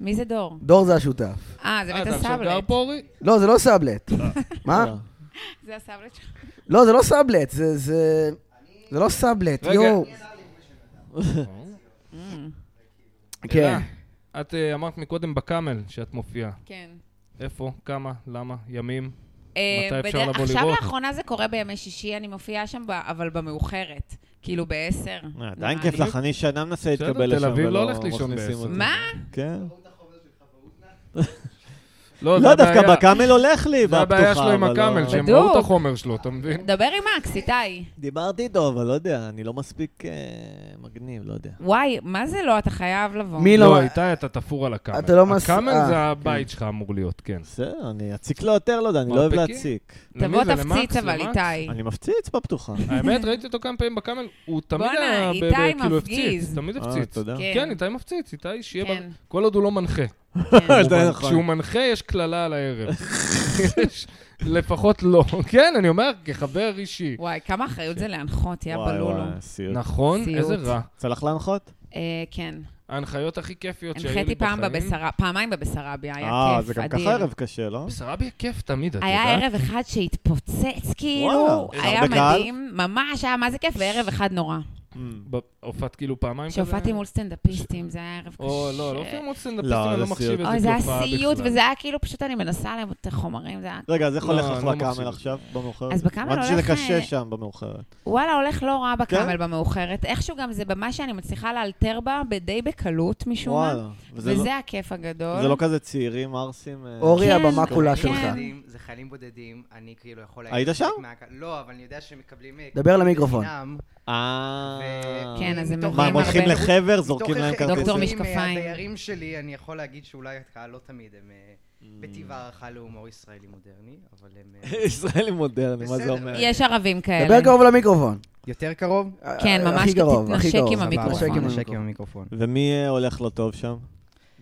מי זה דור?
דור זה השותף.
אה, זה
אה,
בית
אתה עכשיו גר
הסבלט.
פה, אורי?
לא, זה לא סאבלט. מה?
לא.
זה הסבלט שלך.
לא, זה לא סאבלט, זה... זה- זה לא סאבלט,
רגע.
יואו. כן.
אלה, את אה, אמרת מקודם בקאמל שאת מופיעה.
כן.
איפה? כמה? למה? ימים?
אה,
מתי אפשר
בדרך-
לבוא
עכשיו
לראות?
לאחרונה זה קורה בימי שישי, אני מופיעה שם, ב- אבל במאוחרת. כאילו ב-10.
אה, עדיין כיף לך, אני שנה מנסה
בסדר,
להתקבל
תל
לשם,
אביב לא
ולא
הולכת לישון
מכניסים
בעשר.
אותי.
מה?
כן.
זה
לא, דווקא
הבעיה.
בקאמל הולך לי,
זה הבעיה שלו
בפתוחה,
עם
אבל לא-
הקאמל, שהם
בדוק.
ראו את החומר שלו, אתה מבין?
דבר עם מקס, איתי.
דיברתי איתו, אבל לא יודע, אני לא מספיק אה, מגניב, לא יודע.
וואי, מה זה לא? אתה חייב לבוא.
מי
לא,
לא...
איתי, אתה תפור על הקאמל.
אתה לא מס-
הקאמל
אה,
זה
כן.
הבית שלך אמור להיות, כן.
בסדר, אני אציק לו יותר, לא יודע, אני לא אוהב
מרפקים?
להציק.
תבוא
למי זה? למקס?
תפציץ אבל,
למקס?
איתי.
אני מפציץ בפתוחה.
האמת, ראיתי אותו כמה פעמים בקאמל, הוא תמיד
בואנה,
היה... ב-
איתי
ב- כאילו
מפגיז.
הפציץ, תמיד
אה,
הפציץ.
תודה.
כן.
כן, איתי מפציץ, איתי שיהיה...
כן.
בר- כל עוד הוא לא מנחה.
כן.
אתה
הוא מנ-
נכון.
כשהוא מנחה, יש קללה על הערב. יש- לפחות לא. כן, אני אומר, כחבר אישי.
וואי, כמה אחריות
כן.
זה להנחות, יא בלולו.
סיוט.
נכון,
סיוט.
איזה רע.
צריך להנחות?
אה, כן.
ההנחיות הכי כיפיות שהיו לי
הנחיתי
בחיים.
פעם בבשרה, פעמיים בבשרביה, היה
אה,
כיף,
זה גם
אדיר.
ככה ערב קשה, לא?
בשרבי כיף תמיד, את
היה
יודעת.
ערב אחד שהתפוצץ, כאילו,
וואו,
היה
הרבה קהל?
מדהים, ממש היה, מה זה כיף, וערב אחד נורא.
Mm.
ב- הופעת כאילו פעמיים כזה?
שהופעתי מול סטנדאפיסטים, זה היה ערב קשה.
או לא, לא הופיעו מול סטנדאפיסטים,
לא,
אני
זה
לא מחשיב
סיוט.
את זה
אוי, זה היה
כהופעה
סיוט,
בכלל.
וזה היה כאילו, פשוט אני מנסה להם את החומרים, זה היה...
רגע, אז איך
לא,
הולך
אני
לך
לא מקשיב.
בקאמל עכשיו, במאוחרת?
אז בקאמל
הבנתי
הולך,
שזה
אה,
קשה שם, במאוחרת.
וואלה, הולך לא רע
כן?
בקאמל במאוחרת. איכשהו גם זה במה שאני מצליחה לאלתר בה די בקלות, משום מה.
וואלה. וזה לא-
וזה הכיף הגדול.
זה לא כזה צעירים, ערסים? אה,
אורי,
כן,
הבמה
כן.
כולה
כן.
שלך.
בודדים, זה חיילים בודדים, אני כאילו יכול
היית
חלק
שם?
מהק- לא, אבל אני יודע שמקבלים... אה,
דבר למיקרופון.
בחינם,
אה...
ו-
כן, אז הם
מתוך-
מה, הם
הרבה.
הולכים לחבר, זורקים
מתוך
להם
איך-
כרטיסים?
דוקטור
מתוך
משקפיים.
הדיירים שלי, אני יכול להגיד שאולי הקהל לא תמיד הם אה, בטיב הערכה להומור ישראלי מודרני, אבל הם... אה,
ישראלי מודרני, מה זה
בסדר.
אומר?
יש ערבים
כן.
כאלה.
דבר קרוב למיקרופון.
יותר קרוב?
כן,
אה,
ממש
הכי קרוב, הכי
תתנשק
קרוב.
עם
סבבה,
המיקרופון.
נשק עם
נשק עם
המיקרופון.
המיקרופון.
ומי אה, הולך לא טוב שם?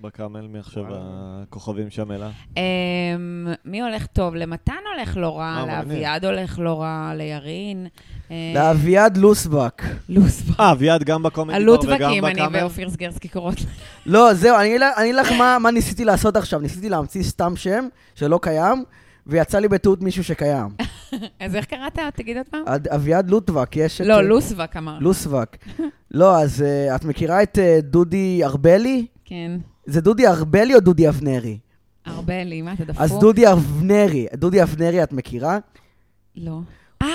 בקאמל, מי עכשיו
וואלה.
הכוכבים שם אלה?
אמ, מי הולך טוב? למתן הולך לא רע,
אה, מגניב.
לאביעד הולך לא רע, לירין. אה,
לאביעד לוסבק.
לוסבק.
אה, אביעד גם בקומדי בר וגם
הלוטבקים, אני
בקאמל?
ואופיר סגרסקי קוראות להם.
לא, זהו, אני אגיד- אני אגיד לך מה- מה ניסיתי לעשות עכשיו. ניסיתי להמציא סתם שם שלא קיים, ויצא לי בטעות מישהו שקיים.
אז איך קראת? תגיד עוד פעם.
אה,
עד- אביעד לוטבק, יש את... אה,
לא, לוסבק אמר.
לוסבק. לא, אז אה, את מכירה את אה, דודי ארבלי?
כן.
זה דודי ארבלי או דודי אבנרי?
ארבלי, מה, אתה דפוק?
אז דודי אבנרי, דודי אבנרי את מכירה?
לא. אה,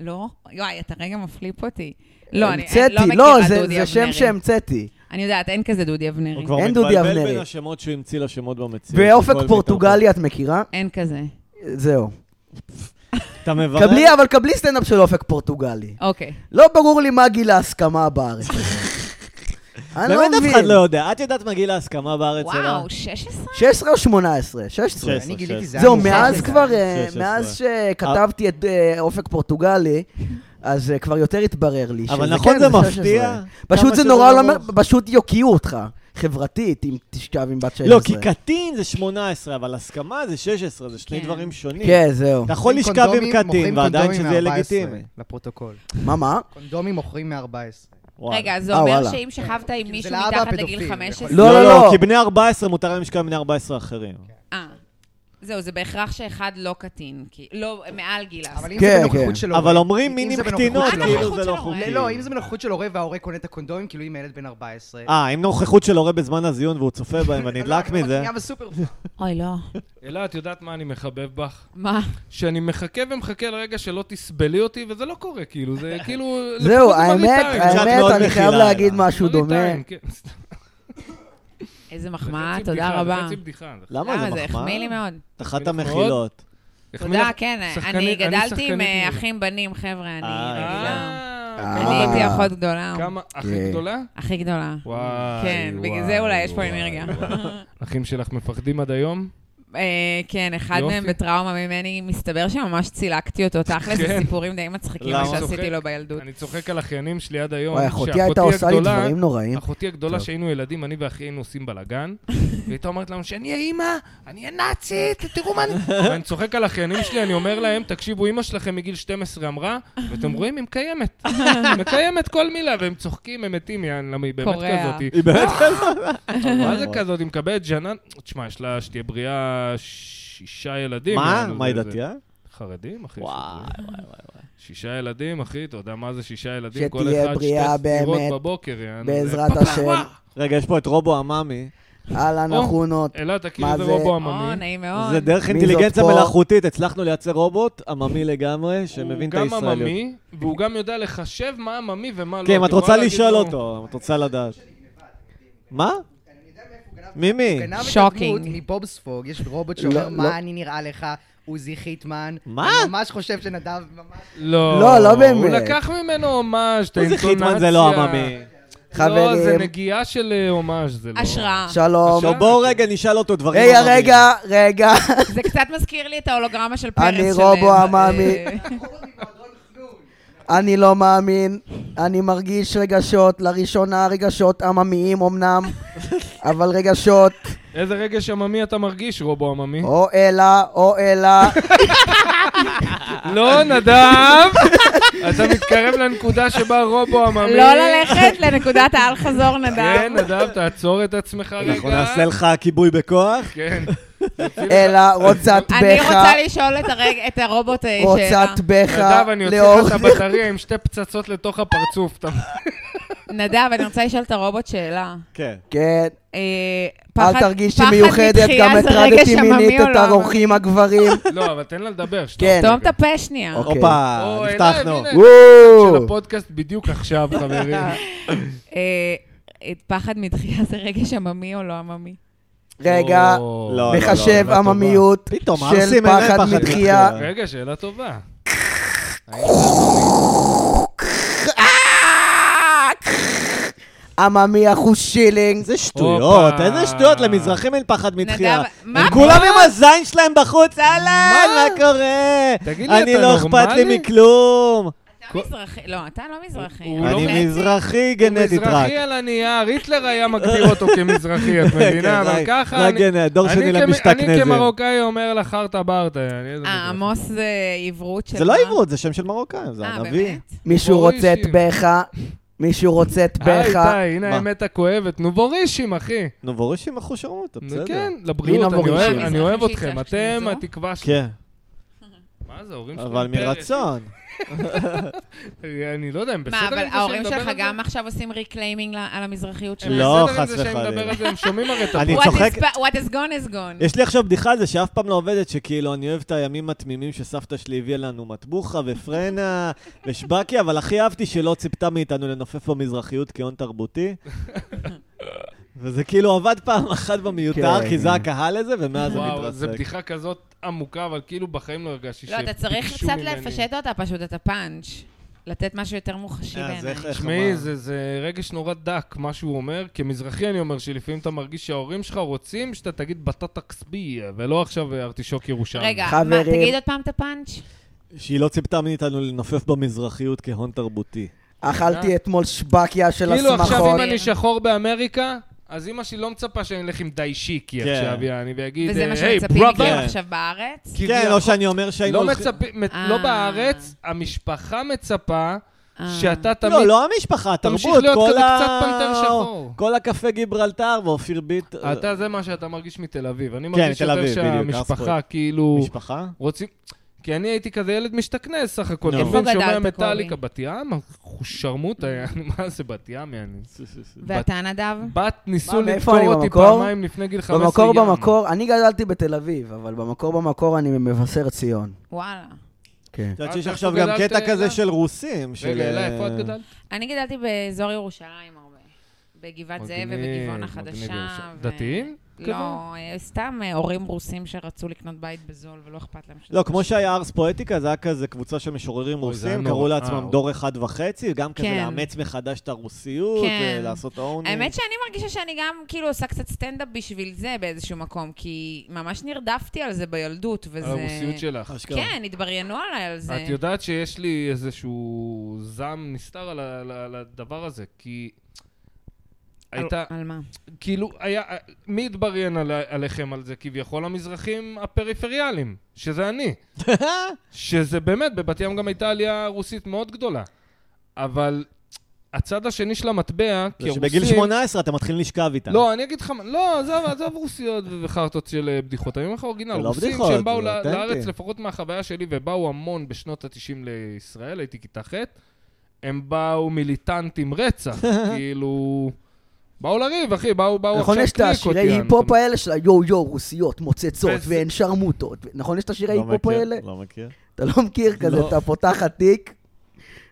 לא? וואי, אתה רגע מפליפ אותי. לא, אני אני
המצאתי,
לא מכירה
לא,
דודי
זה-
אבנרי.
זה שם שהמצאתי.
אני יודעת, אין כזה דודי אבנרי.
הוא כבר
אין דודי
מתבלבל
אבנרי.
בין השמות שהוא המציא לשמות במציאות.
באופק
הכל
פורטוגלי את מכירה? אה,
אין כזה.
זהו.
מתערבב. אתה מברך?
קבלי, אבל קבלי סטנדאפ של אופק פורטוגלי.
אוקיי.
לא ברור לי מה גיל ההסכמה בארץ. אני לא
באמת אף אחד
מבין.
לא יודע. את יודעת מה גיל ההסכמה בארץ שלה?
וואו, 16?
16 או 18? 16.
שש.
אני גיליתי זה היה
זהו,
מאוחר
מאז
מדי.
כבר, אה,
16.
מאז שכתבתי את אה, אופק פורטוגלי, אז אה, כבר יותר התברר לי
אבל
שזה
נכון
כן,
זה
16.
מפתיע?
פשוט
כמה
זה
שזה
נורא לא...
לא ברור.
פשוט יוקיעו אותך, חברתית, אם תשכב עם בת 16.
לא, כי קטין זה 18, אבל הסכמה זה 16, זה שני
כן.
דברים שונים.
כן, זהו.
אתה יכול לשכב עם
קונדומים- מוכרים
קטין, ועדיין
קונדומים
שזה יהיה
מ- 14,
לגיטימי.
לפרוטוקול.
מה, מה?
קונדומים מוכרים מ-14.
וואלה.
רגע, אז זה
אה,
אומר
וואלה.
שאם שכבת עם
זה
מישהו
לאבא
מתחת
הפדופיל,
לגיל
יכול-
15...
לא, לא, לא.
כי בני 14 מותר להם לשכב עם בני 14 אחרים.
לא,
אה, זהו, זה בהכרח שאחד לא קטין, כי... לא, מעל גיל ההסכמה.
אבל אם
כן,
זה
כן.
בנוכחות של הורה...
אבל אומרים
לא, אם
מינים
זה בנוכחות
קטינות,
של הורה.
כאילו זה לא
אה,
חוקי.
לא, אם זה בנוכחות של הורה וההורה קונה את הקונדומים, כאילו אם הילד בן 14...
אה, אם נוכחות של הורה בזמן הזיון והוא צופה בהם ונדלק
לא,
מזה.
קנייה בסופר.
אוי, לא.
אלה, את יודעת מה אני מחבב בך?
מה?
שאני מחכה ומחכה לרגע שלא תסבלי אותי, וזה לא קורה, כאילו, זה כאילו...
זהו,
לפחות
האמת,
מראית עין.
קצת מאוד
האמת, אני חייב
מכילה
להגיד
אליו.
משהו
מראית
דומה.
עין, כן.
איזה
זה
מחמאה,
חצי
תודה
בדיחה, זה
רבה. אה,
חצי בדיחה.
למה זה
זה
מחמאה?
החמיא לי מאוד.
את אחת
אנחנו
המחילות.
תודה, כן.
שחקנית-
אני
אני
גדלתי עם
שחקנית
אה,
מעולה.
אחים בנים, חבר'ה, אני
אה,
רגילה.
אה,
אני
אה.
הייתי אחות גדולה.
כמה,
כן.
הכי גדולה?
הכי גדולה.
וואי,
כן, בגלל
וואי,
זה אולי יש פה
וואי.
אנרגיה.
אחים שלך מפחדים עד היום?
אה, כן, אחד
יופי.
מהם בטראומה ממני, מסתבר שממש צילקתי אותו. תכלס,
כן.
זה סיפורים די מצחיקים,
למה?
מה
צוחק.
שעשיתי לו בילדות.
אני צוחק על אחיינים שלי עד היום.
וואי, אחותי
כשאחותי
הייתה עושה לי
הגדולה-
דברים נוראים.
אחותי הגדולה, שהיינו ילדים, אני ואחי היינו עושים בלאגן, והיא הייתה אומרת לנו שאני אהיה אימא, אני אהיה נאצית, תראו מה אני... ואני צוחק על אחיינים שלי, אני אומר להם, תקשיבו, אימא שלכם מגיל 12 אמרה, ואתם רואים, היא מקיימת. היא מקיימת כל מילה, והם צוחקים, הם מתים, יען, למה היא באמת
קורע.
כזאת. היא-
היא באמת
מה זה כזאת, היא מקבלת ג'נן... תשמע, יש לה, שתהיה בריאה, שישה ילדים.
מה?
יענו,
מה היא
זה-
דתייה?
חרדים, אחי.
וואי,
שזה- שישה ילדים, אחי, אתה יודע מה זה שישה ילדים? כל
שתהיה
אחד שתי
בריאה
סטירות
באמת,
בבוקר, יענו.
בעזרת
פפפ,
השם.
וואו.
רגע, יש פה את רובו עממי.
אהלן,
או.
אחונות.
אלה, תכיר
מה
איזה
זה?
כאילו רובו
או,
עממי.
נעים מאוד.
זה דרך
מי
אינטליגנציה
זאת פה?
מלאכותית, הצלחנו לייצר רובוט עממי לגמרי, שמבין את
הוא גם
הישראליות.
עממי, והוא גם יודע לחשב מה עממי ומה לא.
כן, אם את
יכולה
רוצה
להגיד
לשאול
לו-
אותו, אם את רוצה לדעת. מה? מימי,
גנב את
שוקינג.
הדמות מבוב ספוג, יש רובוט
לא,
שאומר,
לא.
מה אני נראה לך, עוזי חיטמן.
מה?
אני ממש חושב שנדב ממש...
לא,
לא, לא באמת.
הוא לקח ממנו הומאז', את
איזה
האינטונציה.
חיטמן זה לא עממי.
לא, זה
חברים,
נגיעה של אה, הומאז', זה לא...
השראה.
שלום.
עכשיו בואו רגע נשאל אותו דברים
אוקיי. רגע,
עממיים.
רגע, רגע.
זה קצת מזכיר לי את ההולוגרמה של פרס.
אני
של-
רובו
אה,
עממי. אני לא מאמין, אני מרגיש רגשות, לראשונה רגשות עממיים אמנם, אבל רגשות,
איזה רגש עממי אתה מרגיש, רובו עממי?
או אלה, או אלה,
אה,
לא, נדב! אתה מתקרב לנקודה שבה רובו עממי.
לא ללכת לנקודת האל-חזור,
כן,
נדב.
נדב, תעצור את עצמך רגע.
אנחנו נעשה לך כיבוי בכוח.
כן.
אלה, רוצת
אני
בך,
רוצה לשאול את הרג- את הרובוט אה, שאלה.
רוצת בך,
נדב, אני
לאור,
יוצא לך את הבטריה עם שתי פצצות לתוך הפרצוף. אתה-
נדב, אני רוצה לשאול את הרובוט שאלה.
כן.
כן,
אה,
אל
פחד-
תרגישי
פחד
מיוחדת,
מתחייה
גם
זה רגש
הטרדתי
עממי
מינית
או
את
לא?
הרוחים הגברים,
לא, אבל תן לה לדבר. שנייה.
כן,
תום את הפה שנייה.
אוקיי.
הופה,
או, אלה,
נפתחנו.
לא, הנה. של
וואו,
הפודקאסט בדיוק עכשיו, חברים.
אה, את פחד מדחייה זה רגש עממי או לא עממי?
רגע,
או,
לא, לא, לא,
מחשב
שאלה טובה.
עממיות
פתאום,
של
ערסים אין להם
פחד
פחד
מתחייה,
מתחייה.
רגע, שאלה טובה.
עממי אחוז שילינג,
איזה שטויות,
הופה.
איזה שטויות, למזרחים אין פחד מתחייה.
מה
הם
פה?
כולם עם הזין שלהם בחוץ, אהלן, מה קורה?
תגיד לי,
אני
אתה
לא אכפת לי
נורמלי?
מכלום.
אתה מזרחי, לא, אתה לא מזרחי.
הוא לא
אני
מזרחי.
מזרחי גנטית
הוא
רק.
מזרחי על הנייר, היטלר היה מגדיר אותו כמזרחי, את מבינה?
כן,
אבל
רק-
ככה...
רק
אני-
גנט, דור
אני
שני
כמ- אני
למשתכנזים.
כמרוקאי אומר לך חרטה ברטה. אני איזה
אה,
מזרחי.
עמוס זה עברות של...
זה לא
מה?
עברות, זה שם של מרוקאים, זה
כן. אה,
ענבי.
באמת?
מישהו
בורישים.
רוצה את בך, מישהו רוצה את
היי,
בך,
די, "אה, הנה
מה?
האמת הכואבת. נו, בורישים, אחי.
נו, בורישים אחושרות, אתה בסדר.
כן, לבריאות,
מי
אני אוהב-
לבורישים?
אני אוהב
מזרחים
אתכם.
שיצא
אתם
שניזו?
התקווה שלי.
כן,
מה זה, ההורים שלי?
אבל
פרק.
מרצון.
אני לא יודע, הם בסדר
מה,
עם זה
אבל
שאני
ההורים
מדבר
שלך
על זה?
גם עכשיו עושים ריקליימינג ל- על המזרחיות
הם
שלהם?
לא,
בסדר עם
חס
זה שאני מדבר
וחלילה.
על זה, הם שומעים הרי את
אני
הפודקאסט.
What is
צוחק.
ba- What is gone is gone.
יש לי עכשיו בדיחה על זה שאף פעם לא עובדת, שכאילו אני אוהב את הימים התמימים שסבתא שלי הביאה לנו מטבוחה ופרנה ושבקי, אבל הכי אהבתי שלא ציפתה מאיתנו לנופף במזרחיות כהון תרבותי. וזה כאילו עבד פעם אחת במיותר,
כן.
כי זה הקהל הזה, ומאז זה
וואו, זו
מתרסק.
בדיחה כזאת עמוקה, אבל כאילו בחיים לא הרגשתי
לא, אתה צריך
שביקשו
קצת
ממני.
לפשט אותה פשוט, את הפאנץ'. לתת משהו יותר מוחשי
אה, אז
בעיניי.
איך- איך
תשמעי,
אמר?
זה, זה רגש נורא דק, מה שהוא אומר. כמזרחי אני אומר שלפעמים אתה מרגיש שההורים שלך רוצים שאתה תגיד בטטה כסבי, ולא עכשיו אה, ארטישוק ירושלמי.
רגע, מה,
חברים.
תגיד עוד פעם את הפאנץ'.
שהיא לא ציפתה מאיתנו לנופף במזרחיות כהון תרבותי.
אכלתי אתמול שבקיה של
כאילו עכשיו
הסמכות,
אם אני שחור באמריקה, אז אמא שלי לא מצפה שאני אלך עם דיישיקי
כן.
עכשיו, יעני, ויגיד,
וזה
אה,
מה
היי,
שמצפים
brother."
מכם
כן.
עכשיו בארץ?
כן,
כביכול.
לא שאני אומר שהיינו
כאילו, לא
הולכים...
מצפים,
אה.
לא בארץ, המשפחה מצפה
אה.
שאתה תמיד...
לא, לא המשפחה, התרבות,
תמשיך
כל ה...
להיות כזה קצת פנתר שחור.
כל הקפה גיברלטר ואופיר ביט... אה,
אתה, זה מה שאתה מרגיש מתל אביב. אני מרגיש
כן, מתל
יותר
אביב, בדיוק,
שהמשפחה
ארספורט.
כאילו...
משפחה?
רוצים... כי אני הייתי כזה ילד משתכנז סך הכל.
נו.
אתה מבין,
איפה
שומע
גדלת,
מטאליקה,
קובי?
בת ים? חושרמוט היה, מה זה בת ים, יעני?
ואתה, נדב?
בת, ניסו
מה, מאיפה
לדקור
אני,
אותי
במקור?
פעמיים לפני גיל 15
במקור
ים.
במקור, אני גדלתי בתל אביב, אבל במקור במקור אני ממבשר ציון.
וואלה.
כן.
את יודעת
אה,
שיש
איפה
עכשיו גם
גדלת,
קטע כזה
אלה?
של רוסים. של,
רגע, אלה, איפה את
אה,
גדלת?
אני גדלתי באזור ירושלים הרבה. בגבעת זאב
מגניב,
ובגבעון
מגניב
החדשה.
ירושלים.
ו-
דתיים? כזה.
לא, אה, סתם אה, הורים רוסים שרצו לקנות בית בזול ולא אכפת להם שזה
לא, כמו שהיה ארס פואטיקה, זה היה כזה קבוצה של משוררים
אוי, זה היה
רוסים,
נורא.
קראו
אה,
לעצמם
אוקיי.
דור אחד וחצי, גם כזה
כן.
לאמץ מחדש את הרוסיות,
כן.
לעשות אונינג.
האמת שאני מרגישה שאני גם כאילו עושה קצת סטנדאפ בשביל זה באיזשהו מקום, כי ממש נרדפתי על זה בילדות, וזה...
הרוסיות שלך.
אשכרה.
כן, התבריינו עליי על זה.
את יודעת שיש לי איזשהו זעם נסתר על ה- על ה- על הדבר הזה, כי...
על-
הייתה,
על מה?
כאילו, היה, מי התבריין על, עליכם על זה? כביכול המזרחים הפריפריאליים, שזה אני. שזה באמת, בבת ים גם הייתה עלייה רוסית מאוד גדולה. אבל הצד השני של המטבע,
זה
כרוסים...
שבגיל 18 אתה מתחיל לשכב איתם.
לא, אני אגיד לך, מה- לא, עזוב, עזוב רוסיות וחרטות של אה, בדיחות. אני אומר לך אורגינל,
זה לא
רוסים
בדיחות,
שהם באו
זה
לא-
אותנטי.
לארץ, לפחות מהחוויה שלי, ובאו המון בשנות ה-90 לישראל, הייתי כיתה ח', הם באו מיליטנטים רצח, כאילו... באו לריב, אחי, באו, באו עכשיו
נכון, יש את
קליקות,
השירי
יענו,
היפ-הופ
אתה-
האלה של היו יו רוסיות, מוצצות
וזה-
והן שרמוטות. נכון, יש את השירי
לא
היפ-הופ
מכיר,
האלה?
לא מכיר.
אתה לא מכיר כזה,
לא.
אתה פותחת תיק,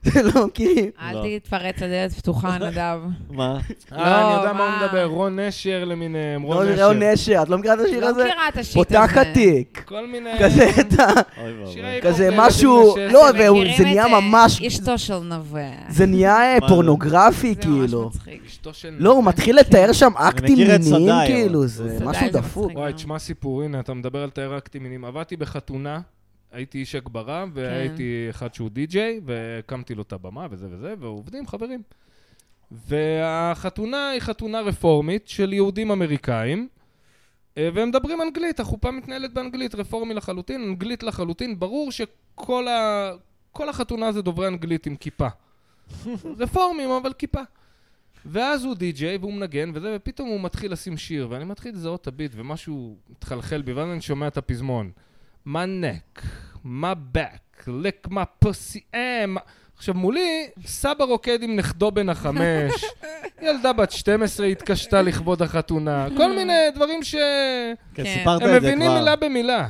זה לא מכירים.
לא.
אל תתפרץ לדלת פתוחה, נדב.
מה?
אה, אני
לא,
יודע מה הוא
מה?
מדבר, רון נשר למיניהם,
לא
רון
נראה עון
נשר.
נשר, את לא מכירה את השיר
לא
הזה?
מכירה את השיט הזה.
פותחת תיק.
כל מיני...
כזה את ה...
אוי ואבוי.
שירי-
כזה
פופ,
משהו...
אה,
לא,
אתם
והוא-
מכירים
זה
את,
נהיה
אה,
ממש...
איש סושיאל נווה.
זה נהיה אה,
מה זה?
פורנוגרפי,
זה ממש
כאילו.
מצחיק.
אשתו של...
לא, הוא מתחיל לתאר שם אקטים
מכיר את
מיניים,
סדאי,
כאילו,
אבל-
זה
סדאי
משהו
זה
דפוק.
מצחיק.
וואי, תשמע סיפור, הנה, אתה מדבר על תאי אקטים מיניים. עבדתי בחתונה, הייתי איש הגברה, והייתי אחד שהוא די-ג'יי, והקמתי לו את הבמה וזה וזה, ועובדים חברים. והחתונה היא חתונה רפורמית של יהודים אמריקאים, אה, והם מדברים אנגלית, החופה מתנהלת באנגלית, רפורמי לחלוטין, אנגלית לחלוטין, ברור שכל ה... כל החתונה זה דוברי אנגלית עם כיפה. רפורמים, אבל כיפה. ואז הוא די-ג'יי והוא מנגן וזה, ופתאום הוא מתחיל לשים שיר, ואני מתחיל לזהות את הביט, ומשהו מתחלחל בי, ואז אני שומע את הפזמון. My neck, my back, lick my pussy, אה, מה-" עכשיו מולי, סבא רוקד עם נכדו בן החמש, ילדה בת 12 התקשתה לכבוד החתונה, כל מיני דברים ש...
כן,
כן.
סיפרת
הם
את זה
מבינים
כבר.
מילה במילה.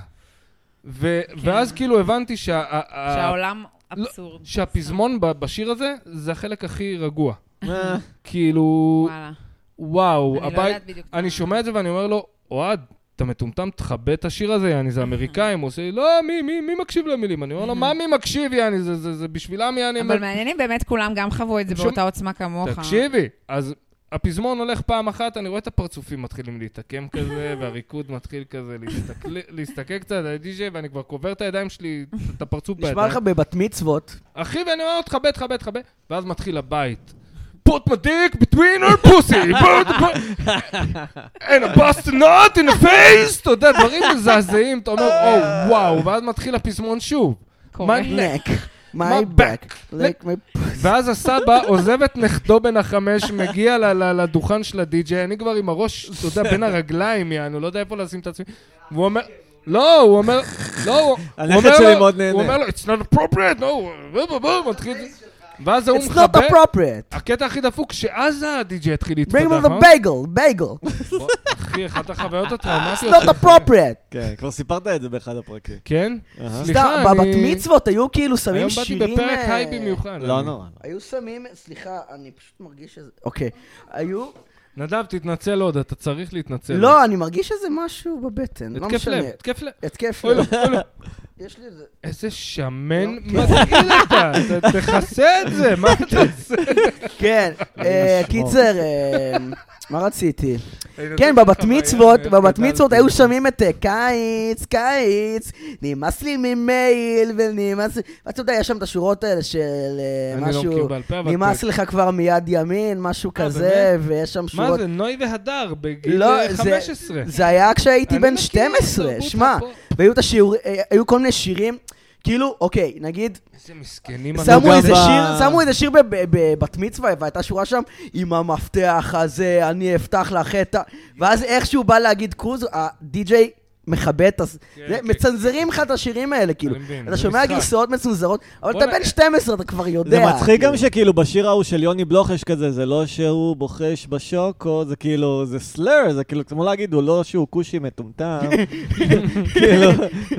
ו- ואז כאילו הבנתי שה... ה- ה-
שהעולם
לא,
אבסורד.
שהפזמון ב- בשיר הזה, זה החלק הכי רגוע.
אה,
כאילו,
וואלה.
וואו,
אני לא
הבית...
יודעת בדיוק. מה-
אני שומע את זה ואני אומר לו, אוהד, אתה מטומטם, תכבה את השיר הזה, יעני, זה אמריקאים. הוא עושה לי, לא, מי, מי, מי מקשיב למילים? אני אומר לו, מה מי מקשיב, יעני, זה, זה, זה בשבילם, יעני.
אבל
הם-
מעניין אם באמת כולם גם חוו את זה
שום-
באותה עוצמה כמוך.
אה.
תקשיבי, אז הפזמון הולך פעם אחת, אני רואה את הפרצופים מתחילים להתעקם כזה, והריקוד מתחיל כזה להסתכל- להסתכל קצת, הדי-ג'יי, ואני כבר קובר את הידיים שלי, את הפרצוף בידיים.
נשמע לך בבת מצוות.
אחי, ואני אומר לו, תכבה, תכבה, תכבה, ואז מתחיל הבית. Put my dick between her pussy, put, put, and a bust a nut in the face, אתה יודע, דברים מזעזעים, אתה אומר, או, וואו, ואז מתחיל הפזמון שוב.
קורה.
מה-
neck, my
My
back, like my...
ואז הסבא עוזב את נכדו בן החמש, מגיע ל- ל- לדוכן של הדי-ג'יי, אני כבר עם הראש, אתה יודע, בין הרגליים, יענו, לא יודע איפה לשים את עצמי. והוא אומר... לא, הוא אומר, לא, הוא הוא
הנכד
אומר
שלי
לו,
מאוד נהנה.
הוא אומר לו, it's not appropriate, no, בוא, בוא, בוא, מתחיל, ואז ההוא
It's not
מחבר,
appropriate.
הקטע הכי דפוק, שאז הדי-ג'יי התחיל להתפתח,
bring me
אה?
the bagel, bagel.
בוא, אחי, אחת החוויות
It's
הטראומטיות.
not
שלך.
appropriate.
כן, כבר סיפרת את זה באחד הפרקים.
כן?
אהה.
סליחה,
סתם, בבת
אני-
מצוות היו כאילו שמים
היום
שירים...
באתי בפרק
אה,
היי במיוחד.
לא
אני-
נורא.
היו שמים, סליחה, אני פשוט מרגיש שזה... אוקיי. היו...
נדב, תתנצל עוד, אתה צריך להתנצל. עוד.
לא, אני מרגיש איזה משהו בבטן, לא
התקף
משנה.
לב, התקף לב.
התקף
אוי,
לב.
לא, אוי, לא.
יש לי איזה...
איזה שמן
לא,
מגעיל אתה, ת- תכסה את זה, מה אתה עושה?
כן, אה,
נשמור.
קיצר, אה, מה רציתי?
לא
כן, בבת מצוות, בבת מצוות היו שמים את אה, קיץ, קיץ, נמאס לי ממייל ונמאס לי... אתה יודע, יש שם את השורות האלה של אה,
אני לא מכיר
משהו...
בעל פה, אבל...
נמאס לך כבר מיד ימין, משהו
אה,
כזה, ויש שם
מה
שורות...
זה, נוי והדר, בגיל
לא,
אה,
זה-
15.
זה היה כשהייתי
אני
בן
מכיר
12,
תרבות
שמע,
הפופ.
והיו את השיעורים, היו כל מיני שירים, כאילו, אוקיי, נגיד,
איזה מסכנים.
שמו
גם
איזה
ב-
שיר, שמו איזה שיר בב- בבת מצווה, והייתה שורה שם, עם המפתח הזה, אני אפתח לך את ה... ואז איכשהו בא להגיד כוז, הדי-ג'יי מכבה את הס...
כן,
זה-
כן.
מצנזרים לך את השירים האלה, כאילו.
מבין,
אתה
זה
שומע
משחק.
גרסאות מצונזרות, אבל אתה
בוא'נה. אה,
בן 12, אתה כבר יודע.
זה מצחיק
כאילו.
גם שכאילו בשיר ההוא של יוני בלוחש כזה, זה לא שהוא בוחש בשוקו, זה כאילו, זה סלר, זה כאילו, כמו להגיד, הוא לא שהוא כושי מטומטם. כאילו,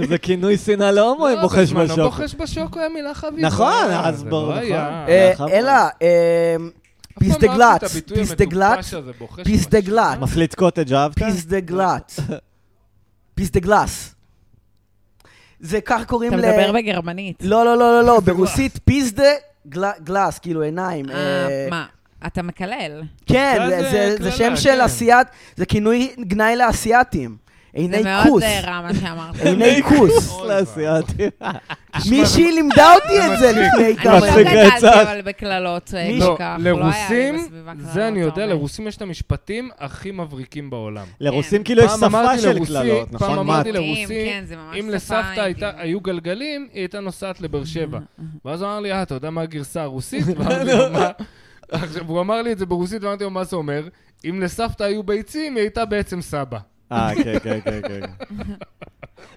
זה כינוי שנאה להומואים
לא,
בוחש
בזמנו
בשוקו.
בוחש בשוקו היה מילה חביבה.
נכון, אז
זה
ברור,
לא
נכון.
היה.
אה,
נכון.
אלה, אה,
אף פעם לא אהבתי את
פיסדגלץ,
הביטוי
פיסדגלץ,
המטופש הזה, בוחש
פיסדגלץ.
משהו.
מפליט קוטג' אהבת?
פיסדגלץ. פיסדגלס. זה כך קוראים
אתה
ל...
אה,
מדבר בגרמנית.
לא, לא, לא, לא, לא, ברוסית פיסדגלס, כאילו
לא,
עיניים. אה,
אה, מה? אתה מקלל.
כן,
זה-
זה-
זה
זה- זה
קללה,
שם של
כן.
אסיאט, זה כינוי גנאי לאסייתים.
זה
עיני
מאוד
כוס.
אה, רע מה שאמרת.
עיני כוס.
אוי,
לאסיאתי.
מישהי לימדה אותי את זה לפני
אני לא
כמה
מצחיק
ימים.
גדלתי
רצח.
אבל בקללות אה,
מי-
כל
לא,
כך. לא היה לי
לרוסים,
בסביבה קללות
זה אני יודע,
הרבה.
לרוסים יש את המשפטים הכי מבריקים בעולם.
לרוסים כאילו יש
פעם אמרתי
שפה של
לרוסי-
קללות,
פעם
נכון? מה?
אמרתי
מדהים,
לרוסי,
כן, זה ממש
אם
שפה,
לסבתא
אה,
הייתה-
כאילו.
היו גלגלים, היא הייתה נוסעת לבאר שבע. ואז הוא אמר לי, אה, אתה יודע מה הגרסה הרוסית? ואמרתי לו, "מה?" עכשיו, הוא אמר לי את זה ברוסית, ואמרתי לו, מה זה אומר? אם לסבתא היו ביצים, היא הייתה בעצם סבא.
אה, כן, כן, כן, כן.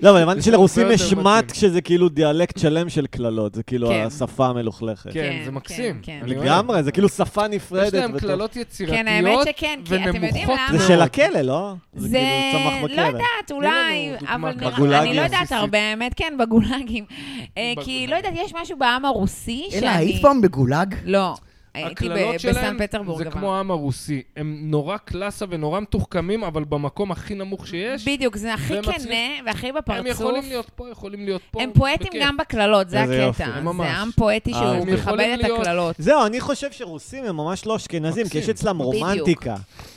לא, אבל הבנתי שלרוסים
הרבה
יש
יותר
מט
מתאים.
שזה כאילו דיאלקט שלם של קללות, זה כאילו
כן.
השפה המלוכלכת.
כן,
כן,
זה מקסים.
כן, כן.
אני אוהב.
לגמרי, זה כאילו שפה נפרדת.
יש להם
בתוך-
קללות
כן, האמת
יצירתיות
שכן, כי אתם יודעים
ונמוכות
למה?
זה
מאוד.
של הכלא, לא?
זה,
כאילו צמח
לא
בכלא.
יודעת, אולי,
לנו דוגמה
אבל נראה,
בגולאגים
אני לא יודעת
הבסיסית.
הרבה, האמת, כן, בגולאגים. אה, כי
בגולאגים.
לא יודעת, יש משהו בעם הרוסי שאני...
אלא, היית פעם בגולאג?
לא, הייתי ב-
הקללות שלהם
בסן פטרבורג.
זה
אבל.
כמו העם הרוסי. הם נורא קלאסה ונורא מתוחכמים, אבל במקום הכי נמוך שיש.
בדיוק, זה הכי
זה מצליח.
כנה והכי בפרצוף.
הם יכולים להיות פה, יכולים להיות פה.
הם פואטים
בכיף.
גם בקללות, זה
איזה יופי.
הקטע.
הם ממש.
זה עם פואטי
אה,
שהוא
אוקיי.
הם
מכבד
יכולים
את
להיות-
הקללות.
זהו, אני חושב שרוסים הם ממש לא אשכנזים, כי יש
מקסים.
אצלם
בדיוק.
רומנטיקה.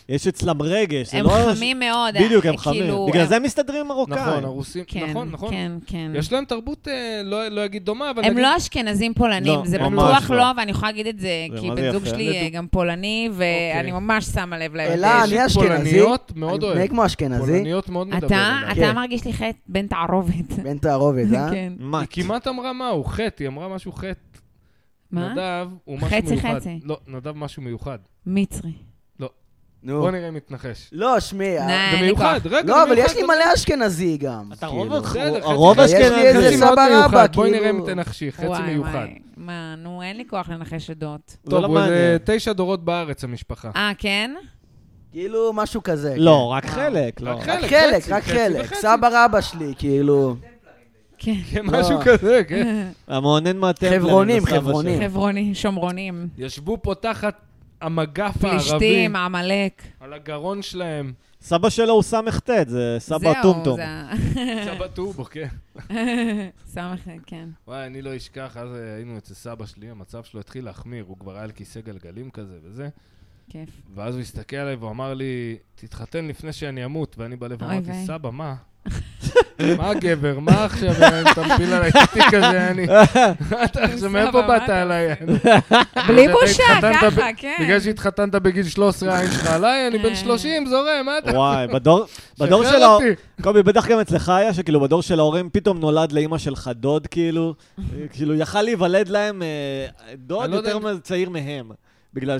יש אצלם רגש, זה
הם
לא...
חמים מאוד.
בדיוק,
אה,
הם חמים.
כאילו,
בגלל
הם-
זה הם מסתדרים עם
נכון,
מרוקאים.
הרוסים,
כן,
נכון, נכון.
כן, כן.
יש להם תרבות, אה, לא לא אגיד דומה, אבל
הם
נגיד...
לא אשכנזים פולנים,
לא,
זה
ממש
בטוח
לא.
לא, ואני יכולה להגיד את זה,
זה
כי
מה זה
בן זוג
יפה.
שלי אה,
לדוג-
גם פולני, ואני
אוקיי.
ממש שמה לב
אלא,
להבדל.
אני אשכנזי.
פולניות מאוד
אני
אוהב.
מתנהג כמו אשכנזי.
פולניות מאוד מדבר
אתה,
אליי.
אתה
כן.
מרגיש לי חטא בן תערובת.
בן תערובת, אה?
כן.
מה?
היא כמעט אמרה מהו, חטא, היא אמרה משהו חטא.
מה?
נדב הוא משהו
חצי,
מיוחד.
חצי.
לא, נדב משהו מיוחד.
מצרי.
נו.
בוא נראה אם יתנחש.
לא, שמי. ה-
נה,
זה
אין לי
מיוחד,
כוח.
רגע, זה
לא, אבל יש
מיוחד,
לי מלא אשכנזי גם.
אתה
כאילו.
רוב
בסדר, חצי.
הרוב
יש לי איזה
אשכנזי.
סבא
מאוד מיוחד,
רבא,
בואי נראה אם
כאילו.
תנחשי, חצי
וואי,
מיוחד.
וואי. מה, נו, אין לי כוח לנחש עדות.
זה
טוב,
לא
הוא איזה
מעניין.
תשע דורות בארץ, המשפחה.
אה, כן?
כאילו, משהו כזה.
לא, רק
וואו.
חלק, לא.
כן. רק
כן. רק חלק,
חלק, חצי,
רק
חצי
חלק.
וחצי.
סבא רבא שלי, כאילו.
כן.
כן, משהו
לא.
כזה, כן.
המעונן מהטמפלר.
חברונים,
מן הסבא
חברונים.
שלו.
חברונים, שומרונים,
ישבו פה תחת המגף הערבי,
פלישתים, אה. עמלק.
על הגרון שלהם.
סבא שלו הוא סט, זה סבא טומטום.
סבא טובו, כן.
סמך, כן.
וואי, אני לא אשכח, אז אה, היינו אצל סבא שלי, המצב שלו התחיל להחמיר, הוא כבר היה על כיסא גלגלים כזה וזה,
כיף.
ואז הוא הסתכל עליי והוא אמר לי, תתחתן לפני שאני אמות, ואני בלב
אוי
אמרתי,
ויי.
סבא, מה? מה גבר, מה עכשיו, אה, תפיל עליי את התיק הזה, אני... אתה עכשיו, מאיפה
סבא, מה
באת
אתה
עליי?
בלי
אה, אתה
בושה,
התחתנת ב-
ככה, כן.
בגלל שהתחתנת בגיל 13, העין שלך עליי, אני
אה.
בן 30, זורם, מה אתה?
וואי, בדור בדור
שחרר
שלו,
אותי.
קובי, בטח גם אצלך היה, שכאילו בדור של ההורים פתאום נולד לאימא שלך דוד, כאילו, כאילו, יכל להיוולד להם אה, דוד
אני לא יודע
יותר
אם-
מה- צעיר מהם, בגלל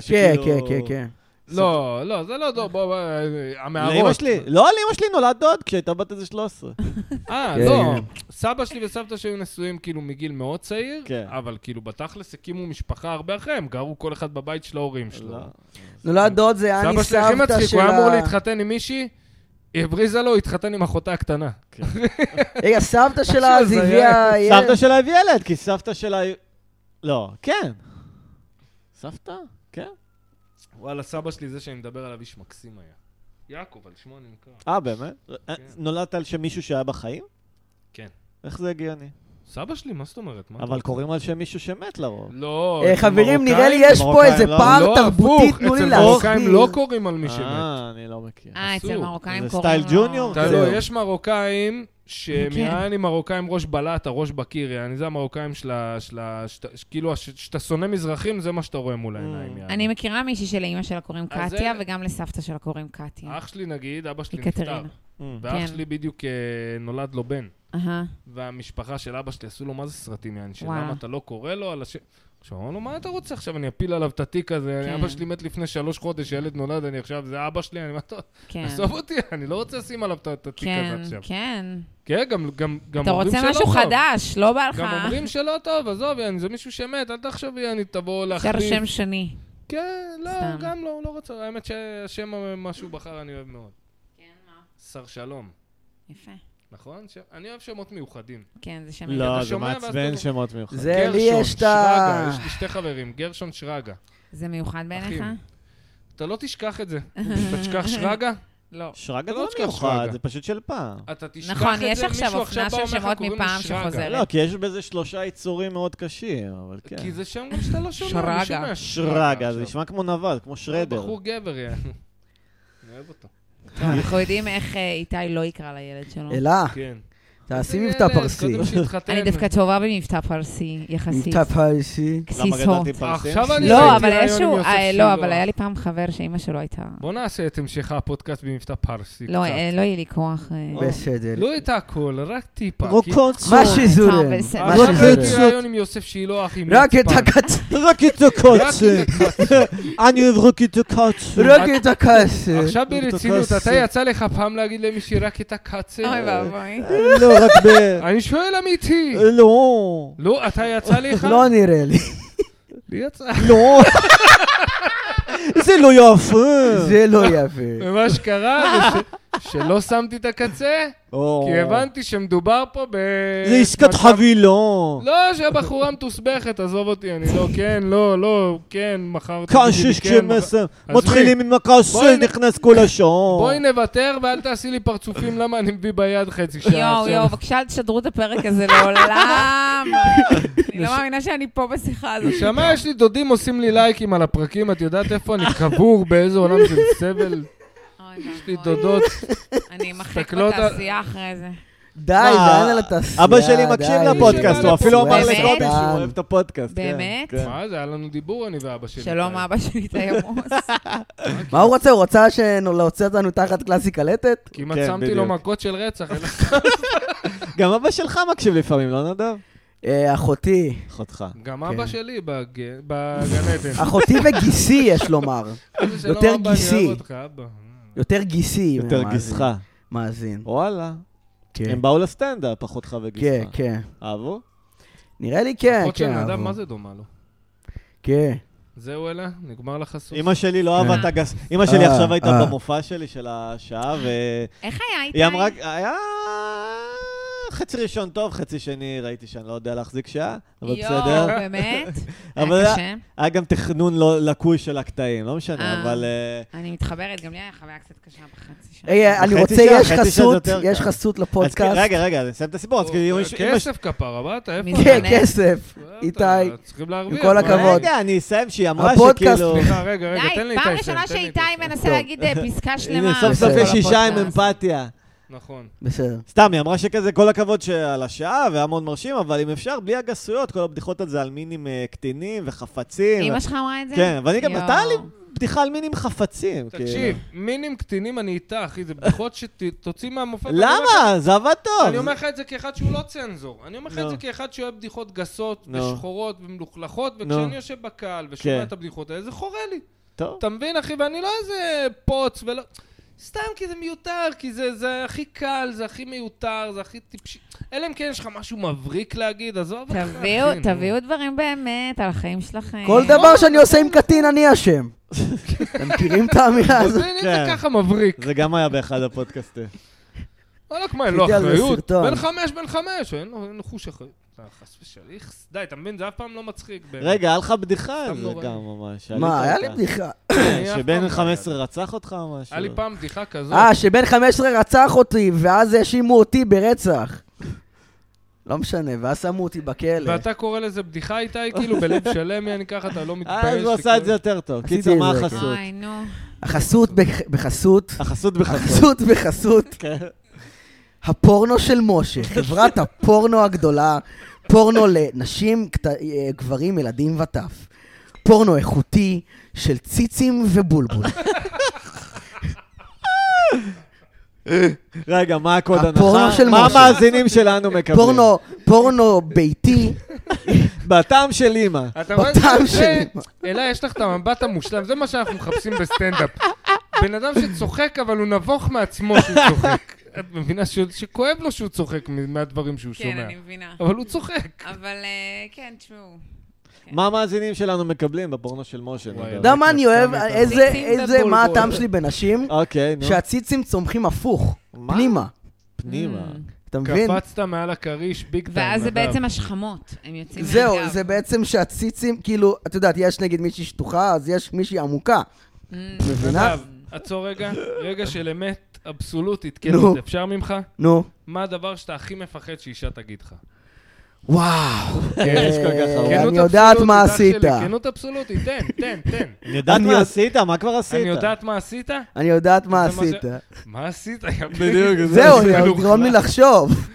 כן,
שכאילו...
כן, כן, כן.
לא, לא, זה לא דור, בוא, בוא, אה,
לאימא
המערות.
שלי, לא, לאימא שלי נולד דוד כשהייתה בת איזה 13.
אה,
כן.
לא. סבא שלי וסבתא שלי היו נשואים כאילו מגיל מאוד צעיר,
כן.
אבל כאילו בתכלס הקימו משפחה הרבה אחרי, הם גרו כל אחד בבית של ההורים שלו.
לא.
אה, נולד דוד זה אני
סבא שלי הכי
סבתא
מצחיק,
של
הוא היה אמור
ה...
להתחתן עם מישהי, היא הבריזה לו, הוא התחתן עם אחותה הקטנה.
רגע, סבתא שלה
משהו
אז
הזיה.
הביאה... אה, ילד.
סבתא שלה הביא ילד, כי סבתא שלה... לא, כן. סבתא? כן.
וואלה, סבא שלי זה שאני מדבר עליו איש מקסים היה. יעקב, על שמו אני נקרא.
אה, באמת? אה, נולדת על שם מישהו שהיה בחיים?
כן.
איך זה הגיוני?
סבא שלי, מה זאת אומרת? מה אתה
אבל
רוצה?
קוראים על שם מישהו שמת לרוב.
לא,
אה,
אצל
חברים, נראה לי
מרוקאים-
יש פה
מרוקאים,
איזה
לא.
פער
לא,
תרבותי,
הפוך,
תנו לי
אצל מרוקאים
להסביר.
לא קוראים על מי שמת.
אה, אני לא מכיר.
אה, אצל
אסור.
מרוקאים
זה
קוראים
סטייל
לו-
ג'וניור?
אתה
זהו.
לא, יש מרוקאים שהם
כן.
יעני מרוקאים ראש בלט, הראש בקיר, יעני זה המרוקאים של ה... של ה- שת- ש- כאילו, הש- שאתה שונא מזרחים, זה מה שאתה רואה מול העיניים, יעני.
Mm. אני מכירה מישהי שלאימא שלה קוראים
אז
קטיה,
זה- אה.
וגם לסבתא שלה קוראים קטיה.
אח שלי, נגיד, אבא שלי
יקטרינה.
נפטר,
אה.
ואח
כן.
שלי בדיוק אה, נולד לו בן.
אהה.
והמשפחה של אבא שלי עשו לו מה זה סרטים, יעני, של
וואו.
למה אתה לא קורא לו על השם... עכשיו אמרנו, מה אתה רוצה עכשיו, אני אפיל עליו את התיק הזה,
כן.
אני- אבא שלי מת לפני שלוש חודש, ילד נולד, אני עכשיו, זה אבא שלי, אני מה אתה...
כן.
עזוב אותי, אני לא רוצה לשים עליו את- את התיק
כן,
הזה עכשיו.
כן.
כן, גם גם- גם
אתה
אומרים
רוצה
שלא
משהו
טוב.
חדש, לא בא לך.
גם אומרים שלא טוב, עזוב, יעני, זה מישהו שמת, אל תחשוב, יעני, תבוא
אפשר
להחליף.
שם שני.
כן, לא,
סתם.
גם לא, הוא לא רוצה. האמת שהשם, מה שהוא בחר, אני אוהב מאוד.
כן, מה?
שר שלום.
יפה.
נכון? ש- אני אוהב שמות מיוחדים.
כן, זה שם...
לא,
אתה
זה
שומע ואז
מעצבן
אתה-
שמות מיוחדים.
זה- לי
גרשון,
יש את ה-
שרגא, יש לי שתי חברים, גרשון שרגא.
זה מיוחד בעיניך?
אחים. אתה לא תשכח את זה. אתה תשכח שרגא?
לא.
שרגא זה
לא
לא
תשכח
מיוחד,
שרגא.
זה פשוט של פעם.
אתה תשכח
נכון,
את זה,
יש עכשיו
מישהו
אופנה
עכשיו בא
של
אומר לך,
שמות
קוראים
מפעם
לי שרגא.
שחוזרת.
לא, כי יש בזה שלושה יצורים מאוד קשים, אבל כן.
אה. כי זה שם גם שאתה לא שומע.
שרגא.
אני שומע
שרגא,
עכשיו. לא
זה נשמע כמו נבל, כמו שרדר.
בחור גבר, יענו. אני אוהב אותו.
אנחנו יודעים איך אה, איתי לא יקרא לילד שלו.
אלה,
כן.
תעשי
אה,
ילד,
מבטא פרסי.
קודם שיתחתן.
אני דווקא טובה במבטא פרסי, יחסית.
מבטא פרסי.
למה
קסיס הורט.
גדלתי פרסים?
עכשיו אני
לא,
עשיתי
אבל
רעיון עם
איזשהו...
יוסף
אה,
שילה.
לא, אבל היה לי פעם חבר שאימא שלו הייתה...
בוא נעשה את המשך הפודקאסט במבטא פרסי.
לא,
קצת.
אה, לא יהיה לי כוח. אה,
בסדר.
לא את הכל, רק טיפה. כי-
רוקונסו.
מה שזורם.
טוב, בסדר.
מה
עכשיו הייתי
שזורם.
רעיון עם יוסף לא שילוח, עם
רק את
מצפן.
הקצ...
רק את הקוצר. אני אוהב רק את הקוצר.
רק את הקצ...
עכשיו
את
ברצינות,
הכוס.
אתה יצא לך פעם להגיד למישהי רק את
אוי
הקצר?
ואבוי.
לא, רק ב...
אני שואל אמיתי.
לא.
לא, אתה יצא לך?
לא נראה לי.
לי יצא.
לא. זה לא
אה.
יפה.
זה לא יפה.
ומה שקרה זה ש- שלא שמתי את הקצה,
או.
כי הבנתי שמדובר פה ב...
זה עסקת
מצב-
חבילה.
לא, שהבחורה מתוסבכת, עזוב אותי, אני לא, כן, לא, לא, כן, מחר... תגידי לי
קשיש
כן, מחר-
כשמסר.
עזבי.
מתחילים עם
בואי
הקשה,
נ-
נכנס כל השעון.
בואי נוותר ואל תעשי לי פרצופים למה אני מביא ביד חצי שעה
יואו,
אה, עכשיו.
יואו, בבקשה אל תשדרו את הפרק הזה לעולם. אני לא מאמינה שאני פה בשיחה הזאת.
נשמה, יש לי דודים עושים לי לייקים על הפרקים, את יודעת איפה אני קבור, באיזה עולם של סבל?
אוי
יש לי
ואבוי.
דודות.
אני אמחק
מסתכלות על-
בתעשייה אחרי זה.
די,
מה,
לאן על התעשייה?
אבא שלי מקשיב
די.
לפודקאסט, הוא אפילו אמר
באמת?
לקובי שהוא אוהב את הפודקאסט. כן,
באמת?
כן.
מה זה, היה לנו דיבור אני ואבא שלי.
שלום, אבא שלי תיימוס.
מה הוא רוצה? הוא רוצה שנוציא אותנו תחת קלאסי קלטת?
כמעט
כן,
שמתי לו
בדיוק.
מכות של רצח. אין לך-
גם אבא שלך מקשיב לפעמים, לא נדב?
אה, אחותי.
אחותך.
גם
כן.
אבא שלי בג- בגן עדן.
אחותי וגיסי, יש לומר.
אבא שלום,
יותר
אבא, אני
גיסי.
אוהב אותך, אבא.
יותר גיסי.
יותר
מהמאזין.
גיסך. אוקיי.
מאזין.
וואלה.
כן,
הם באו לסטנדאפ, אחותך וגיסך.
כן, כן.
אהבו?
נראה לי כן,
אחות של
כן.
נדב,
אבל-
מה זה דומה לו?
כן.
זהו אלה? נגמר לך הסוף.
אמא שלי לא אהבה את
אה.
הגס... אמא שלי
אה,
עכשיו הייתה
אה.
במופע שלי של השעה, והיא
איך היה איתי?
אמרה, "אה, היה חצי ראשון טוב, חצי שני ראיתי שאני לא יודע להחזיק שעה, אבל
יואו,
בסדר.
באמת?
אבל
היה קשה?
היה גם תכנון לא- לקוי של הקטעים, לא
אה.
משנה, אבל... אה,
אני מתחברת, גם לי היה חוויה קצת קשה בחצי שנה.
אה,
היי, אה, אני
חצי
רוצה,
שעה,
יש
חצי שעה זה
חסות,
יותר
יש
קל.
חסות
אז כן,
לפודקאסט.
רגע, רגע, אני אסיים את הסיפור. אז כאילו, אמא ש- אמא ש-
אה, כסף כפרה, באת? איפה?
מי זה?
כן,
באמת?
כסף.
אתה- אה,
איתי,
צריכים להרוויח.
כל
מה?
הכבוד.
רגע, אני אסיים שהיא אמרה
הפודקאסט
שכאילו...
סליחה, רגע, רגע, תן לי
די,
את
פעם
ההפסד,
ראשונה
תן לי את
שאיתי
נכון. ההפסד.
מנסה להגיד אה, פסקה שלמה.
הנה, סוף סוף
בסדר.
יש אישה עם
בפודקאסט.
אמפתיה.
נכון.
בסדר.
סתם, היא אמרה שכזה, כל הכבוד שעל השעה, והיה מאוד מרשים, אבל אם אפשר, בלי הגסויות, כל הבדיחות על זה על מינים אה, קטינים וחפצים.
אמא שלך אמרה את זה?
כן, ואני גם,
יואו.
נתן לי בדיחה על מינים חפצים. כאילו.
תקשיב, מינים קטינים אני איתה, אחי, זה בדיחות שתוציא מהמופע.
כאילו. למה? זה עבד טוב.
אני אומר לך את זה כאחד שהוא לא צנזור. אני אומר לך את
נו.
זה כאחד שאוהב בדיחות גסות,
נו.
ושחורות, ומלוכלכות, וכשאני יושב בקהל ושומע
לא. כן.
את הבדיחות האלה, זה חורה לי.
טוב.
אתה מבין, אחי? ואני לא איזה פוץ ולא... סתם כי זה מיותר, כי זה, זה הכי קל, זה הכי מיותר, זה הכי טיפשי. אלא אם כן יש לך משהו מבריק להגיד, עזוב אותך,
תביאו,
אחי, נו.
תביאו דברים באמת על החיים שלכם. אה,
כל דבר שאני עושה עם קטין, אני אשם. אתם מכירים את האמירה
אז
הזאת?
הנה
כן.
זה ככה מבריק.
זה גם היה באחד הפודקאסטים.
כן. וואלכ, מה, אין לו
עשיתי על זה
אחריות?
סרטון.
בן חמש, בן חמש, אין לו אין לו חוש אחריות. אה, חס ושליך, די, אתה מבין, זה אף פעם לא מצחיק. באמת.
רגע, היה לך בדיחה על
סתם
זה
נורא.
גם ממש.
מה, היה
עלית
לי
אותה.
בדיחה.
אני אף פעם לא
שבן
יודע.
15 רצח אותך או משהו?
היה לי פעם בדיחה כזאת.
אה, שבן 15 רצח אותי, ואז האשימו אותי ברצח. לא משנה, ואז שמו אותי בכלא.
ואתה קורא לזה בדיחה איתי, כאילו בלב שלם, אני ככה, אתה לא מתבייש.
אה, אז הוא
וכל-
עשה את זה יותר טוב.
עשיתי
קיצר,
את
מה
זה.
החסות?
אוי, נו.
החסות בח- בחסות,
החסות בחסות.
החסות בחסות,
כן.
הפורנו של משה, חברת הפורנו הגדולה, פורנו לנשים, קט- אה, גברים, ילדים וטף. פורנו איכותי של ציצים ובולבול.
רגע, מה הקוד
הפורנו
הנחה?
של
מה
משה.
המאזינים שלנו מקבלים?
פורנו, פורנו ביתי,
בטעם של אימא.
אתה רואה זה-
בטעם
זה-
שלי.
אלה, יש לך את המבט המושלם, זה מה שאנחנו מחפשים בסטנדאפ. בן אדם שצוחק, אבל הוא נבוך מעצמו שהוא צוחק. את מבינה ש- שכואב לו שהוא צוחק מ- מהדברים שהוא
כן,
שומע.
אני מבינה.
אבל הוא צוחק.
אבל אה, כן, תשמעו.
מה המאזינים שלנו מקבלים בפורנו של משה?
וואי,
נדב?
אתה יודע מה אני אוהב? איזה,
ציצים
איזה, מה
ובולבול.
הטעם שלי בנשים?
אוקיי, אה, נו.
שהציצים צומחים הפוך,
מה?
פנימה.
פנימה.
אתה מבין?
קפצת מעל הכריש ביג טיים.
ואז זה
נדב.
בעצם השכמות, הם יוצאים
זהו,
מהגב.
זה בעצם שהציצים, כאילו, את יודעת, יש נגיד מישהי שטוחה, אז יש מישהי עמוקה.
Mm,
את מבינה?
נדב, עצור רגע, רגע של אמת אבסולוטית, כן,
נו.
אפשר ממך?
נו.
מה הדבר שאתה הכי מפחד שאישה תגיד לך?
וואו.
כן, יש כל כך הרבה.
אה,
כנות
אני יודעת
אבסולוטית,
מה
אח שלי,
עשית.
כנות אבסולוטית, תן, תן, תן.
אני יודעת
אני
מה
יודע-
עשית, מה כבר עשית?
אני יודעת מה עשית?
אני יודעת מה
זה מה ש-
עשית.
מה עשית? יא
בדיוק,
פריק?
זה
זהו,
זה
זה גרום לי לחשוב.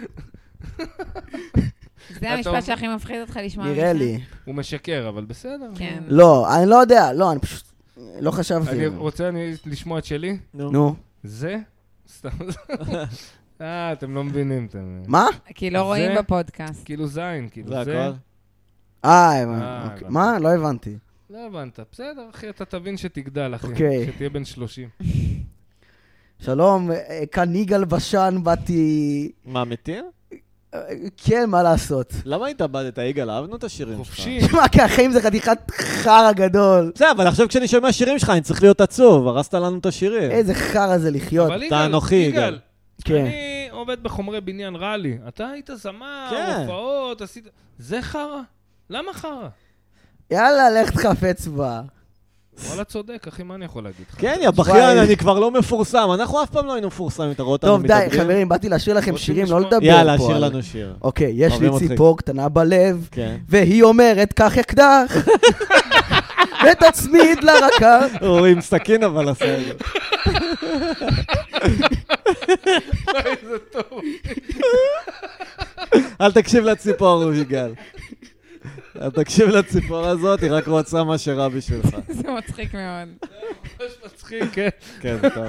זה
אתה-
המשפט שהכי מפחיד אותך לשמוע ממך.
נראה לי.
הוא משקר, אבל בסדר.
כן.
לא, אני לא יודע, לא, אני פשוט... לא חשבתי.
אני רוצה אני- לשמוע את שלי?
נו.
זה? סתם. אה, אתם לא מבינים, אתם...
מה?
כי לא רואים
זה-
בפודקאסט.
כאילו זין, כאילו
זה
זה.
הכל.
אה,
אה,
הבנתי. אוקיי.
הבנתי.
מה? לא הבנתי.
לא הבנת. בסדר, אחי, אתה תבין שתגדל, אחי.
אוקיי.
שתהיה בן 30.
שלום, אה, כאן יגאל בשן, באתי...
מה, מתיר?
אה, כן, מה לעשות?
למה התאבדת, יגאל? אהבנו את השירים שלך.
חופשי.
שמע, כי החיים זה חתיכת חרא גדול.
בסדר, אבל עכשיו כשאני שומע שירים שלך, אני צריך להיות עצוב, הרסת לנו את השירים.
איזה חרא זה לחיות.
כן. אבל יגאל,
אתה אנוכי, יגאל.
כן.
אני עובד בחומרי בניין, רע לי. אתה היית זמר,
כן.
הופעות, עשית... זה חרא? למה חרא?
יאללה, לך תחפץ בה.
וואלה, צודק, אחי, מה אני יכול להגיד לך?
כן, יא בכיין,
וואי.
אני כבר לא מפורסם. אנחנו אף פעם לא היינו מפורסמים, אתה רואה אותנו
אה, טוב, די,
מתאבדים?
חברים, באתי לשיר לכם
רוצים
שירים, לא
לשמוע?
לדבר פה.
יאללה, שיר
על-
לנו שיר.
אוקיי, יש
אוהבים
לי
אותך.
ציפור קטנה בלב,
כן.
והיא אומרת, קח אקדח, ותצמיד לרקה.
הוא עם סכין אבל עשה את זה.
זה טוב.
אל תקשיב לציפור, הוא יגאל. אל תקשיב לציפור הזאת, היא רק רוצה מה שרע בשבילך.
זה מצחיק מאוד.
ממש מצחיק, כן.
כן, זה טוב.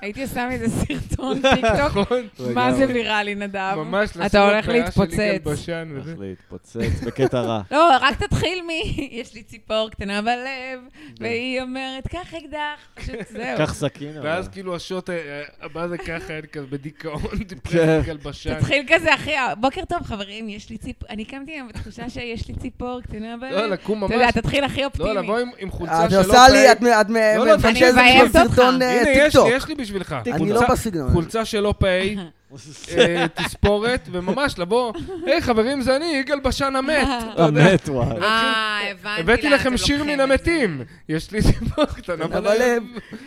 הייתי עושה מזה סרטון טיקטוק,
נכון.
מה זה
לגמרי.
ויראלי, נדב?
ממש לשים
אתה הולך
את פאה של יגאל
להתפוצץ.
בשן וזה.
הולך להתפוצץ בקטע רע.
לא, רק תתחיל מ... יש לי ציפור קטנה בלב, והיא אומרת, קח אקדח, פשוט זהו.
קח סכין. אבל.
ואז כאילו השוט אה, הבא זה ככה, אין כזה בדיכאון,
כן.
דיפרסיה, גלבשן.
תתחיל כזה, אחי, בוקר טוב, חברים, יש לי ציפור... אני קמתי היום בתחושה שיש לי ציפור קטנה בלב.
לא, לקום ממש.
אתה יודע, תתחיל הכי
לא,
אופטימי.
לבוא עם- עם חולצה
את
שלא
אה, עושה לי,
פאית.
את מ- את מ-
לא, לא,
מפנצ'זת
אני
לי
מבאסת אותך.
בסרטון אה,
הנה, יש
טיקטוק.
לי, יש לי בשבילך.
אני
חולצה-
לא בסגנון. הזה.
חולצה שלא פאי, אה, תספורת, וממש לבוא, היי חברים, זה אני, יגאל בשן המת. אתה יודע.
אמת, וואי.
אה, הבנתי.
הבאתי
לאן
לכם
אתם
שיר
לוקחים
מן
את זה.
המתים. יש לי סיפור קטנה בלב.
בלב.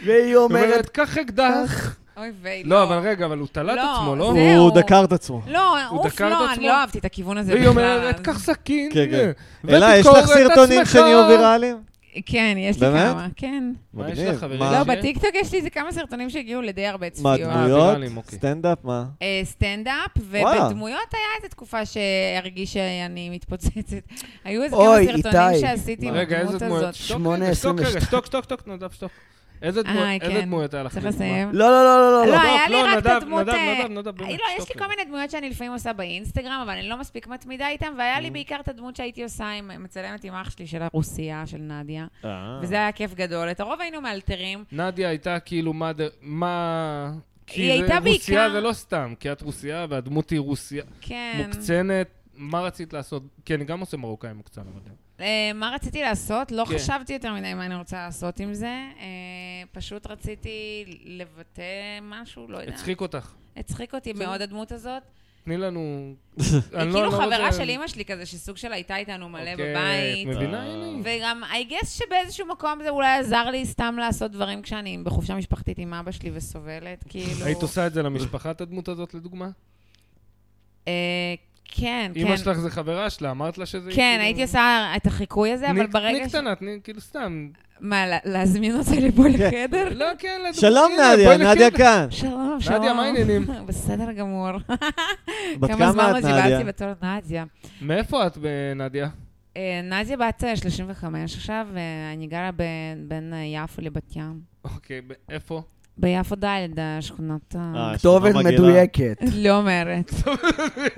והיא
אומרת,
אומרת,
קח אקדח.
אוי ויי,
לא, אבל רגע, אבל הוא תלה את
לא,
עצמו, לא?
זהו.
הוא דקר את עצמו.
לא,
הוא
אוף,
דקר את
לא,
עצמו?
אני לא אהבתי את הכיוון הזה
והיא אומרת,
אז-
קח סכין.
כן, כן.
ותקור
אלה, יש
את
לך סרטונים
עצמך."
שנהיו ויראליים?
כן, יש לי
באמת?
כמה, כן.
מה יש
מגניב.
לך, חברים?
מה?
אה,
לא,
שיהיה?
בטיקטוק יש לי איזה כמה סרטונים שהגיעו לדי הרבה
מה,
צפיות.
ויראליים,
דמויות?
אוקיי.
סטנדאפ? מה?
אה, סטנדאפ,
וואלה.
ובדמויות היה איזו תקופה שהרגיש שאני מתפוצצת. היו איזה
אוי,
כמה סרטונים
איתי.
שעשיתי עם
רגע, איזה
הדמות
דמויות?
הזאת.
שתוק,
שמונה,
רגע, שתוק,
עשרים
רגע,
ושתיים.
שתוק, שתוק, שוק, נדב, שתוק. איזה דמו-
אה,
איזה
כן.
דמויות היה לך?
צריך
בזמן?
לסיים.
לא, לא, לא, לא, לא,
לא,
לא.
היה לי
לא,
רק את
נדב,
הדמות...
נדב,
אה,
נדב, נדב,
אה,
באמת,
לא, יש לי
שתוק.
כל מיני דמויות שאני לפעמים עושה באינסטגרם, אבל אני לא מספיק מתמידה איתן, והיה
Mm.
לי בעיקר את הדמות שהייתי עושה עם... מצלמת עם אח שלי של הרוסיה, של נדיה,
אה.
וזה היה כיף גדול. את הרוב היינו מאלתרים.
נדיה הייתה כאילו מה... ד- מה... כי
היא
זה-
הייתה
רוסייה
בעיקר-
זה לא סתם, כי את רוסייה והדמות היא רוסייה.
כן.
מוקצנת. מה רצית לעשות? כי אני גם עושה מרוקאי מוקצן, אבל...
אה, מה רציתי לעשות? לא
כן.
חשבתי יותר מדי מה אני רוצה לעשות עם זה. אה, פשוט רציתי לבטא משהו, לא יודעת.
הצחיק אותך.
הצחיק אותי מאוד הדמות הזאת.
תני לנו...
היא
אני לא-
כאילו
לא
חברה
רוצה-
של אימא שלי כזה, שסוג שלה הייתה איתנו מלא
אוקיי,
בבית.
את מבינה?
אה.
הנה.
וגם, I guess שבאיזשהו מקום זה אולי עזר לי סתם לעשות דברים כשאני בחופשה משפחתית עם אבא שלי וסובלת, כאילו...
היית עושה את זה למשפחה, את הדמות הזאת, לדוגמה?
אה, כן,
אימא
כן.
שלך זה חברה שלה, אמרת לה שזה...
כן,
כאילו-
הייתי עושה את החיקוי הזה, אבל
תני-
ברגע ש...
תני קטנה, תני, כאילו סתם.
מה, לה- להזמין אותה לפה לחדר?
לא, כן, לדוגמה.
שלום,
הנה,
נדיה,
בואי לחדר.
נדיה כאן.
שלום, שלום.
נדיה, מה העניינים?
בסדר גמור.
בת
כמה זמן
כמה
לא
את, נדיה?
דיברתי בתור נדיה.
מאיפה את, אה, נדיה?
אה, נדיה בת אה, 35 עכשיו, ואני גרה ב- בין אה, יפו לבת ים.
אוקיי, ב- איפה?
ביפו ד' השכונת... ה-
אה,
כתובת
שכונה מגעילה.
מדויקת.
לא אומרת.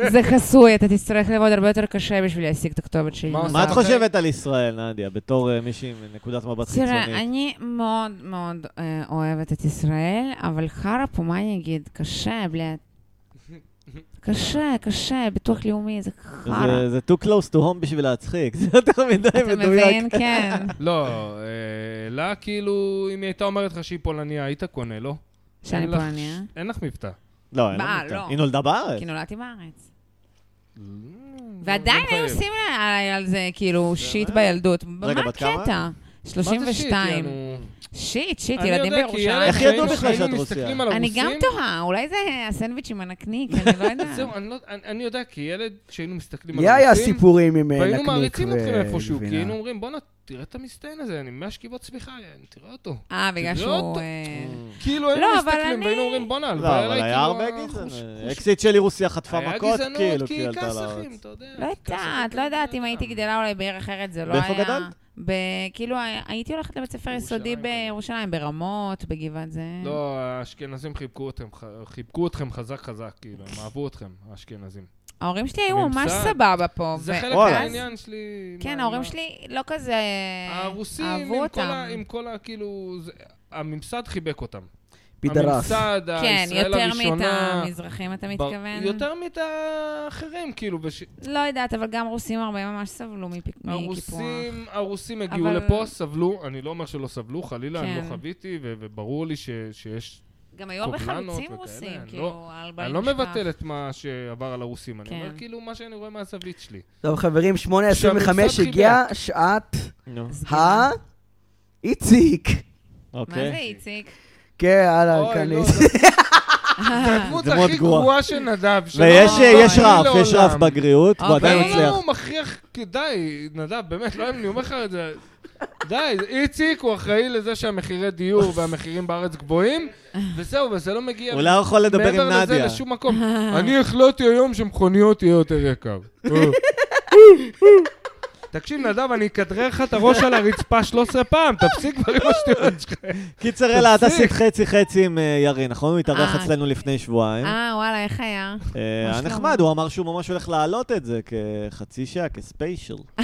זה חסוי, אתה תצטרך לעבוד הרבה יותר קשה בשביל להשיג את הכתובת שלי.
מה
מה את
אוקיי.
חושבת על ישראל, נדיה, בתור אה, מישהי עם נקודת מבט
תראה,
חיצונית?
אני מאוד מאוד אה, אוהבת את ישראל, אבל חרא פה, מה אני אגיד? קשה, בלעד. קשה, קשה, ביטוח לאומי, זה חרא.
זה- זה too close to home בשביל להצחיק, זה יותר מדי
אתה
מדויק.
מבין? כן.
לא, אה, לה כאילו, אם היא הייתה אומרת לך שהיא פולניה, היית קונה, לא?
שאני
אין לך-
פולניה.
אין לך מבטא.
לא, אין
בעל,
לה מותר.
לא.
היא נולדה בארץ.
כי נולדתי בארץ.
לא,
לא,
ועדיין היו עושים עליי על זה, כאילו, שיט בילדות. מה
רגע, בת כמה?
הקטע? 32.
כאילו?
שיט, שיט, ילדים בירושלים.
איך ידעו בכלל שאת
אני גם תוהה, אולי זה הסנדוויצ'ים הנקניק, אני לא יודעת.
זהו, אני לא- אני אני יודע, כילד, כשהיינו מסתכלים על
יא יא
הרוסים,
סיפורים עם אה, נקניק
והיינו מעריצים אתכם איפשהו, כי
וגבינה.
היינו אומרים, בואנה, תראה את המסטיין הזה, אני 100 שכיבות צמיחה, אני- תראה אותו.
אה, בגלל
תביא אותו.
שהוא... אה,
כאילו היינו
לא, אבל
מסתכלים,
אני-
והיינו אומרים, בואנה, הלוואי
לא,
עליי,
אבל
כאילו,
היה הרבה
החוש-
גזענות.
חוש-
אקסיט של רוסיה חטפה
היה
מכות, כאילו,
גזענות,
כי היא
כי
עלתה
כסאחים,
לארץ.
אתה יודע.
לא יודעת, לא יודעת אם הייתי גדלה אולי בעיר אחרת, זה לא היה...
באיפה גדלת?
ב- כאילו, הייתי הולכת לבית ספר יסודי
ירושלים כזה.
בירושלים, ברמות, בגבעת זה.
לא, האשכנזים חיבקו אתכם, ח- חיבקו אתכם חזק חזק, כאילו, הם אהבו אתכם, האשכנזים.
ההורים שלי היו
ממסד.
ממש סבבה פה.
זה
ו-
חלק
וואלה.
מהעניין שלי.
כן,
מה-
ההורים
מה-
שלי לא כזה
הרוסים,
אהבו
עם כל ה-
אותם.
עם כל ה... כאילו, זה- הממסד חיבק אותם.
פידרס.
הממסד,
כן,
הישראל
יותר מאת
הראשונה.
המזרחים, אתה
בר-
מתכוון?
יותר מאת האחרים, כאילו, בש-
לא יודעת, אבל גם רוסים הרבה ממש סבלו מפיק- מקיפוח.
הרוסים, הרוסים הגיעו
אבל-
לפה, סבלו, אני לא אומר שלא סבלו, חלילה, אני
כן.
לא חביתי, ו- וברור לי ש- שיש...
גם היו הרבה
קובלנות
חלוצים
וכאלה,
רוסים,
אני
כאילו,
לא-
על
אני
בעלי
לא
משפח.
מבטל את מה שעבר על הרוסים, אני
כן.
אומר כאילו מה שאני רואה מהזווית שלי.
טוב, חברים, 8.25
כשהממסד
הגיעה שעת
נו,
אז
אה?
ה...
כאילו,
איציק.
מה זה
אוקיי.
איציק?
כן, אהלן,
אוי, לא,
כניס.
זה הדמות
זה מאוד
הכי
גרוע.
גרועה של נדב. שלא-
ויש אה,
אוי,
יש רף, יש
לעולם.
רף בגריעות, הוא
לא, אוקיי.
עדיין
לא, לא,
מצליח.
לא, הוא מכריח, די, נדב, באמת, לא, אני אומר לך את זה. די, איציק הוא אחראי לזה שהמחירי דיור והמחירים בארץ גבוהים, וזהו, וזה לא מגיע
הוא לא יכול לדבר עם
מעבר לזה
נדיה.
לשום מקום. אני החלטתי היום שמכוניות יהיה יותר יקר. אה. תקשיב, נדב, אני אכדרר לך את הראש על הרצפה 13 פעם, תפסיק כבר עם השטויות שלך.
קיצר, אלה, את
תפסיק.
עשית חצי-חצי עם אה, ירין, נכון? הוא התארח
אה,
אצלנו לפני
כן.
שבועיים.
אה, וואלה, איך היה?
אה, היה
שלום?
נחמד, הוא אמר שהוא ממש הולך להעלות את זה כחצי שעה, כספיישל.
אה.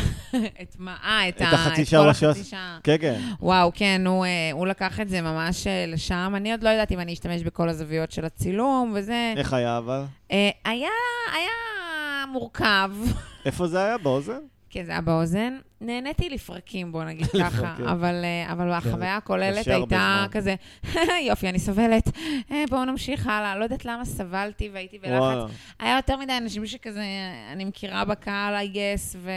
את מה? אה, את
את
ה...
החצי
את
שעה
כל
הוא עושה-
החצי שעה.
כן, כן.
וואו, כן, הוא, אה, הוא לקח את זה ממש אה, לשם. אני עוד לא יודעת אם אני אשתמש בכל הזוויות של הצילום וזה.
איך היה אבל?
אה, היה, היה מורכב.
איפה זה היה? באוזן?
כן, זה היה באוזן. נהניתי לפרקים, בוא נגיד ככה,
לפרקים. כן.
אבל, אה, אבל החוויה הכוללת
קשה הרבה
הייתה
זמן.
כזה, יופי, אני סובלת, אה, בואו נמשיך הלאה. לא יודעת למה סבלתי והייתי בלחץ.
וואלה.
היה יותר מדי אנשים שכזה, אני מכירה בקהל, I guess, ו...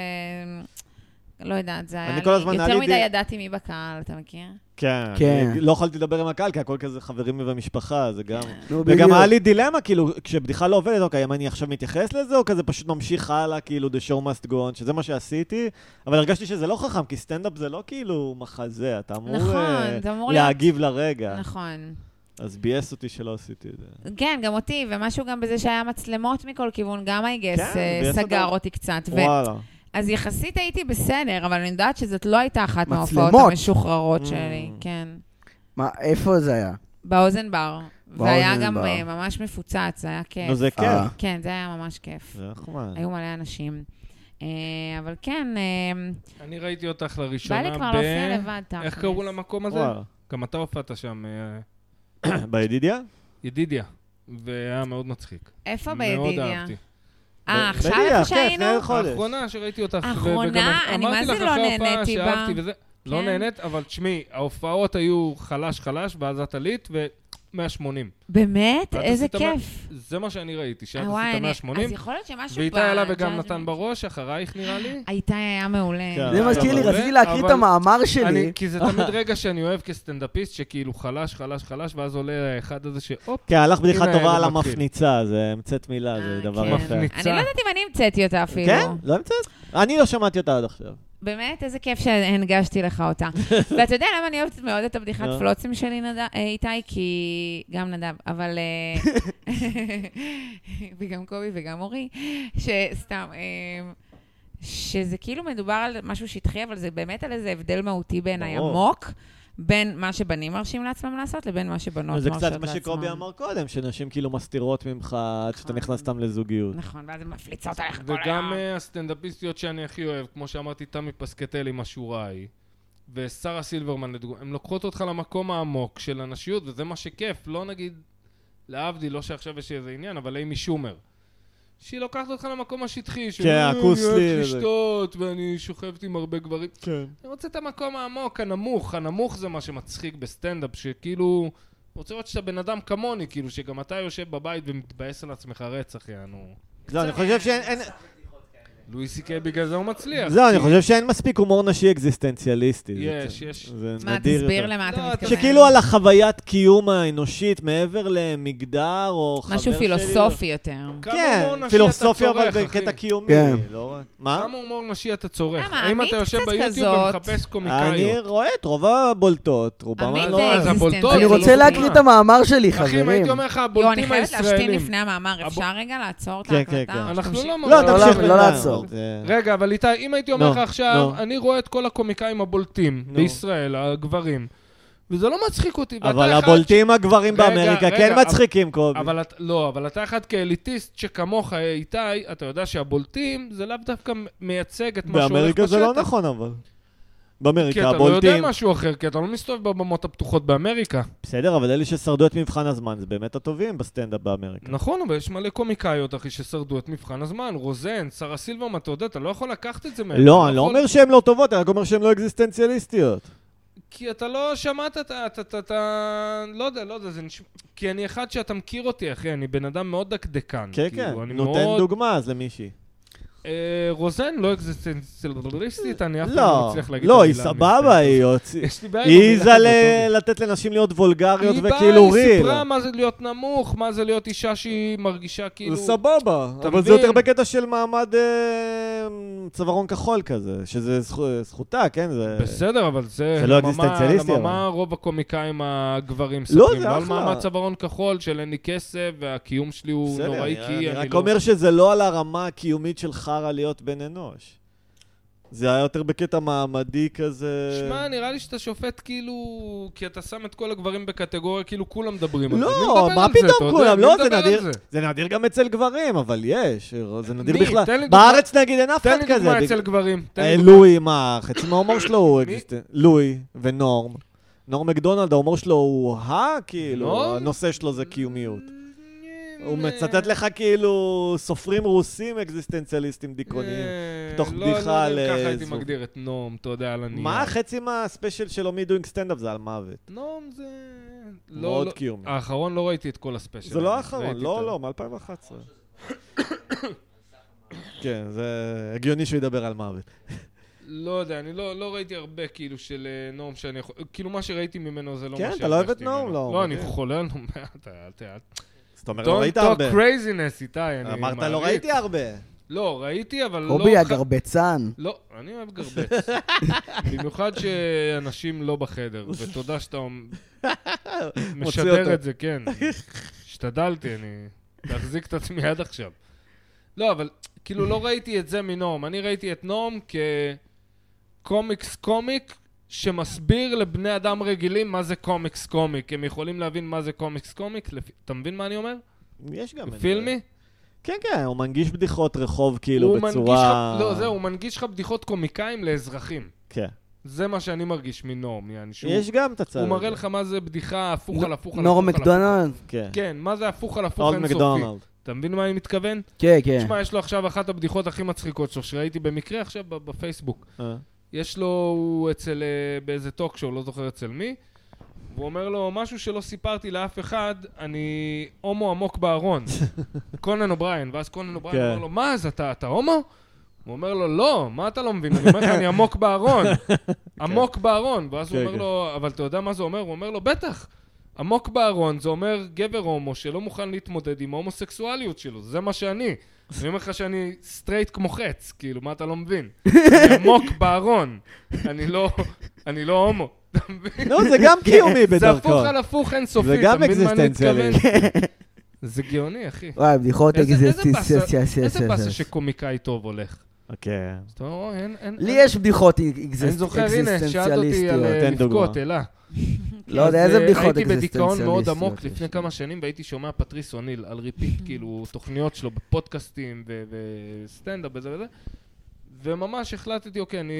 לא יודעת, זה היה
אני
לי...
כל הזמן, היה
יותר
לי
מדי
די-
ידעתי מי בקהל, אתה מכיר?
כן.
כן.
אני לא יכולתי לדבר עם הקהל, כי הכל כזה חברים ובמשפחה, זה גם...
נו, בדיוק.
וגם היה לי דילמה, כאילו, כשבדיחה לא עובדת, אוקיי, אם אני עכשיו מתייחס לזה, או כזה פשוט ממשיך הלאה, כאילו, the show must go on, שזה מה שעשיתי, אבל הרגשתי שזה לא חכם, כי סטנדאפ זה לא כאילו מחזה, אתה אמור...
נכון,
אה,
זה אמור להיות-
להגיב לרגע.
נכון.
אז ביאס אותי שלא עשיתי את זה.
כן, גם אותי, ומשהו גם בזה שהיה מצלמות מכל כיוון, גם I guess
כן,
אה,
ויש
סגר
עוד-
אותי קצת. ו-
וואלה.
אז יחסית הייתי בסדר, אבל אני יודעת שזאת לא הייתה אחת מההופעות
מצלמות.
המשוחררות
Mm.
שלי, כן.
מה, איפה זה היה?
באוזן בר. והיה גם
בר.
אה, ממש מפוצץ, זה היה כיף.
נו, זה
אה.
כיף.
כן, זה היה ממש כיף.
זה נחמד.
היו מלא אנשים. אה, אבל כן, אה,
אני ראיתי אותך
בא
לראשונה ב...
לי כבר להופיע לבד, תכלס.
איך קראו למקום הזה?
וואלה.
גם אתה הופעת שם, אה,
בידידיה?
ידידיה, והיה מאוד מצחיק.
איפה
מאוד
בידידיה?
אהבתי.
אה,
ב-
עכשיו
בידידיה,
איפה
כן,
שהיינו?
לפני חודש.
האחרונה שראיתי אותך. ו-
האחרונה?
וגם
אני
אמרתי
מה זה
לך
לא
אחרי ההופעה
נהניתי בה.
שאהבתי וזה- לא
כן.
נהנית, אבל תשמעי, ההופעות היו חלש חלש, ואז את עלית, ו-180.
באמת?
ואת
איזה
עשית מה-
כיף.
זה מה שאני ראיתי, שאת
אה, וואי,
עשית
אני-
180,
אז יכול להיות שמשהו...
ואיתי
ב-
עלה וגם
judgment.
נתן בראש, אחרייך נראה לי.
איתי היה מעולה.
כן.
זה
אבל-
מזכיר לי,
אבל-
רציתי להקריא את
אבל-
המאמר
אני,
שלי.
כי זה תמיד רגע שאני אוהב כסטנדאפיסט, שכאילו חלש, חלש, חלש, ואז עולה האחד הזה שהופ,
כן, הלך בדיחה
הנה,
טובה על
זה מתחיל.
המפניצה, זה המצאת מילה,
אה,
זה דבר
כן.
יפה.
מפניצה.
אני לא יודעת אם אני המצאתי אותה אפילו.
כן? לא המצאת? אני לא שמעתי אותה עד עכשיו.
באמת, איזה כיף שהנגשתי לך אותה. ואתה יודע למה אני אוהבת מאוד את הבדיחת
נו.
פלוצים שלי, נד- אה, איתי? כי... גם נדב, אבל... אה, וגם קובי וגם אורי, שסתם... אה, שזה כאילו מדובר על משהו שטחי, אבל זה באמת על איזה הבדל מהותי בעיניי
ברור.
עמוק, בין מה שבנים מרשים לעצמם לעשות לבין מה שבנות
זה
מרשות לעצמן.
קצת מה שקובי אמר קודם, שנשים כאילו מסתירות ממך עד שאתה
נכון.
נכנס איתם לזוגיות.
נכון, ואז הן מפליצות עליך כל היום.
וגם אה, הסטנדאפיסטיות שאני הכי אוהב, כמו שאמרתי, תמי פסקטל עם השורה ההיא, ושרה סילברמן לדוגמה, הן לוקחות אותך למקום העמוק של הנשיות, וזה מה שכיף, לא נגיד, להבדיל, לא שעכשיו יש איזה עניין, אבל אימי שומר. שהיא לוקחת אותך למקום השטחי, של,
כן,
"אה,
הכוסלי
אני אוהבת
וזה."
לשתות, ואני שוכבת עם הרבה גברים.
כן.
אני רוצה את המקום העמוק, הנמוך, הנמוך זה מה שמצחיק בסטנדאפ, שכאילו רוצה לראות שאתה בן אדם כמוני, כאילו, שגם אתה יושב בבית ומתבאס על עצמך רצח, יענו.
לא, אני חושב שאין... אין-
לואי סי קיי בגלל זה הוא מצליח.
זהו, אני חושב שאין מספיק הומור נשי אקזיסטנציאליסטי. זה
יש,
צ-
יש.
זה
מה,
נדיר
תסביר
יותר.
למה אתה
לא, אתה-
מתכוון.
שכאילו על החוויית קיום האנושית מעבר למגדר או חבר
משהו
שלי. לא-
פילוסופי יותר.
כמה הומור
כן,
נשי
פילוסופיה
אתה
אבל
צורך, אחי?
בקטע קיומי.
כן.
לא רק- מה?
כמה הומור נשי אתה צורך?
למה?
האם
עמית
אתה יושב
קצת
ביוטיוב
כזאת.
ומחפש
אני
קומיקאיות?
רואה את רוב הבולטות, רובם
עמית
לא,
אני
זה
לא רואה.
אז הבולטות.
אקזיסטנציאליסטי.
אני
זה
רוצה
לא
להקריא
דוגמה.
את המאמר שלי,
אחי, אם
חברים.
הייתי אומר לך,
יואו, לא, אני
הבולטים
חייבת להשתין
הישראלים.
לפני המאמר,
הב-
אפשר רגע לעצור את
כן, כן,
ההקלטה?
כן.
אנחנו
תמשיך.
לא
לא,
לא,
תמשיך
לא
בינתיים,
לעצור.
זה-
רגע, אבל איתי, אם הייתי אומר לך
נו,
עכשיו,
נו.
אני רואה את כל הקומיקאים הבולטים
נו.
בישראל, הגברים, וזה לא מצחיק אותי. ואתה
אבל
אחד
הבולטים הגברים
רגע,
באמריקה
רגע,
כן
אבל-
מצחיקים,
ש-
קובי.
אבל את- לא, אבל אתה אחד כאליטיסט שכמוך, אה, איתי, אתה יודע שהבולטים זה לאו דווקא מייצג את מה שהולך בשטח.
באמריקה זה לא נכון, אבל.
כי
באמריקה
אתה לא יודע
הבולטים...
משהו אחר, כי אתה לא מסתובב בבמות הפתוחות באמריקה.
בסדר, אבל אלה ששרדו את מבחן הזמן זה באמת הטובים בסטנדאפ באמריקה.
נכון, אבל יש מלא קומיקאיות, אחי, ששרדו את מבחן הזמן. רוזן, שרה סילברמן, אתה יודע, אתה לא יכול לקחת את זה מהם.
לא, אני לא
יכול-
אומר שהן לא טובות, אני רק אומר שהן לא אקזיסטנציאליסטיות.
כאילו, כי אתה לא שמעת את ה... אתה- אתה- אתה... לא יודע, לא יודע, זה נשמע... כי אני אחד שאתה מכיר אותי, אחי, אני בן אדם מאוד דקדקן.
כן,
כאילו,
כן,
אני
נותן
מאוד-
דוגמה אז למישהי.
אה, רוזן לא אקזיסטנציאליסטית, אני אף פעם לא
לא,
מצליח להגיד את
לא, היא
המילה,
סבבה,
מצטער.
היא הוציאה...
יש לי בעיה עם
היא
המילה
העיזה
הזאת,
ל- לתת לנשים להיות וולגריות
היא
וכאילו
באה, היא
ריל.
סיפרה מה זה להיות נמוך, מה זה להיות אישה שהיא מרגישה כאילו...
זה סבבה,
אתה
אבל זה
מבין?
יותר בקטע של מעמד אה, צווארון כחול כזה, שזה זכו- זכותה, כן? זה...
בסדר, אבל זה...
זה לא
למה-
אקזיסטנציאליסטי,
למה
אבל.
מה רוב הקומיקאים
לא,
הגברים מספרים?
זה
לא על
אחלה.
מעמד צווארון כחול של אין לי כסף, והקיום שלי הוא
בסדר,
נוראי,
אני-
כי
אני
אני
רק
לא...
אומר שזה לא על הרמה הקיומית של חרא להיות בן אנוש. זה היה יותר בקטע מעמדי כזה...
שמע, נראה לי שאתה שופט כאילו... כי אתה שם את כל הגברים בקטגוריה, כאילו כולם מדברים על זה.
לא,
מי מדבר
מה
על זה,
פתאום
אתה יודע?
כולם?
מי
לא,
מדבר
זה
על
נדיר, זה נדיר גם אצל גברים, אבל יש, זה נדיר
מי?
בכלל.
תן לי דוגמה-
בארץ נגיד אין אף אחד
תן לי
כזה.
דוגמה
בג-
אצל גברים. תן לי
אה,
דוגמה.
לואי, מה, חצי מההומור שלו הוא
מי?
אקזיסטנט. לואי ונורם. נורם מקדונלד, ההומור שלו הוא ה,
נורם?
כאילו, הנושא שלו זה קיומיות. לא. הוא מצטט לך כאילו סופרים רוסים אקזיסטנציאליסטים דיכאונים.
אה,
בתוך
לא,
בדיחה
לא יודע אם
על,
ככה
אה,
הייתי
זוג.
מגדיר את נועם, אתה יודע, על הנייר.
מה, חצי מהספיישל שלו מי דוינג סטנדאפ זה על מוות.
נועם זה... לא,
מאוד
לא-
קיומי.
האחרון לא ראיתי את כל הספיישל.
זה לא
אני
האחרון,
ראיתי את
לא,
ה-
לא, מ-2011. כן, זה הגיוני שהוא ידבר על מוות.
לא יודע, אני לא לא ראיתי הרבה כאילו של אה, נועם שאני יכול... כאילו מה שראיתי ממנו זה לא מה
כן,
שהרגשתי
אתה לא אוהב את נועם,
ממנו.
לא,
לא, אני
מדהים.
חולה על נועם, אתה... אתה-
זאת אומרת, לא
Don't
ראית הרבה.
talk craziness, איתי, אני
אמרת, לא
מעריץ.
ראיתי הרבה.
לא, ראיתי, אבל לא...
קובי
ח-
הגרבצן.
לא, אני אוהב גרבץ. במיוחד שאנשים לא בחדר, ותודה שאתה אומ- משדר
אותו.
את זה, כן. השתדלתי, אני... להחזיק את עצמי עד עכשיו. לא, אבל כאילו לא ראיתי את זה מנועם. אני ראיתי את נועם כקומיקס קומיק שמסביר לבני אדם רגילים מה זה קומיקס קומיק. הם יכולים להבין מה זה קומיקס קומיק? לפי- אתה מבין מה אני אומר?
יש גם... את זה.
פילמי?
כן, כן, הוא מנגיש בדיחות רחוב כאילו
הוא מנגיש
בצורה...
לך... לא, זהו, הוא מנגיש לך בדיחות קומיקאים לאזרחים.
כן.
זה מה שאני מרגיש מנועם, יעני שהוא...
יש גם את הצד
הוא
הזה.
מראה לך מה זה בדיחה הפוך על הפוך על הפוך.
נורם
על הפוך.
מקדונלד?
כן.
כן, מה זה הפוך על הפוך
אולד
אינסופי.
מקדונלד.
אתה מבין מה אני מתכוון?
כן, כן.
תשמע, יש לו עכשיו אחת הבדיחות הכי מצחיקות שלו, שראיתי במקרה עכשיו ב- בפייסבוק.
אה.
יש לו, הוא אצל, אה, באיזה טוק שואו, לא זוכר אצל מי, והוא אומר לו, משהו שלא סיפרתי לאף אחד, אני הומו עמוק בארון. קונן אובריין, ואז קונן אובריין
כן.
אומר לו, מה, אז אתה, אתה הומו? הוא אומר לו, לא, מה אתה לא מבין? אני אומר לך, אני עמוק בארון. עמוק בארון. ואז הוא
כן,
אומר
כן.
לו, אבל אתה יודע מה זה אומר? הוא אומר לו, בטח. עמוק בארון זה אומר גבר הומו שלא מוכן להתמודד עם ההומוסקסואליות שלו, זה מה שאני. אני אומר לך שאני סטרייט כמו חץ, כאילו, מה אתה לא מבין? אני עמוק בארון, אני לא, אני לא הומו. אתה מבין?
נו, לא, זה גם קיומי
זה
בדרכו.
הפוך על הפוך אינסופי,
זה
אתה
גם
מבין מה אני מתכוון?
אקזיסטנציאלי. לא,
זה גאוני, אחי.
וואי, בדיחות
איזה- איזה באסה- איזה באסה
אקזיסטנציאליסטיות.
שקומיקאי טוב הולך.
כן.
אתה אומר, "אוי, אין, אין...
לי
אין."
יש בדיחות
אני זוכר, הנה, שאלת אותי על
אקזיסטנציאליסטיות.
אה,
תן דוגמה.
לבכות, אלה.
לא יודע
אז,
איזה
אה,
בדיחות אקזיסטנציאליסטיות.
הייתי בדיכאון מאוד עמוק
יש
לפני
לי.
כמה שנים, והייתי שומע פטריס אוניל על ריפיט, כאילו, תוכניות שלו בפודקאסטים ו- וסטנדאפ וזה וזה, וממש החלטתי, אוקיי, אני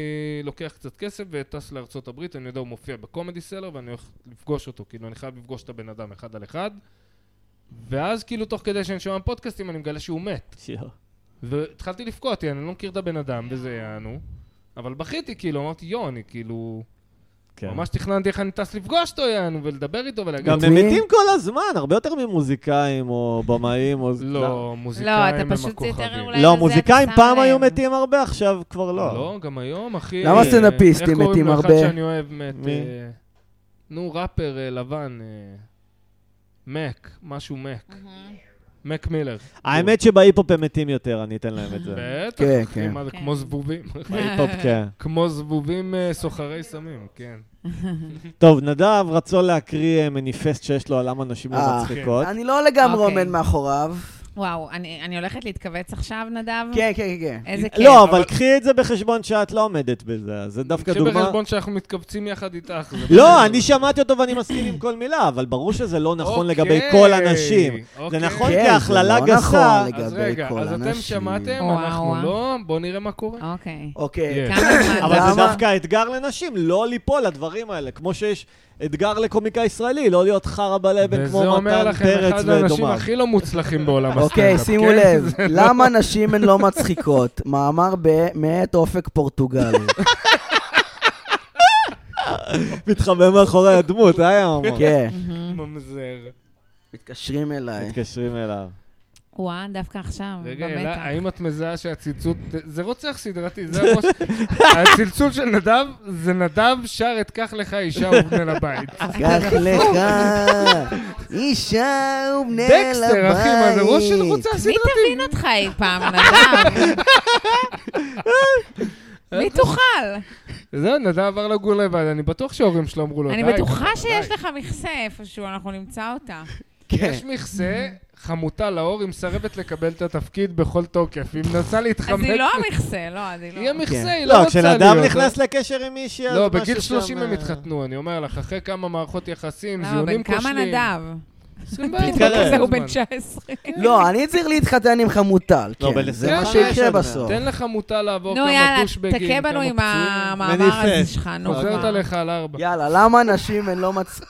לוקח קצת כסף וטס לארצות הברית, אני יודע, הוא מופיע בקומדי סלר, ואני הולך לפגוש אותו, כאילו, אני חייב לפגוש את הבן אדם אחד על אחד, ואז כאילו, תוך כדי שאני שומע פודקאסטים, אני מגלה שהוא מת.
שיו.
והתחלתי לבכות, כי אני לא מכיר את הבן אדם, וזה יענו. אבל בכיתי, כאילו, אמרתי, יו, אני כאילו...
כן.
ממש תכננתי איך אני טס לפגוש אותו, יענו, ולדבר איתו ולהגיד...
גם
את
הם
מי?
מתים כל הזמן, הרבה יותר ממוזיקאים או במאים או...
לא, מוזיקאים
לא,
הם
אתה
הכוכבים.
פשוט יותר אולי...
לא,
לזה
מוזיקאים
אתה שם
פעם היו
לב.
מתים הרבה, עכשיו כבר לא.
לא, גם היום, אחי.
למה
אה,
סטנדאפיסטים
איך קוראים
מתים
לו? אחד
הרבה?
שאני אוהב מת...
מי?
אה, נו, ראפר אה, לבן. אה, מק, משהו מק.
מהמם.
מק מילר.
האמת שבהיפ-הופ הם מתים יותר, אני אתן להם את זה.
בטח,
כן,
אחי,
כן.
מה זה,
כן.
כמו זבובים.
בהיפ-הופ, כן.
כמו זבובים אה, סוחרי סמים, כן.
טוב, נדב רצון להקריא אה, מניפסט שיש לו על למה נשים לא
אה,
מצחיקות.
אני לא לגמרי
אוקיי.
עומד מאחוריו.
וואו, אני אני הולכת להתכווץ עכשיו, נדב?
כן, כן, כן, כן.
איזה כיף.
לא, אבל
אבל-
קחי את זה בחשבון שאת לא עומדת בזה, אז זה דווקא
קחי
דוגמה...
בחשבון שאנחנו מתכווצים יחד איתך. זה בסדר.
לא, אני שמעתי אותו ואני מסכים עם כל מילה, אבל ברור שזה לא נכון
אוקיי,
לגבי כל הנשים. זה
אוקיי.
נכון
כן,
כהכללה
זה לא
גסה.
נכון.
אז
לגבי
רגע,
כל
אז אתם
הנשים.
שמעתם,
וואו,
אנחנו
וואו.
לא, בואו נראה מה קורה.
אוקיי.
אוקיי.
כן.
כמה זמן?
אבל זה
למה?
דווקא האתגר לנשים, לא ליפול לדברים האלה, כמו שיש אתגר לקומיקאי ישראלי, לא להיות חרא בלבן
וזה
כמו
אומר
מתן
לכם
פרץ
אחד האנשים
ודומיו.
הכי לא מוצלחים בעולם הסטנדאפ.
אוקיי,
כן?
שימו לב, למה נשים הן לא מצחיקות? מאמר ב- מאת אופק פורטוגלי.
מתחמם מאחורי הדמות, אה, יאמר?
אוקיי.
כן,
מהמם.
לא ממזר.
מתקשרים אליי.
אוקיי.
מתקשרים אליו.
וואה, דווקא עכשיו,
רגע, אלה,
במתח.
האם את מזהה שהצלצול... זה רוצח סדרתי, זה הראש... הצלצול של נדב, זה נדב שר את "קח לך אישה ובנה לבית".
קח לך אישה ובני לבית.
דקסטר, אחי, מה זה ראש של רוצח
מי
סדרתי?
תבין אותך אי פעם, נדב? מי תוכל?
זהו, נדב עבר לגור לבד, אני בטוח שההורים שלו אמרו לו, לא, די.
אני בטוחה
די.
שיש לך מכסה איפשהו, אנחנו נמצא אותה.
כן.
יש מכסה, חמותה לאור, היא מסרבת לקבל את התפקיד בכל תוקף. היא מנסה להתחמק.
אז היא לא המכסה, לא, אז היא
היא
לא.
המכסה, היא לא
לא,
רוצה להיות. אה.
כשנדב נכנס לקשר עם מישהי, אז
לא,
משהו
בגיל
שם,
30 הם
אה,
התחתנו, אני אומר לך, אחרי כמה מערכות יחסים,
למה,
זיונים
לא, בן
כושלים.
כמה נדב?
24,
תתקרב.
כזה הוא בן
זמן.
19.
לא, אני צריך להתחתן עם חמוטל,
לא,
כן,
בן
זה
25
מה שיקרה
עוד מעט.
בסוף.
תן לך מוטה לעבור
נו,
כמה
יאללה,
דושבגים,
תכה
כמה
בנו עם
פצועים.
המאמר הזה
מניפסט.
שלך, נו.
חוזרת
כבר.
עליך על ארבע.
יאללה, למה נשים הן לא מצ...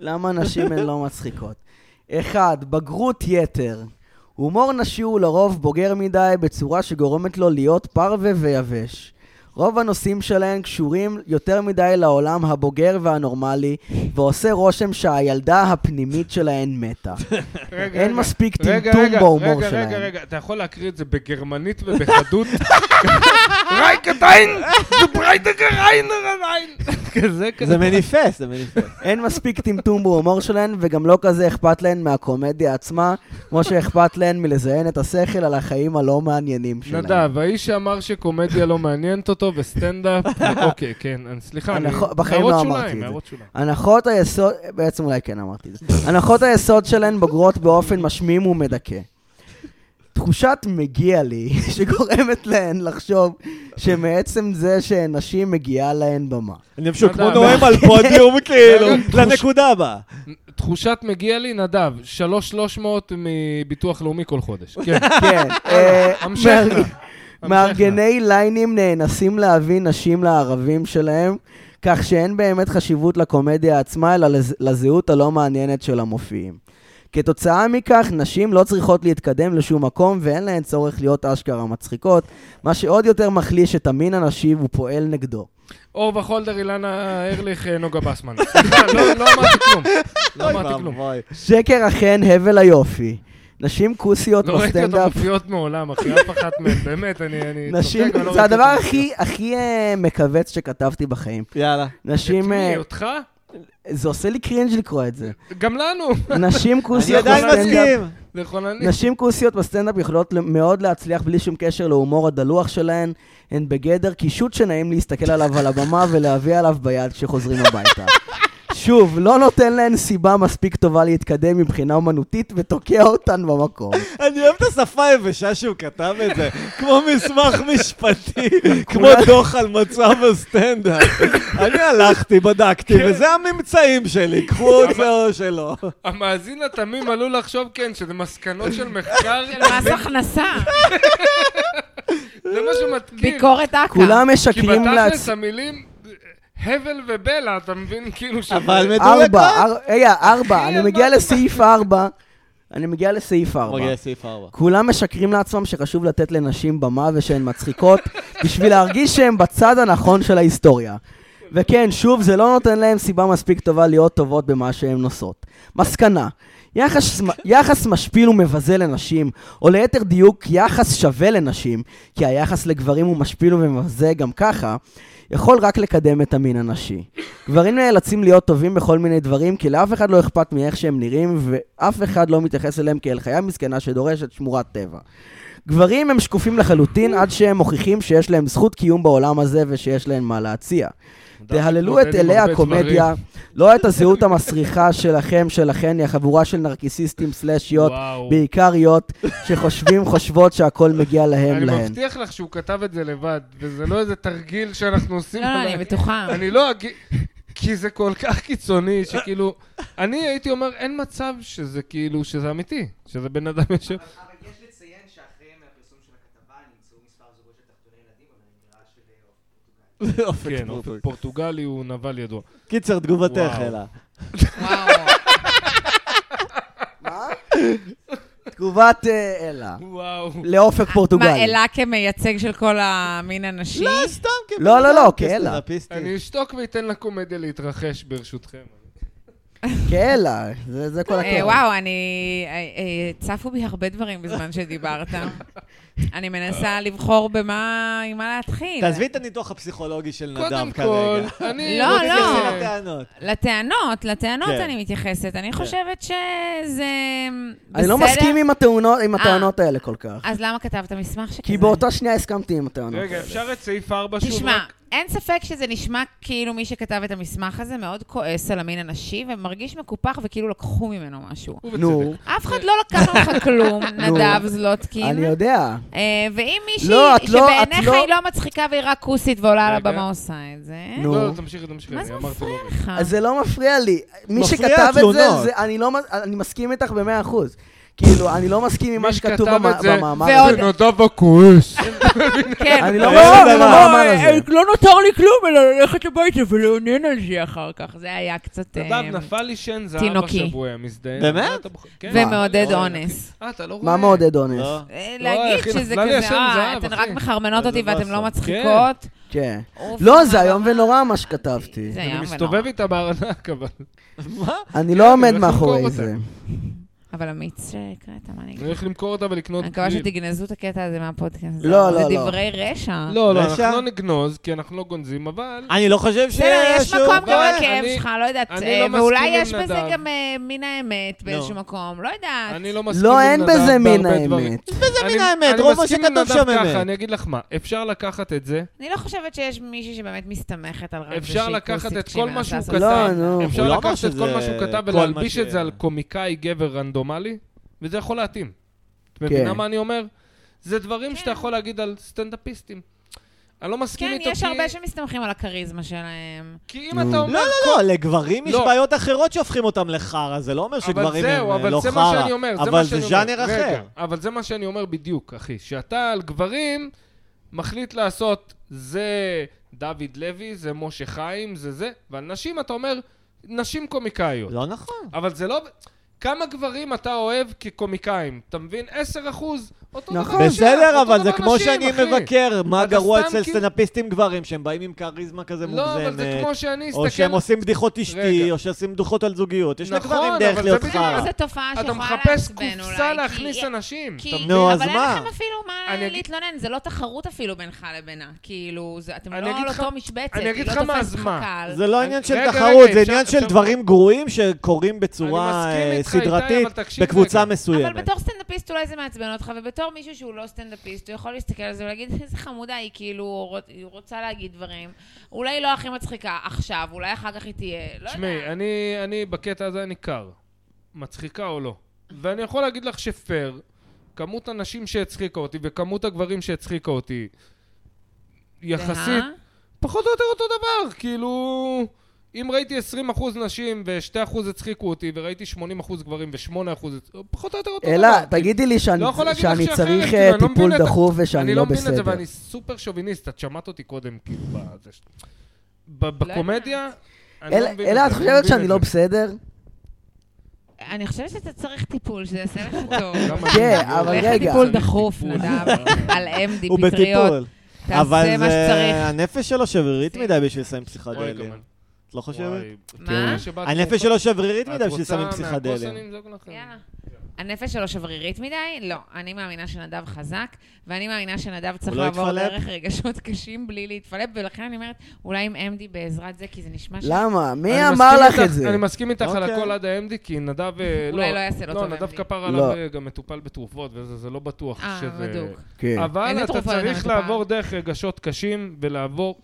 למה נשים הן לא מצחיקות? אחד, בגרות יתר. הומור נשי הוא לרוב בוגר מדי בצורה שגורמת לו להיות פרווה ויבש. רוב הנושאים שלהן קשורים יותר מדי לעולם הבוגר והנורמלי, ועושה רושם שהילדה הפנימית שלהן מתה.
רגע,
אין
רגע,
מספיק
רגע,
טמטום
רגע,
בהומור
רגע, רגע,
שלהן.
רגע, אתה יכול להקריא את זה בגרמנית ובחדות? רייקטיין! גברייטגר איינר איין! כזה כזה.
זה מניפסט, זה מניפסט.
אין מספיק טמטום בהומור שלהן, וגם לא כזה אכפת להן מהקומדיה עצמה, כמו שאכפת להן מלזיין את השכל על החיים הלא מעניינים שלהן.
נדב, האיש שאמר שקומדיה לא מעניינת אותו וסטנדאפ, אוקיי, כן, אני- סליחה, אני...
אנחנו- בחיים
הערות
לא
שוליים,
אמרתי את זה.
הערות שוליים.
הנחות היסוד, בעצם אולי כן אמרתי את זה, הנחות היסוד שלהן בוגרות באופן משמים ומדכא. תחושת מגיע לי, שגורמת להן לחשוב שמעצם זה שהן נשים מגיעה להן במה.
אני פשוט כמו
נדב. לא,
נואם על פודיום, כאילו,
תחוש-
לנקודה הבאה.
תחושת מגיע לי, נדב, שלוש שלוש מאות מביטוח לאומי כל חודש. כן,
כן, אה,
המשך נא.
מארג-
המשך אה.
מארגני ליינים נאנסים להביא נשים לערבים שלהם, כך שאין באמת חשיבות לקומדיה עצמה, אלא לז- לזהות הלא מעניינת של המופיעים. כתוצאה מכך, נשים לא צריכות להתקדם לשום מקום ואין להן צורך להיות אשכרה מצחיקות, מה שעוד יותר מחליש את המין הנשי ופועל נגדו.
אורבה חולדר, אילנה ארליך, אה, נוגה בסמן. סליחה, לא לא אמרתי כלום. לא אמרתי כלום.
אוי.
שקר אכן הבל היופי. נשים כוסיות
לא ראיתי אותן
בסטנדאפ
מופיעות מעולם, אחי, אף אחת מהן, באמת, אני... אני
נשים,
צוחק, אבל לא
זה
ראיתי
הדבר
אותן.
הכי, הכי אה, מכווץ שכתבתי בחיים.
יאללה.
את
נשים,
מי,
אה,
אותך?
זה עושה לי קרינג' לקרוא את זה.
גם לנו. נכון,
נשים
אני
כוסיות
עדיין
בסטנדאפ,
מסכים.
זה חולני.
נשים כוסיות בסטנדאפ יכולות מאוד להצליח בלי שום קשר להומור הדלוח שלהן, הן בגדר קישוט שנעים להסתכל עליו על הבמה ולהביא עליו ביד כשחוזרים הביתה. שוב, לא נותן להן סיבה מספיק טובה להתקדם מבחינה אומנותית ותוקע אותן במקום.
אני אוהב את השפה היבשה שהוא כתב את זה, כמו מסמך משפטי, כמו דוח על מצב הסטנדאפ. אני הלכתי, בדקתי, וזה הממצאים שלי, קחו את זה או שלא.
המאזין התמים עלול לחשוב, כן, שזה מסקנות של מחקר,
של מס הכנסה,
כן. זה מה שמתקין.
ביקורת אכ"א.
כן.
כולם
כי
משקרים
בתכלס
לעצמם.
המילים, הבל ובלע, אתה מבין? כאילו ש...
אבל
ארבע,
מדויקה.
אר- רגע, ארבע,
אחי,
אני
על
מגיע
מה אתה
לסעיף ארבע. אני מגיע לסעיף ארבע.
סעיף ארבע.
כולם משקרים לעצמם שחשוב לתת לנשים במה ושהן מצחיקות בשביל להרגיש שהן בצד הנכון של ההיסטוריה. וכן, שוב, זה לא נותן להם סיבה מספיק טובה להיות טובות במה שהן נושאות. מסקנה, יחס, יחס משפיל ומבזה לנשים, או ליתר דיוק, יחס שווה לנשים, כי היחס לגברים הוא משפיל ומבזה גם ככה, יכול רק לקדם את המין הנשי. גברים נאלצים להיות טובים בכל מיני דברים, כי לאף אחד לא אכפת מאיך שהם נראים, ואף אחד לא מתייחס אליהם כאל חיה מסכנה שדורשת שמורת טבע. גברים הם שקופים לחלוטין עד שהם מוכיחים שיש להם זכות קיום בעולם הזה ושיש להם מה להציע. תהללו את
מתמודד עם
אלי
הרבה
הקומדיה, לא את הזהות המסריחה שלכם, שלכן, היא החבורה של נרקיסיסטים סלאשיות,
וואו.
בעיקריות, שחושבים, חושבות שהכל מגיע להם,
אני
להן.
מבטיח לך שהוא כתב את זה לבד, וזה לא איזה תרגיל שאנחנו עושים.
לא, לא,
אבל-
אני בטוחה.
אני לא אגיד... כי זה כל כך קיצוני, שכאילו... אני הייתי אומר, אין מצב שזה כאילו, שזה אמיתי. שזה בן אדם יושב...
אבל יש לציין שאחרי מהפרסום של הכתבה נמצאו מספר זוגות של תחתוני ילדים על המגירה של פורטוגל.
אופק
כן,
פורטוגל.
אופק פורטוגלי הוא נבל ידוע.
קיצר, תגובתך,
וואו.
אלה.
וואו.
תגובת אה, אלה.
וואו.
לאופק
מה,
פורטוגלי.
אלה כמייצג של כל המין הנשי?
לא, סתם כבן
לא, לא,
אדם,
לא, כאלה.
כסטרפיסטי.
אני אשתוק ואתן לקומדיה להתרחש, ברשותכם.
כאלה, כן, זה זה כל
אה,
הקטע.
וואו, אני... אה, אה, צפו בי הרבה דברים בזמן שדיברת. אני מנסה לבחור במה... עם מה להתחיל.
תעזבי את הניתוח הפסיכולוגי של נדב
קודם
כרגע.
כל, אני
לא,
רוצה-
לא.
תתייחסי לטענות.
לטענות, לטענות
כן.
אני מתייחסת. אני חושבת שזה...
אני לא
בסדר?
מסכים עם הטעונות- עם
אה.
הטענות האלה כל כך.
אז למה כתבת מסמך שכזה?
כי באותה שנייה הסכמתי עם הטענות.
רגע, אפשר את סעיף 4 שוב?
תשמע,
רק?
אין ספק שזה נשמע כאילו מי שכתב את המסמך הזה מאוד כועס על המין הנשי ומרגיש מקופח וכאילו לקחו ממנו משהו.
ובצדק.
נו,
אף אחד לא לקח ממך כלום, נדב זלוטקין.
לא. אני יודע.
כאילו? אה, ואם מישהי
לא, את לא- את
שבעיניך
לא-
היא לא מצחיקה והיא רק כוסית ועולה על
רגע.
הבמה עושה את זה, אה?
נו.
לא, לא, תמשיכי, תמשיכי.
מה
אני
זה
אמרתי
מפריע
לו.
לך?
אז זה לא מפריע לי. מי
מפריע
שכתב את זה,
התלונות.
זה, אני לא, מס- אני מסכים איתך במאה אחוז. כאילו, אני לא מסכים עם מה
מי
שכתוב
שכתב
במ-
את זה,
במאמר
ועוד-
הזה.
בן אדם הכועס.
כן.
אני לא
אין
מסכים עם
דבר.
המאמר הזה.
לא נותר לי כלום אלא ללכת הביתה ולעונן על זה אחר כך. זה היה קצת...
סבב,
אה,
נפל לי שן זהב
תינוקי.
השבוע, מזדהה.
באמת?
מה אתה בוחר? כן.
ומעודד
אה,
אונס.
אה, אתה לא רואה.
מה מעודד אונס?
לא.
אה,
לא,
להגיד
אחי,
שזה
נפלה לי
כזה,
השם
אה,
זהב,
אתם
אחי."
רק מחרמנות אותי
זה
ואתם לא
באסה.
מצחיקות.
כן.
אוף,
לא,
מה
זה איום
הבעיה?
ונורא מה שכתבתי.
זה
אני
איום
מסתובב
ונורא.
איתה בארנק, אבל...
מה?
אני לא עומד
כן, איך
מאחורי
למכור
זה.
אבל אמיץ שהקראת, מה אני אגיד?
אני הולך למכור אותה ולקנות
אני מקווה
גליל.
שתגנזו את הקטע הזה מהפודקאסט. הזה.
לא, לא,
זה
לא.
דברי רשע.
לא, לא, אנחנו
רשע?
לא נגנוז, כי אנחנו לא גונזים, אבל...
אני לא חושב ש...
בסדר, יש
שהוא-
מקום גם
לא,
לכאב
אני-
שלך, לא יודעת.
אני
אה,
לא
ואולי
מסכים עם
יש בזה
נדב.
גם אה, מן האמת באיזשהו מקום, לא יודעת.
אני לא מסכים עם
לא, אין
נדב
בזה מן
בהרבה דברים. לא
האמת.
זה
אני-
מן האמת,
אני
רוב מה
מסכים עם
שכתוב
נדב
שם
ככה,
אמת.
אני אגיד לך מה, אפשר לקחת את זה,
אני לא חושבת שיש מישהי שבאמת מסתמכת על רק זה
אפשר
שהיא
לקחת
כוסית
את
כשהיא
כל מה
מנסה
שהוא
לעשות
כתב.
לא,
סקס.
נו.
אפשר
הוא לא אמר
לקחת את כל
שזה
מה שהוא כתב
כל מה
ולהלביש
ש-
את זה על קומיקאי גבר רנדומלי, וזה יכול להתאים. את מבינה
כן.
מה אני אומר? זה דברים שאתה
כן.
יכול להגיד על סטנדאפיסטים. אני לא מסכים
כן,
איתו,
יש
כי-
הרבה שמסתמכים על הכריזמה שלהם.
כי אם אתה
לא,
אומר...
לא, לא, לגברים יש
לא.
בעיות אחרות שהופכים אותם לחרא, זה לא אומר שגברים הם
זהו,
אה,
אבל
לא
זה מה
חרא.
שאני אומר, זה
אבל
מה שאני
זה
אומר.
ז'אנר
רגע,
אחר.
אבל זה מה שאני אומר בדיוק, אחי. שאתה על גברים מחליט לעשות, זה דוד לוי, זה משה חיים, זה זה, ועל נשים אתה אומר, נשים קומיקאיות.
לא נכון.
אבל זה לא... כמה גברים אתה אוהב כקומיקאים? אתה מבין? 10 אחוז. אותו
נכון.
דבר
בסדר,
אישה,
אבל
אותו
זה
דבר
כמו
נשים,
שאני
אחי.
מבקר, מה
אתה
גרוע
סתם
אצל
כאילו-
סטנאפיסטים גברים, שהם באים עם כריזמה כזה
לא, אבל זה
מוגזמת,
כמו שאני
או שהם
אסתכל...
עושים בדיחות אשתי,
רגע.
או שעושים בדיחות על זוגיות. יש
נכון,
לגברים דרך
אבל
להיות
זה בדיוק-
חרא.
זו תופעה
אתה
שיכולה
מחפש
לעצבן אולי.
קופסה
כי-
להכניס אנשים.
כי-
אתה מבין?
נו, אז
אבל
מה?
אין לכם אפילו מה
Hmm. אני אגיד-
להתלונן, זה לא תחרות אפילו בינך לבינה. כאילו, זה- אתם
אני
לא
אגיד
על
לך-
אותו משבצת,
אני אגיד
היא לא
לך מה,
תופסת
אז
לך
מה?
קהל.
זה לא
אני-
עניין של
רגע,
תחרות,
רגע,
זה
אפשר-
עניין של
אפשר-
דברים גרועים שקורים בצורה
מסכים
אה,
איתך, איתי,
סדרתית
אבל תקשיב
בקבוצה
רגע.
מסוימת.
אבל בתור סטנדאפיסט אולי זה מעצבן אותך, ובתור מישהו שהוא לא סטנדאפיסט, הוא יכול להסתכל על זה ולהגיד, איזה חמודה היא, כאילו, רוצ- היא רוצה להגיד דברים. אולי היא לא הכי מצחיקה עכשיו, אולי אחר כך היא תהיה, לא
תשמעי,
יודעת.
אני, אני בקטע הזה אני קר. מצחיקה או לא. ואני יכול להגיד לך שפייר, כמות הנשים שהצחיקה אותי וכמות הגברים שהצחיקה אותי, יחסית,
והא?
פחות או יותר אותו דבר. כאילו, אם ראיתי 20% נשים ו-2% הצחיקו אותי, וראיתי 80% גברים ו-8% פחות או יותר אותו דבר.
אלה,
כאילו.
תגידי לי שאני
לא יכול להגיד לך
שאני
שאחרת,
צריך
כאילו,
אה,
אני לא
טיפול
מבין את ה-
דחוף ושאני
אני
לא
מבין את זה,
בסדר.
ואני סופר שוביניסט, את שמעת אותי קודם, כאילו, בזה ש- ב- בקומדיה... אני לא
אלה,
מבין
אלה,
זה,
את
אני מבין
חושבת
את
שאני
זה.
לא בסדר?
אני חושבת שאתה צריך טיפול, שזה יעשה לך טוב.
גם אני
כן,
לא
אבל
יודע.
רגע.
טיפול דחוף, נדב, על MD
הוא
פטריות.
בטיפול. אבל
תעשה מה שצריך.
זה- הנפש שלו שברירית מדי בשביל לסיים פסיכדליה.
וואי,
את לא חושבת?
מה?
שבאת
הנפש
מאוחר.
שלו שברירית מדי
את
בשביל לסיים
רוצה מהכוס, אני
פסיכדליה.
אמזוג לכם.
יאללה. הנפש שלו שברירית מדי? לא. אני מאמינה שנדב חזק, ואני מאמינה שנדב צריך
לא
לעבור
התפלפ?
דרך רגשות קשים בלי להתפלפ, ולכן אני אומרת, אולי עם אמדי בעזרת זה, כי זה נשמע ש...
למה?
אני
מי אמר
מסכים
לך
איתך-
את זה?
אני מסכים איתך על
אוקיי.
הכל עד האמדי, כי נדב... אה,
אולי לא יעשה לו טוב,
לא, נדב
MD.
כפר
לא.
עליו אה, גם מטופל בתרופות, וזה זה לא בטוח
אה,
שזה...
בדוק.
כן.
אבל
איזה
אתה
תרופה לאדם
צריך
מטופל?
לעבור דרך רגשות קשים ולעבור...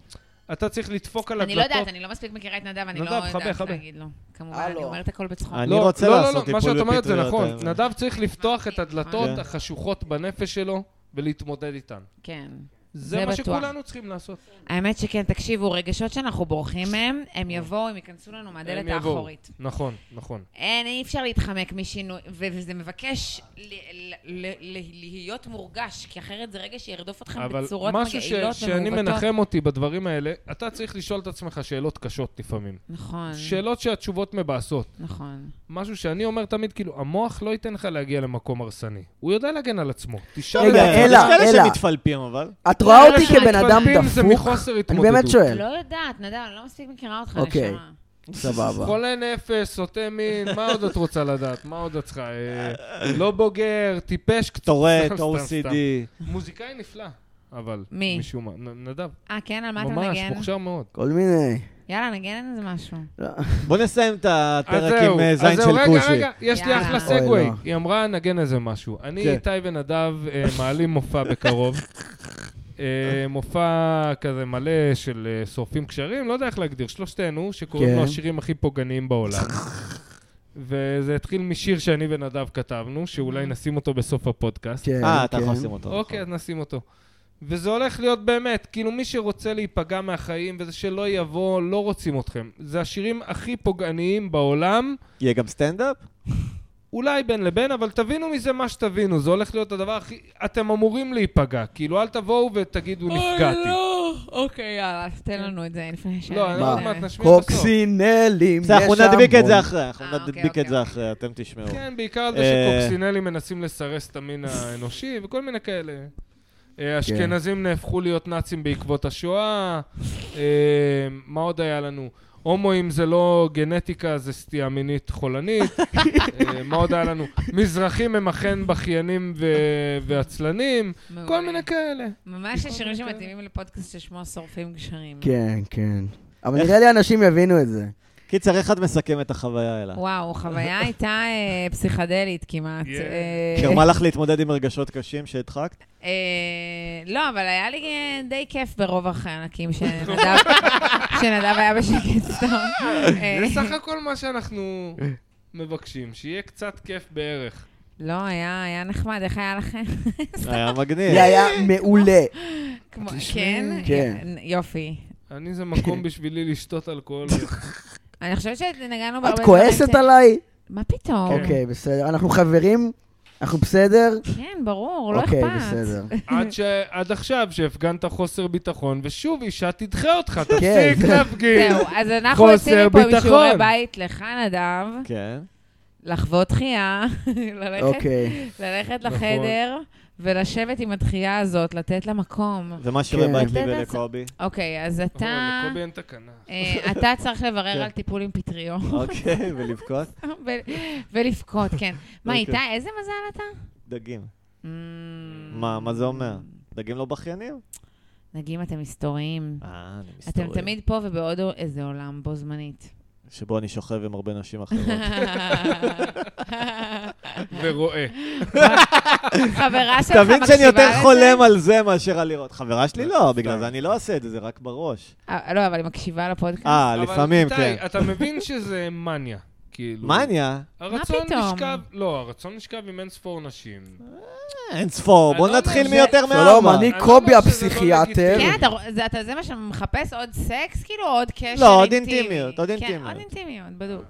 אתה צריך לדפוק על
אני לא
הדלתות.
יודעת, אני לא מספיק מכירה את נדב, אני
נדב,
לא
חבה,
יודעת
חבה.
להגיד לו. כמובן,
הלו.
אני אומרת הכל בצחוק.
אני
לא,
רוצה
לא, לא,
לעשות
לא, מה
טיפול
שאת אומרת זה
בפטריות
נכון.
האלה.
נדב צריך לפתוח את
כן.
הדלתות החשוכות בנפש שלו ולהתמודד איתן.
כן.
זה מה
בטוח.
שכולנו צריכים לעשות.
האמת שכן, תקשיבו, רגשות שאנחנו בורחים מהם, הם יבואו, הם ייכנסו לנו מהדלת
הם יבואו.
האחורית.
נכון, נכון.
אין, אי אפשר להתחמק משינוי, ו- וזה מבקש ל- ל- ל- להיות מורגש, כי אחרת זה רגע שירדוף אתכם
אבל
בצורות
משהו ש-
מגעילות
שאני
ומעוותות.
מנחם אותי בדברים האלה, אתה צריך לשאול את עצמך שאלות קשות לפעמים.
נכון,
שאלות שהתשובות מבאסות.
נכון.
משהו שאני אומר תמיד, כאילו, המוח לא ייתן לך להגיע למקום הרסני. הוא יודע להגן על עצמו. תשאל
רגע,
אותו.
אלה,
יש כאלה
אלה.
שמתפלפים, אבל.
את רואה אותי
אלה
כבן אדם
שמתפלפים זה
דפוק?
מחוסר
אני
התמודדות.
באמת שואל.
לא יודעת, נדב, אני לא מספיק מכירה אותך,
כן. אוקיי.
נשמה.
סבבה.
חולה נפש, סוטה מין, מה עוד את רוצה לדעת? מה עוד את צריכה? אה, לא בוגר, טיפש קצת.
טורט,
סתם, סתם,
OCD.
מוזיקאי נפלא, אבל...
מי?
משום מה. נ- נדב.
אה, כן? על מה אתה
ממש,
מנגן?
מוכשר מאוד.
כל מיני.
יאללה, נגן איזה משהו.
לא.
בוא נסיים את
אז
הפרק
זהו,
עם אה,
אז
זין
זהו,
של
רגע,
כושי.
רגע, יש לי
יאללה.
אחלה
אוי,
סגווי.
לא.
היא אמרה, נגן איזה משהו. אני,
כן.
איתי ונדב אה, מעלים מופע בקרוב. אה, מופע כזה מלא של אה, שורפים קשרים, לא יודע איך להגדיר, שלושתנו, שקוראים
כן.
לו השירים הכי פוגעניים בעולם. וזה התחיל משיר שאני ונדב כתבנו, שאולי נשים אותו בסוף הפודקאסט.
כן,
אה, אתה
כן.
יכול לשים אותו.
אוקיי, אז
נכון.
נשים אותו. וזה הולך להיות באמת, כאילו מי שרוצה להיפגע מהחיים וזה שלא יבוא, לא רוצים אתכם. זה השירים הכי פוגעניים בעולם,
יהיה גם סטנדאפ?
אולי בין לבין, אבל תבינו מזה מה שתבינו, זה הולך להיות הדבר הכי... אתם אמורים להיפגע, כאילו אל תבואו ותגידו נפגעתי.
אה, אוקיי, יאללה, אז תן לנו את זה לפני ש...
לא, אני
מה?
עוד מעט נשמיע בסוף.
קוקסינלים, יש
בסדר, אנחנו נדביק את
המון.
זה אחרי, אנחנו
אה, אוקיי,
נדביק את
אוקיי,
זה אחרי, אתם תשמעו.
כן, בעיקר על זה
אה.
שקוקסינלים מנסים לסרס את המין האנושי וכל מיני כאלה. אה, אשכנזים נהפכו להיות נאצים בעקבות השואה. אה, מה עוד היה לנו? הומואים זה לא גנטיקה, זה סטייה מינית חולנית. אה, מה עוד היה לנו? מזרחים הם אכן בכיינים ו- ועצלנים.
מעולה.
כל מיני כאלה.
ממש יש שירים שמתאימים לפודקאסט ששמו שורפים גשרים.
כן, כן. אבל נראה לי אנשים יבינו את זה.
קיצר, איך את מסכמת את החוויה אלה?
וואו, חוויה הייתה אה, פסיכדלית כמעט.
Yeah.
אה,
גרמה לך להתמודד עם רגשות קשים שהדחקת?
אה, לא, אבל היה לי אה, די כיף ברוב החלקים שנדב שנדב היה בשקט סתם. אה,
זה סך הכל מה שאנחנו מבקשים, שיהיה קצת כיף בערך.
לא, היה היה נחמד, איך היה לכם?
היה מגניב.
זה היה מעולה.
לא,
כמו-
תשמעי.
כן?
כן.
יופי.
אני זה מקום בשבילי לשתות אלכוהול.
אני חושבת שנגענו בהרבה...
את
דברים
כועסת
ש-
עליי?
כן.
מה פתאום?
אוקיי, בסדר. אנחנו חברים? אנחנו בסדר?
כן, ברור, לא אכפת.
אוקיי, בסדר.
עד, ש... עד עכשיו שהפגנת חוסר ביטחון, ושוב אישה תדחה אותך,
כן,
תפסיק
זה-
להפגין.
זהו, אז אנחנו
חוסר
עשינו פה
ביטחון.
משיעורי בית לך, נדב,
כן.
לחוות דחייה, ללכת-
אוקיי.
ללכת
נכון.
לחדר ולשבת עם הדחייה הזאת, לתת לה מקום.
ומה
כן.
שיעורי בית לי
אתה יודע,
ולקובי?
אוקיי, אז
אבל
אתה...
לקובי אין תקנה.
אה, אתה צריך לברר
כן.
על טיפול עם פטריות
אוקיי, ולבכות?
ו- ולבכות, כן. מה,
אוקיי.
איתי, איזה מזל אתה?
דגים.
Mm,
מה, מה זה אומר? דגים לא בכיינים?
נגים, אתם היסטוריים.
אה, אני מסתורי.
אתם תמיד פה ובעוד א- איזה עולם, בו זמנית.
שבו אני שוכב עם הרבה נשים אחרות.
ורואה.
חברה שלך מקשיבה
תבין
לזה?
שאני יותר חולם על זה מאשר על לראות. חברה שלי לא, בגלל זה אני לא אעשה את זה, זה רק בראש.
אה, לא, אבל היא מקשיבה לפודקאסט.
אה,
כן, אבל
לפעמים,
איתי,
כן.
אתה מבין שזה מניה. כאילו.
מניה?
הרצון
מה פתאום?
נשכב, לא, הרצון נשכב עם אין ספור נשים.
אין ספור,
אני
בוא
לא
נתחיל
אומר ש-
מיותר מארבע.
שלום, אני
אני אומר
קובי
שזה לא
הפסיכיאטר.
כן, אתה, רוא- זה, אתה, זה מה שמחפש? עוד סקס? כאילו, עוד קשר אינטימי.
לא, עוד אינטימיות, עוד
כן,
אינטימיות.
עוד אינטימיות, בדיוק.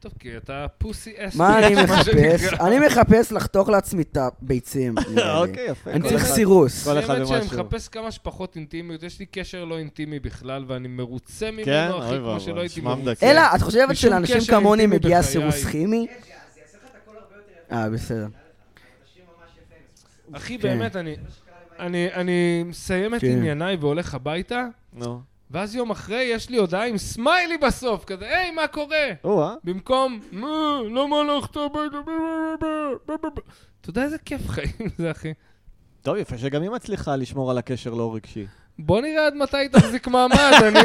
טוב, כי אתה פוסי אס.
מה אני מחפש?
שנקרא.
אני מחפש לחתוך לעצמי את הביצים. נראה לי.
אוקיי, יפה.
אני
כל
צריך
אחד-
סירוס.
כל אחד
האמת שאני
ומשהו.
מחפש כמה שפחות אינטימיות, יש לי קשר לא אינטימי בכלל, ואני מרוצה
כן,
ממנו, אחי,
אוי
כמו
ואבוי,
שלא הייתי
נשמע
מרוצה.
מדכא.
אלא, את חושבת
משום
שלאנשים
קשר
כמוני
אינטימי
מגיע
בחיי.
סירוס כימי?
לא
זה יעשה לך את הכל הרבה יותר יפה.
אה, בסדר.
השיר ממש יפה.
אחי,
כן.
באמת, אני- אני אני מסיים את
כן.
ענייניי והולך הביתה,
נו.
ואז יום אחרי יש לי הודעה עם סמיילי בסוף, כזה, היי, מה קורה?
או-אה.
במקום, מה, למה הלכת הביתה? ב- ב- ב- ב- ב- ב-". אתה יודע איזה כיף חיים זה, אחי?
טוב, יפה שגם היא מצליחה לשמור על הקשר לא רגשי.
בוא נראה עד מתי היא תחזיק מעמד, אני...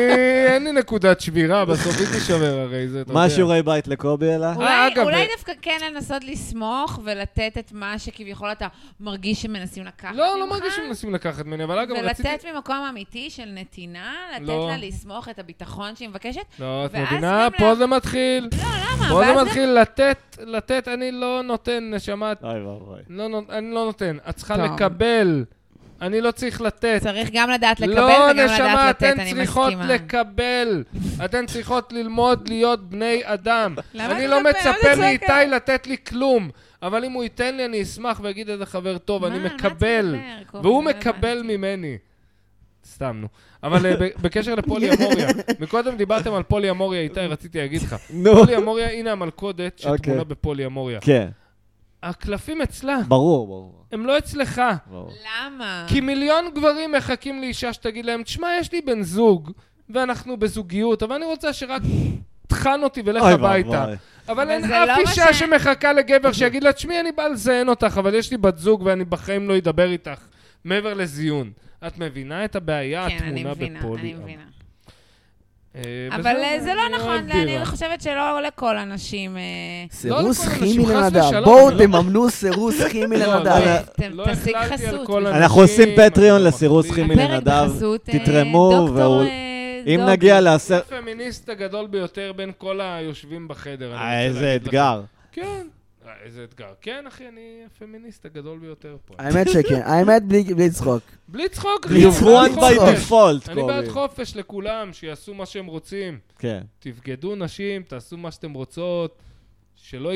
אין לי נקודת שבירה, בסוף היא תישבר הרי, זה אתה יודע.
מה שיעורי בית לקובי אלה?
אה,
אולי,
אגב,
אולי
ו-
דווקא כן לנסות לסמוך ולתת את מה שכביכול אתה מרגיש שמנסים לקחת ממך.
לא, לא מרגיש שמנסים לקחת ממני, אבל אגב, רציתי...
ולתת ממקום אמיתי של נתינה, לתת
לא.
לה לסמוך את הביטחון שהיא מבקשת.
לא, את
ואז
מבינה?
גם
פה
לה-
זה מתחיל.
לא, למה?
פה
ואז
זה
גם-
מתחיל לתת, לתת, אני לא נותן, נשמה, את-
אוי ואבוי.
לא נו- אני לא נותן. את צריכה
טוב.
לקבל. אני לא צריך לתת.
צריך גם לדעת לקבל
לא,
וגם
נשמה,
לדעת לתת,
אתן
אני
צריכות
מסכימה.
לקבל. אתן צריכות ללמוד להיות בני אדם.
למה
אני
את
לא
מצפה- למה
מצפה
אתה צועק
מאיתי
עליי?
לתת לי כלום, אבל אם הוא ייתן לי, אני אשמח ואגיד איזה חבר טוב,
מה?
אני
מה אתה
מקבל.
מדבר, קובי?
והוא
לא
מקבל
הבנתי.
ממני. סתם, נו. אבל אה, ב- בקשר לפוליאמוריה, מקודם דיברתם על פוליאמוריה, איתי, רציתי להגיד לך.
נו.
פוליאמוריה, הנה המלכודת שטמונה
אוקיי.
בפוליאמוריה.
כן,
הקלפים אצלה,
ברור, ברור.
הם לא אצלך.
ברור.
למה?
כי מיליון גברים מחכים לאישה שתגיד להם, תשמע, יש לי בן זוג, ואנחנו בזוגיות, אבל אני רוצה שרק תחן אותי ולך
אוי
הביתה.
ואבוי.
אבל
אבל
אין
זה לא
אף
מה
אישה
ש-
שמחכה לגבר שיגיד לה, תשמעי, אני בא לזיין אותך, אבל יש לי בת זוג ואני בחיים לא אדבר איתך, מעבר לזיון. את מבינה את הבעיה
כן, אני
הטמונה בפולי?
מבינה, אני מבינה.
אה,
אבל
וזהו,
אה, זה
אני
לא נכון,
אוהב בירה.
אני חושבת שלא לכל הנשים... אה,
סירוס
לכל
כימי
אנשים, חס
לנדב.
ושלום,
בואו
לא.
תממנו סירוס כימי
לא,
לנדב.
לא.
ת-
לא
תשיג
החלטתי על
חסות.
כל הנשים,
אנחנו עושים
אני
פטריון
לא
לסירוס
מחליט.
כימי.
הפרק
מנדב,
בחסות, אה,
תתרמו,
דוקטור,
והוא-
אה,
אם
דובי.
נגיע לעשר...
הפמיניסט הגדול ביותר בין כל היושבים בחדר. אני
אה,
רוצה
איזה
להגיד לך.
אתגר.
כן. אה, איזה אתגר. כן, אחי, אני הפמיניסט הגדול ביותר פה.
האמת שכן, האמת בלי בלי צחוק.
בלי צחוק, אני
You
בעד
won by
חופש.
default,
אני בעד
קובי.
חופש לכולם, שיעשו מה שהם רוצים.
כן.
תבגדו נשים, תעשו מה שאתם רוצות, שלא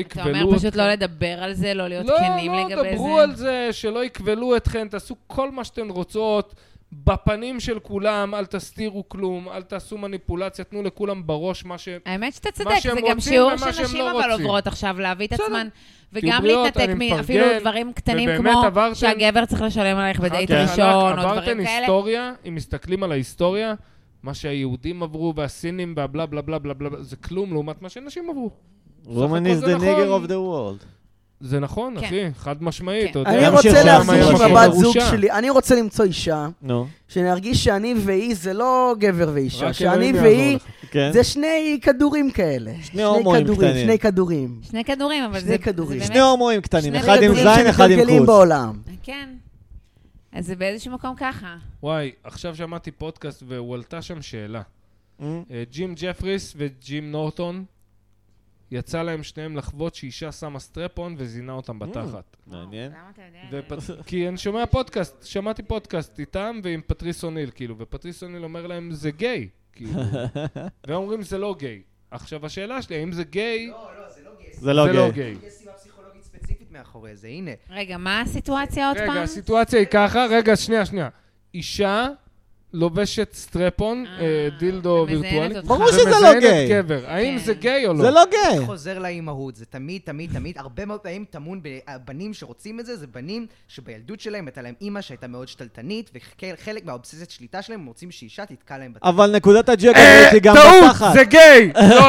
אתה
יכבלו...
אומר פשוט
אתכן.
לא לדבר על זה, לא להיות כנים לגבי זה.
לא, לא, דברו על זה, שלא יכבלו אתכן, תעשו כל מה שאתן רוצות, בפנים של כולם, אל תסתירו כלום, אל תעשו מניפולציה, תנו לכולם בראש מה ש...
האמת שאתה צודק,
מה שהם
זה גם
רוצים
שיעור
ומה שהם
שנשים
לא
אבל
רוצים.
עוברות עכשיו להביא את
בסדר.
עצמן,
תהיו
וגם
בריאות,
להתנתק
אני מפרגן,
מאפילו דברים קטנים
ובאמת
כמו
עברתם-
שהגבר צריך לשלם עלייך בדייט
חד
ראשון,
וחלק,
או דברים
עברתם
כאלה.
היסטוריה, אם מסתכלים על ההיסטוריה, מה שהיהודים עברו והסינים והבלה בלה בלה בלה בלה, זה כלום לעומת מה שנשים עברו.
Woman
הכל
is
זה
the
נכון.
nigger of the world.
זה נכון,
כן.
אחי, חד משמעית.
כן.
אתה יודע,
אני
גם
רוצה
שחלם
להרגיש
היה
עם
מקום
הבת זוג
מרושע.
שלי, אני רוצה למצוא אישה,
נו,
שנרגיש שאני והיא זה לא גבר ואישה,
רק
שאני
אלוהים
והיא
יעזור לך.
כן.
זה שני כדורים כאלה. שני
הומואים
כדורים,
קטנים.
שני כדורים.
שני כדורים, אבל
שני
זה זה
כדורים.
באמת...
שני הומואים קטנים,
שני
אחד עם
כדורים
זין, אחד עם
שמתגלגלים
כוס.
בעולם.
כן. אז זה באיזשהו מקום ככה.
וואי, עכשיו שמעתי פודקאסט והועלתה שם שאלה.
אמ,
אה, ג'ים ג'פריס וג'ים נורטון, יצא להם שניהם לחוות שאישה שמה סטרפון וזינה אותם
Mm.
בתחת.
מעניין.
למה אתה יודע?
ופ- כי אני שומע פודקאסט, שמעתי פודקאסט איתם ועם פטריס אוניל, כאילו, ופטריס אוניל אומר להם, זה גיי, כאילו, והם אומרים, זה לא גיי. עכשיו, השאלה שלי, האם זה גיי?
לא, לא, זה לא גיי.
זה לא
זה לא
גיי.
גיי.
יש סיבה פסיכולוגית ספציפית מאחורי זה, הנה.
רגע, מה הסיטואציה עוד פעם?
רגע, הסיטואציה היא ככה, רגע, שנייה, שנייה. אישה לובשת סטרפון,
אה,
אה, דילדו
ומזיינת
וירטואלי.
אותך.
ברור שזה לא גיי.
ומזיינת גבר. האם
כן.
זה גיי או לא?
זה לא
כן.
גיי.
אה, חוזר לאימהות, זה תמיד, תמיד, תמיד, הרבה מאוד פעמים טמון בבנים שרוצים את זה, זה בנים שבילדות שלהם הייתה להם אימא שהייתה מאוד שתלטנית, וחלק מהאובססיית שליטה שלהם הם רוצים שאישה תתקע להם בתחת.
אבל נקודת
אה,
הג'קרות היא גם
טעות,
בתחת.
זה גיי! לא,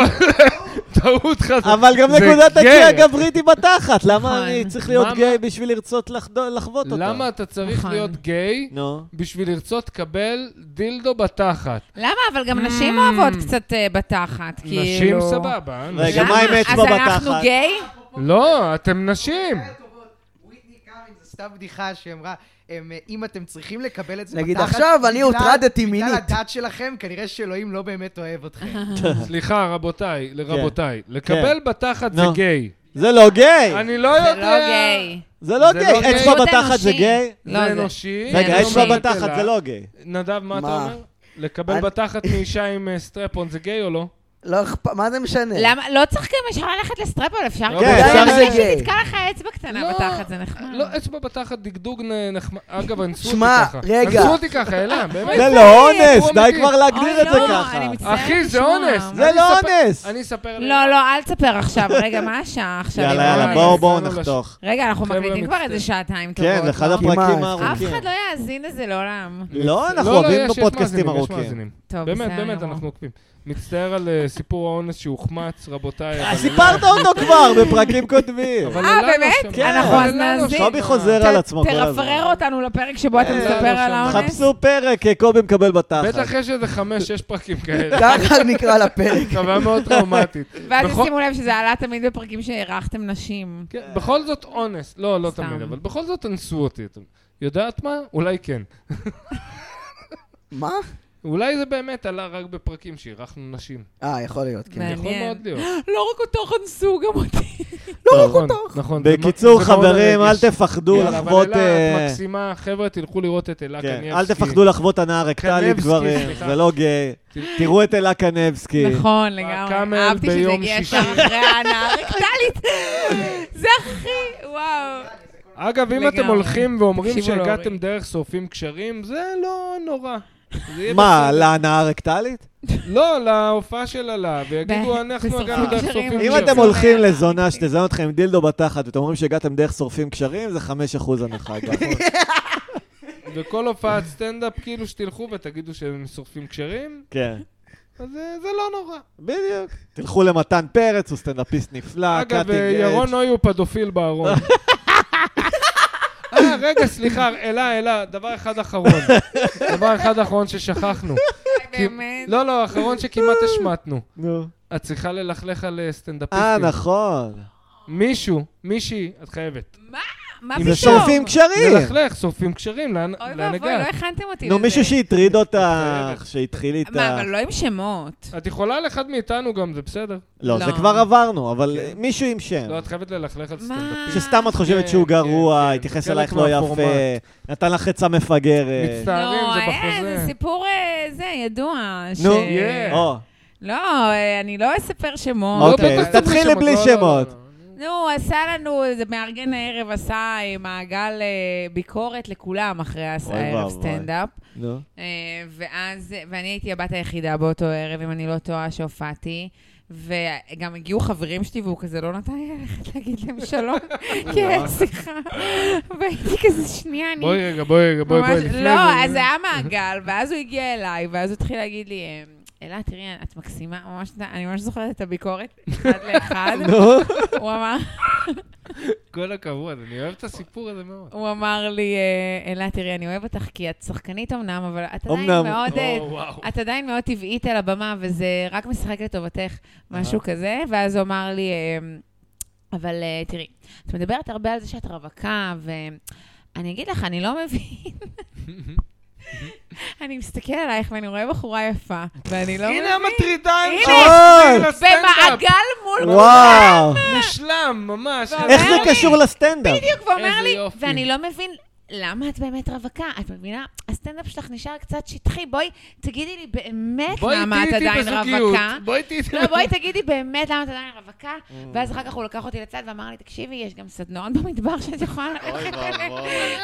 טעות חזק.
אבל גם
זה
נקודת
גיי.
הג'י הגברית היא בתחת. למה
נכון.
אני צריך להיות
למה-
גיי בשביל לרצות לחדו- לחוות אותה?
למה אתה צריך
נכון.
להיות גיי
נו.
בשביל לרצות לקבל דילדו בתחת?
למה? אבל גם נשים אוהבות קצת אה, בתחת, כאילו.
Hmm. נשים סבבה. אה?
רגע,
נשים-
מה עם אצבע
אז אנחנו
בתחת?
גיי?
לא, אתם נשים.
וויטני קארין זו סתם בדיחה שהיא אמרה, "אמ, אם אתם צריכים לקבל את זה
נגיד, עכשיו אני
בגלל-
הוטרדתי
בגלל
מינית."
הדת שלכם, כנראה שאלוהים לא באמת אוהב אתכם.
סליחה, רבותיי, לרבותיי. לקבל בתחת זה
כן. נו.
גיי.
זה לא גיי.
אני לא יודע...
זה לא גיי.
זה לא
זה
גיי.
לא גיי.
אצבע
פשוט
בתחת זה
אנושי.
גיי?
לא,
זה
זה-
אנושי.
רגע,
זה
אצבע
אנושי.
בתחת זה לא גיי.
נדב, מה אתה
מה?
אומר? לקבל
אני-
בתחת מאישה עם אה, סטרפון זה גיי או לא?
לא אכפת, מה זה משנה?
למה, לא צריך גם אפשר ללכת לסטרפ-על, אפשר
כן,
גם...
אפשר
גם
זה
אם
גיי.
תתקע לך אצבע קטנה בתחת, זה נחמד.
לא, אצבע בתחת, דגדוג נ- נחמד. אגב, אנסו אותי
שמע,
ככה.
רגע.
אנסו אותי ככה, אלה, באמת.
זה לא אונס,
הוא
די
אמיתי.
כבר להגדיר
אוי,
את זה
לא,
ככה.
אני מצטערת
אחי, זה
לשמוע.
אונס.
זה
אני
לא
אספר-
אונס.
אני אספר...
לא, לא, אל תספר עכשיו. רגע, מה השעה עכשיו?
יאללה,
אני-
יאללה,
אני-
בואו
אני-
בואו
אני-
נחתוך.
רגע, אנחנו
חבר'ה,
מקליטים כבר
מצטער.
איזה שעתיים טובות.
כן, זה אחד כן.
לא?
הפרקים
מה,
אף
הארוכים.
אחד לא יאזין לזה לעולם.
לא, אנחנו
לא, לא,
אוהבים
יש- יש
בפודקאסטים
מאזינים, יש
ארוכים.
מאזינים.
טוב,
באמת,
בסדר
באמת,
גמור.
אנחנו עוקבים. מצטער על אה, סיפור האונס שהוחמץ, רבותיי. אבל- לא.
סיפרת אותו כבר בפרקים קודמים.
אבל
אה,
אלה לא
באמת?
שם.
כן.
אלה
אנחנו אז
לא שם.
נאזין.
שבי חוזר על עצמו
ת-
כל הזמן.
תרפרר אותנו לפרק שבו אתה
אה,
מספר
לא, לא
על
שם.
האונס.
חפשו פרק, אה, קובי מקבל בתחת.
בטח יש איזה חמש, שש פרקים כאלה.
ככה נקרא לפרק.
חוויה מאוד טראומטית.
ואז
בכל-
תשימו לב שזה עלה תמיד בפרקים שאירחתם נשים.
אה.
כן, בכל זאת אונס. לא, לא
סתם.
תמיד, אבל בכל זאת אנסו אותי. אתם- יודעת מה? אולי כן.
מה?
אולי זה באמת עלה רק בפרקים שאירחנו נשים.
אה, יכול להיות, כן.
מעניין.
יכול מאוד להיות.
לא רק אותו חנסו, גם אותי.
טוב.
נכון, נכון. זה מאוד-
בקיצור,
זה מאוד
חברים, אל
מרגש.
תפחדו
יאללה,
לחוות...
אבל אלה
אה,
את מקסימה, חבר'ה, תלכו לראות את אלה
כן,
קניאבסקי.
אל תפחדו לחוות הנאה רקטלית
קניבסקי,
גברים,
סליחה.
זה לא גיי. תראו את אלה קנבסקי.
נכון, לגמרי.
בקאמל
אהבתי שזה
ביום
הגיע
שישי.
ישר אחרי ההנאה הרקטלית. זה הכי, וואו.
אגב, אם
לגמרי.
אתם הולכים ואומרים
תקשיבו להורים.
שהגעתם דרך שורפים קשרים, זה לא נורא. זה יהיה
מה,
בסדר.
להנאה רקטלית?
לא, להופעה של אלה, ויגידו,
ב-
אנחנו
בשורפים
הגענו דרך
קשרים,
שורפים
אני
אם
קשרים.
אתם
שומע.
הולכים לזונה שתזיין אתכם עם דילדו בתחת ואתם אומרים שהגעתם דרך שורפים קשרים, זה 5% הנחה. גם.
וכל הופעת סטנדאפ, כאילו שתלכו ותגידו שהם שורפים קשרים,
כן,
אז זה זה לא נורא.
בדיוק. תלכו למתן פרץ, הוא סטנדאפיסט נפלא,
אגב, אה,
קאטינג אדג'.
ירון לא- נוי הוא פדופיל בארון. אה, רגע, סליחה, אלה, אלה, דבר אחד אחרון. דבר אחד אחרון ששכחנו. כי-
באמת.
לא, לא, אחרון שכמעט השמטנו.
נו.
את צריכה ללכלך על אה, סטנדאפיסטים.
אה, נכון.
מישהו, מישהי, את חייבת.
מה
אם זה
פתאום?
שורפים קשרים.
ללכלך, שורפים קשרים, לאן
אוי
לאן
ואבוי, לא
הגעת?
הכנתם אותי לזה.
נו, מישהו שהטריד אותך,
חייבת.
שהתחיל
מה,
איתך.
אבל לא עם שמות.
את יכולה על אחד מאיתנו גם, זה בסדר.
לא, זה
לא.
כבר עברנו, אבל מישהו עם שם.
לא, את חייבת ללכלך על
מה?
סטנדאפיסט.
שסתם את חושבת
כן,
שהוא
כן,
גרוע,
כן,
התייחס
זה חלק
אלייך לא יפה,
מהפורמט.
נתן לך חצה מפגרת.
מצטערים,
לא,
זה
היה, זה
בחוזה.
סיפור, אה, זה, ידוע. ש-
נו,
Yeah.
אה.
או,
לא, אה, אני לא אספר
לא,
שמות.
אוקיי, אז
בטח תעשו
תתחילי
שמות,
בלי
לא, לא, לא,
שמות.
לא, לא.
נו, עשה לנו, זה מארגן הערב עשה אה, מעגל אה, ביקורת לכולם אחרי הס-
אוי
הערב
ואבוי.
סטנדאפ.
נו.
אה, ואז, ואני הייתי הבת היחידה באותו ערב, אם אני לא טועה, שהופעתי. וגם הגיעו חברים שלי, והוא כזה לא נתן לי ללכת להגיד להם שלום, כי היה שיחה. והייתי כזה, שנייה, אני...
בואי רגע, בואי רגע, בואי, בואי,
ממש-
לפני
לא,
זה-
אז זה היה מעגל, ואז הוא הגיע אליי, ואז הוא התחיל להגיד לי, אה, אלה, תראי, את מקסימה, ממש, אני ממש זוכרת את הביקורת, אחד לאחד. הוא אמר,
כל הכבוד, אני אוהב את הסיפור הזה מאוד.
הוא אמר לי, אה, אלה, תראי, אני אוהב אותך כי את שחקנית אמנם, אבל את עדיין
אמנם.
מאוד... אה,
או, וואו.
את עדיין מאוד טבעית על הבמה, וזה רק משחק לטובתך, משהו כזה. ואז הוא אמר לי, אמ, אבל אה, תראי, את מדברת הרבה על זה שאת רווקה, ואני אגיד לך, אני לא מבין. אני מסתכל עלייך ואני רואה בחורה יפה, ואני לא מבין.
הנה המטרידה עם
הנה,
שהולכים לסטנדאפ.
במעגל מול...
וואו,
מושלם, ממש.
איך זה
אומר לי-
קשור לסטנדאפ?
בדיוק, ואומר
איזה
לי,
יופי.
ואני לא מבין... למה את באמת רווקה? את מבינה? הסטנדאפ שלך נשאר קצת שטחי. בואי, תגידי לי באמת
בואי
למה את
איתי
עדיין
בזוגיות,
רווקה.
בואי איתי איתי.
לא, בואי תגידי באמת למה את עדיין רווקה,
Mm.
ואז אחר כך הוא לקח אותי לצד ואמר לי, תקשיבי, יש גם סדנאות במדבר שאת יכולה ללכת אליהן.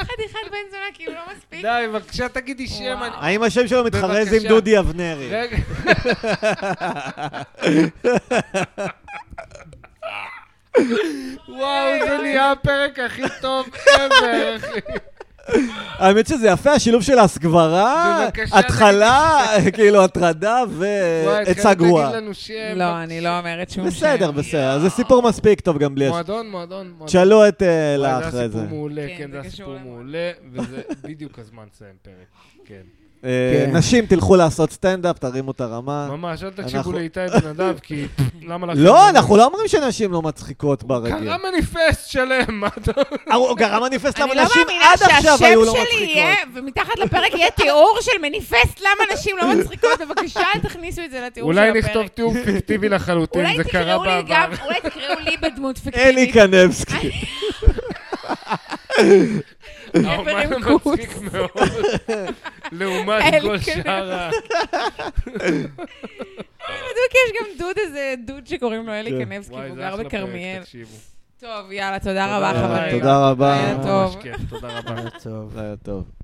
חתיכת בן זונה, כי הוא לא מספיק.
די, בבקשה תגידי שם.
וואו.
אני-
האם השם שלו מתחרז עם
בבקשה.
דודי אבנרי?
רגע. וואו, זה נהיה הפרק הכי טוב ever, אחי.
האמת שזה יפה, השילוב של הסגברה,
בבקשה,
התחלה, כאילו הטרדה
וואי, את
ועצה
חייבת
גרועה.
להגיד לנו שם.
לא, אני לא אומרת שום שם.
בסדר, בסדר, זה סיפור מספיק טוב גם בלי... הש-
מועדון, מועדון, מועדון.
תשאלו את אה,
וואי,
אלה אחרי
זה
זה.
היה סיפור מעולה,
כן, זה
כן, זה
קשור
היה סיפור
לנו.
מעולה, וזה בדיוק הזמן לסיים פרק, כן.
אה,
כן.
נשים, תלכו לעשות סטנדאפ, תרימו את הרמה.
ממש, אל
אה. אנחנו-
תקשיבו לאיתי בן נדב, כי פפ, למה לכם...
לא, אנחנו לא אומרים שנשים לא מצחיקות ברגיל. אה,
קרה מניפסט שלם, מה אתה...
הוא קרא מניפסט
אני
למה
לא
נשים
מאמינה
עד עכשיו
שהשם
היו לא
שלי יהיה,
מצחיקות.
ומתחת לפרק יהיה תיאור של מניפסט למה נשים לא מצחיקות. בבקשה, אל תכניסו את זה לתיאור של
אולי
הפרק.
נכתוב תיאור פיקטיבי לחלוטין,
אולי
זה קרה
תקראו לי
בעבר.
גם, אולי תקראו לי בדמות פיקטיבית.
אלי קנבסקי.
לא, האומן
גבר עם כוס.
המצחיק מאוד, לעומת כל
אלקין.
שאר ה...
בדיוק יש גם דוד, איזה דוד שקוראים לו אלי
כן.
קנבסקי,
וואי,
והוא
זה
גר
אחלה פרק,
בכרמיאל.
תקשיבו.
טוב, יאללה, תודה רבה,
רבה.
חברים.
אה, תודה רבה.
היה
ממש
טוב.
כיף, תודה רבה.
טוב.
היה טוב.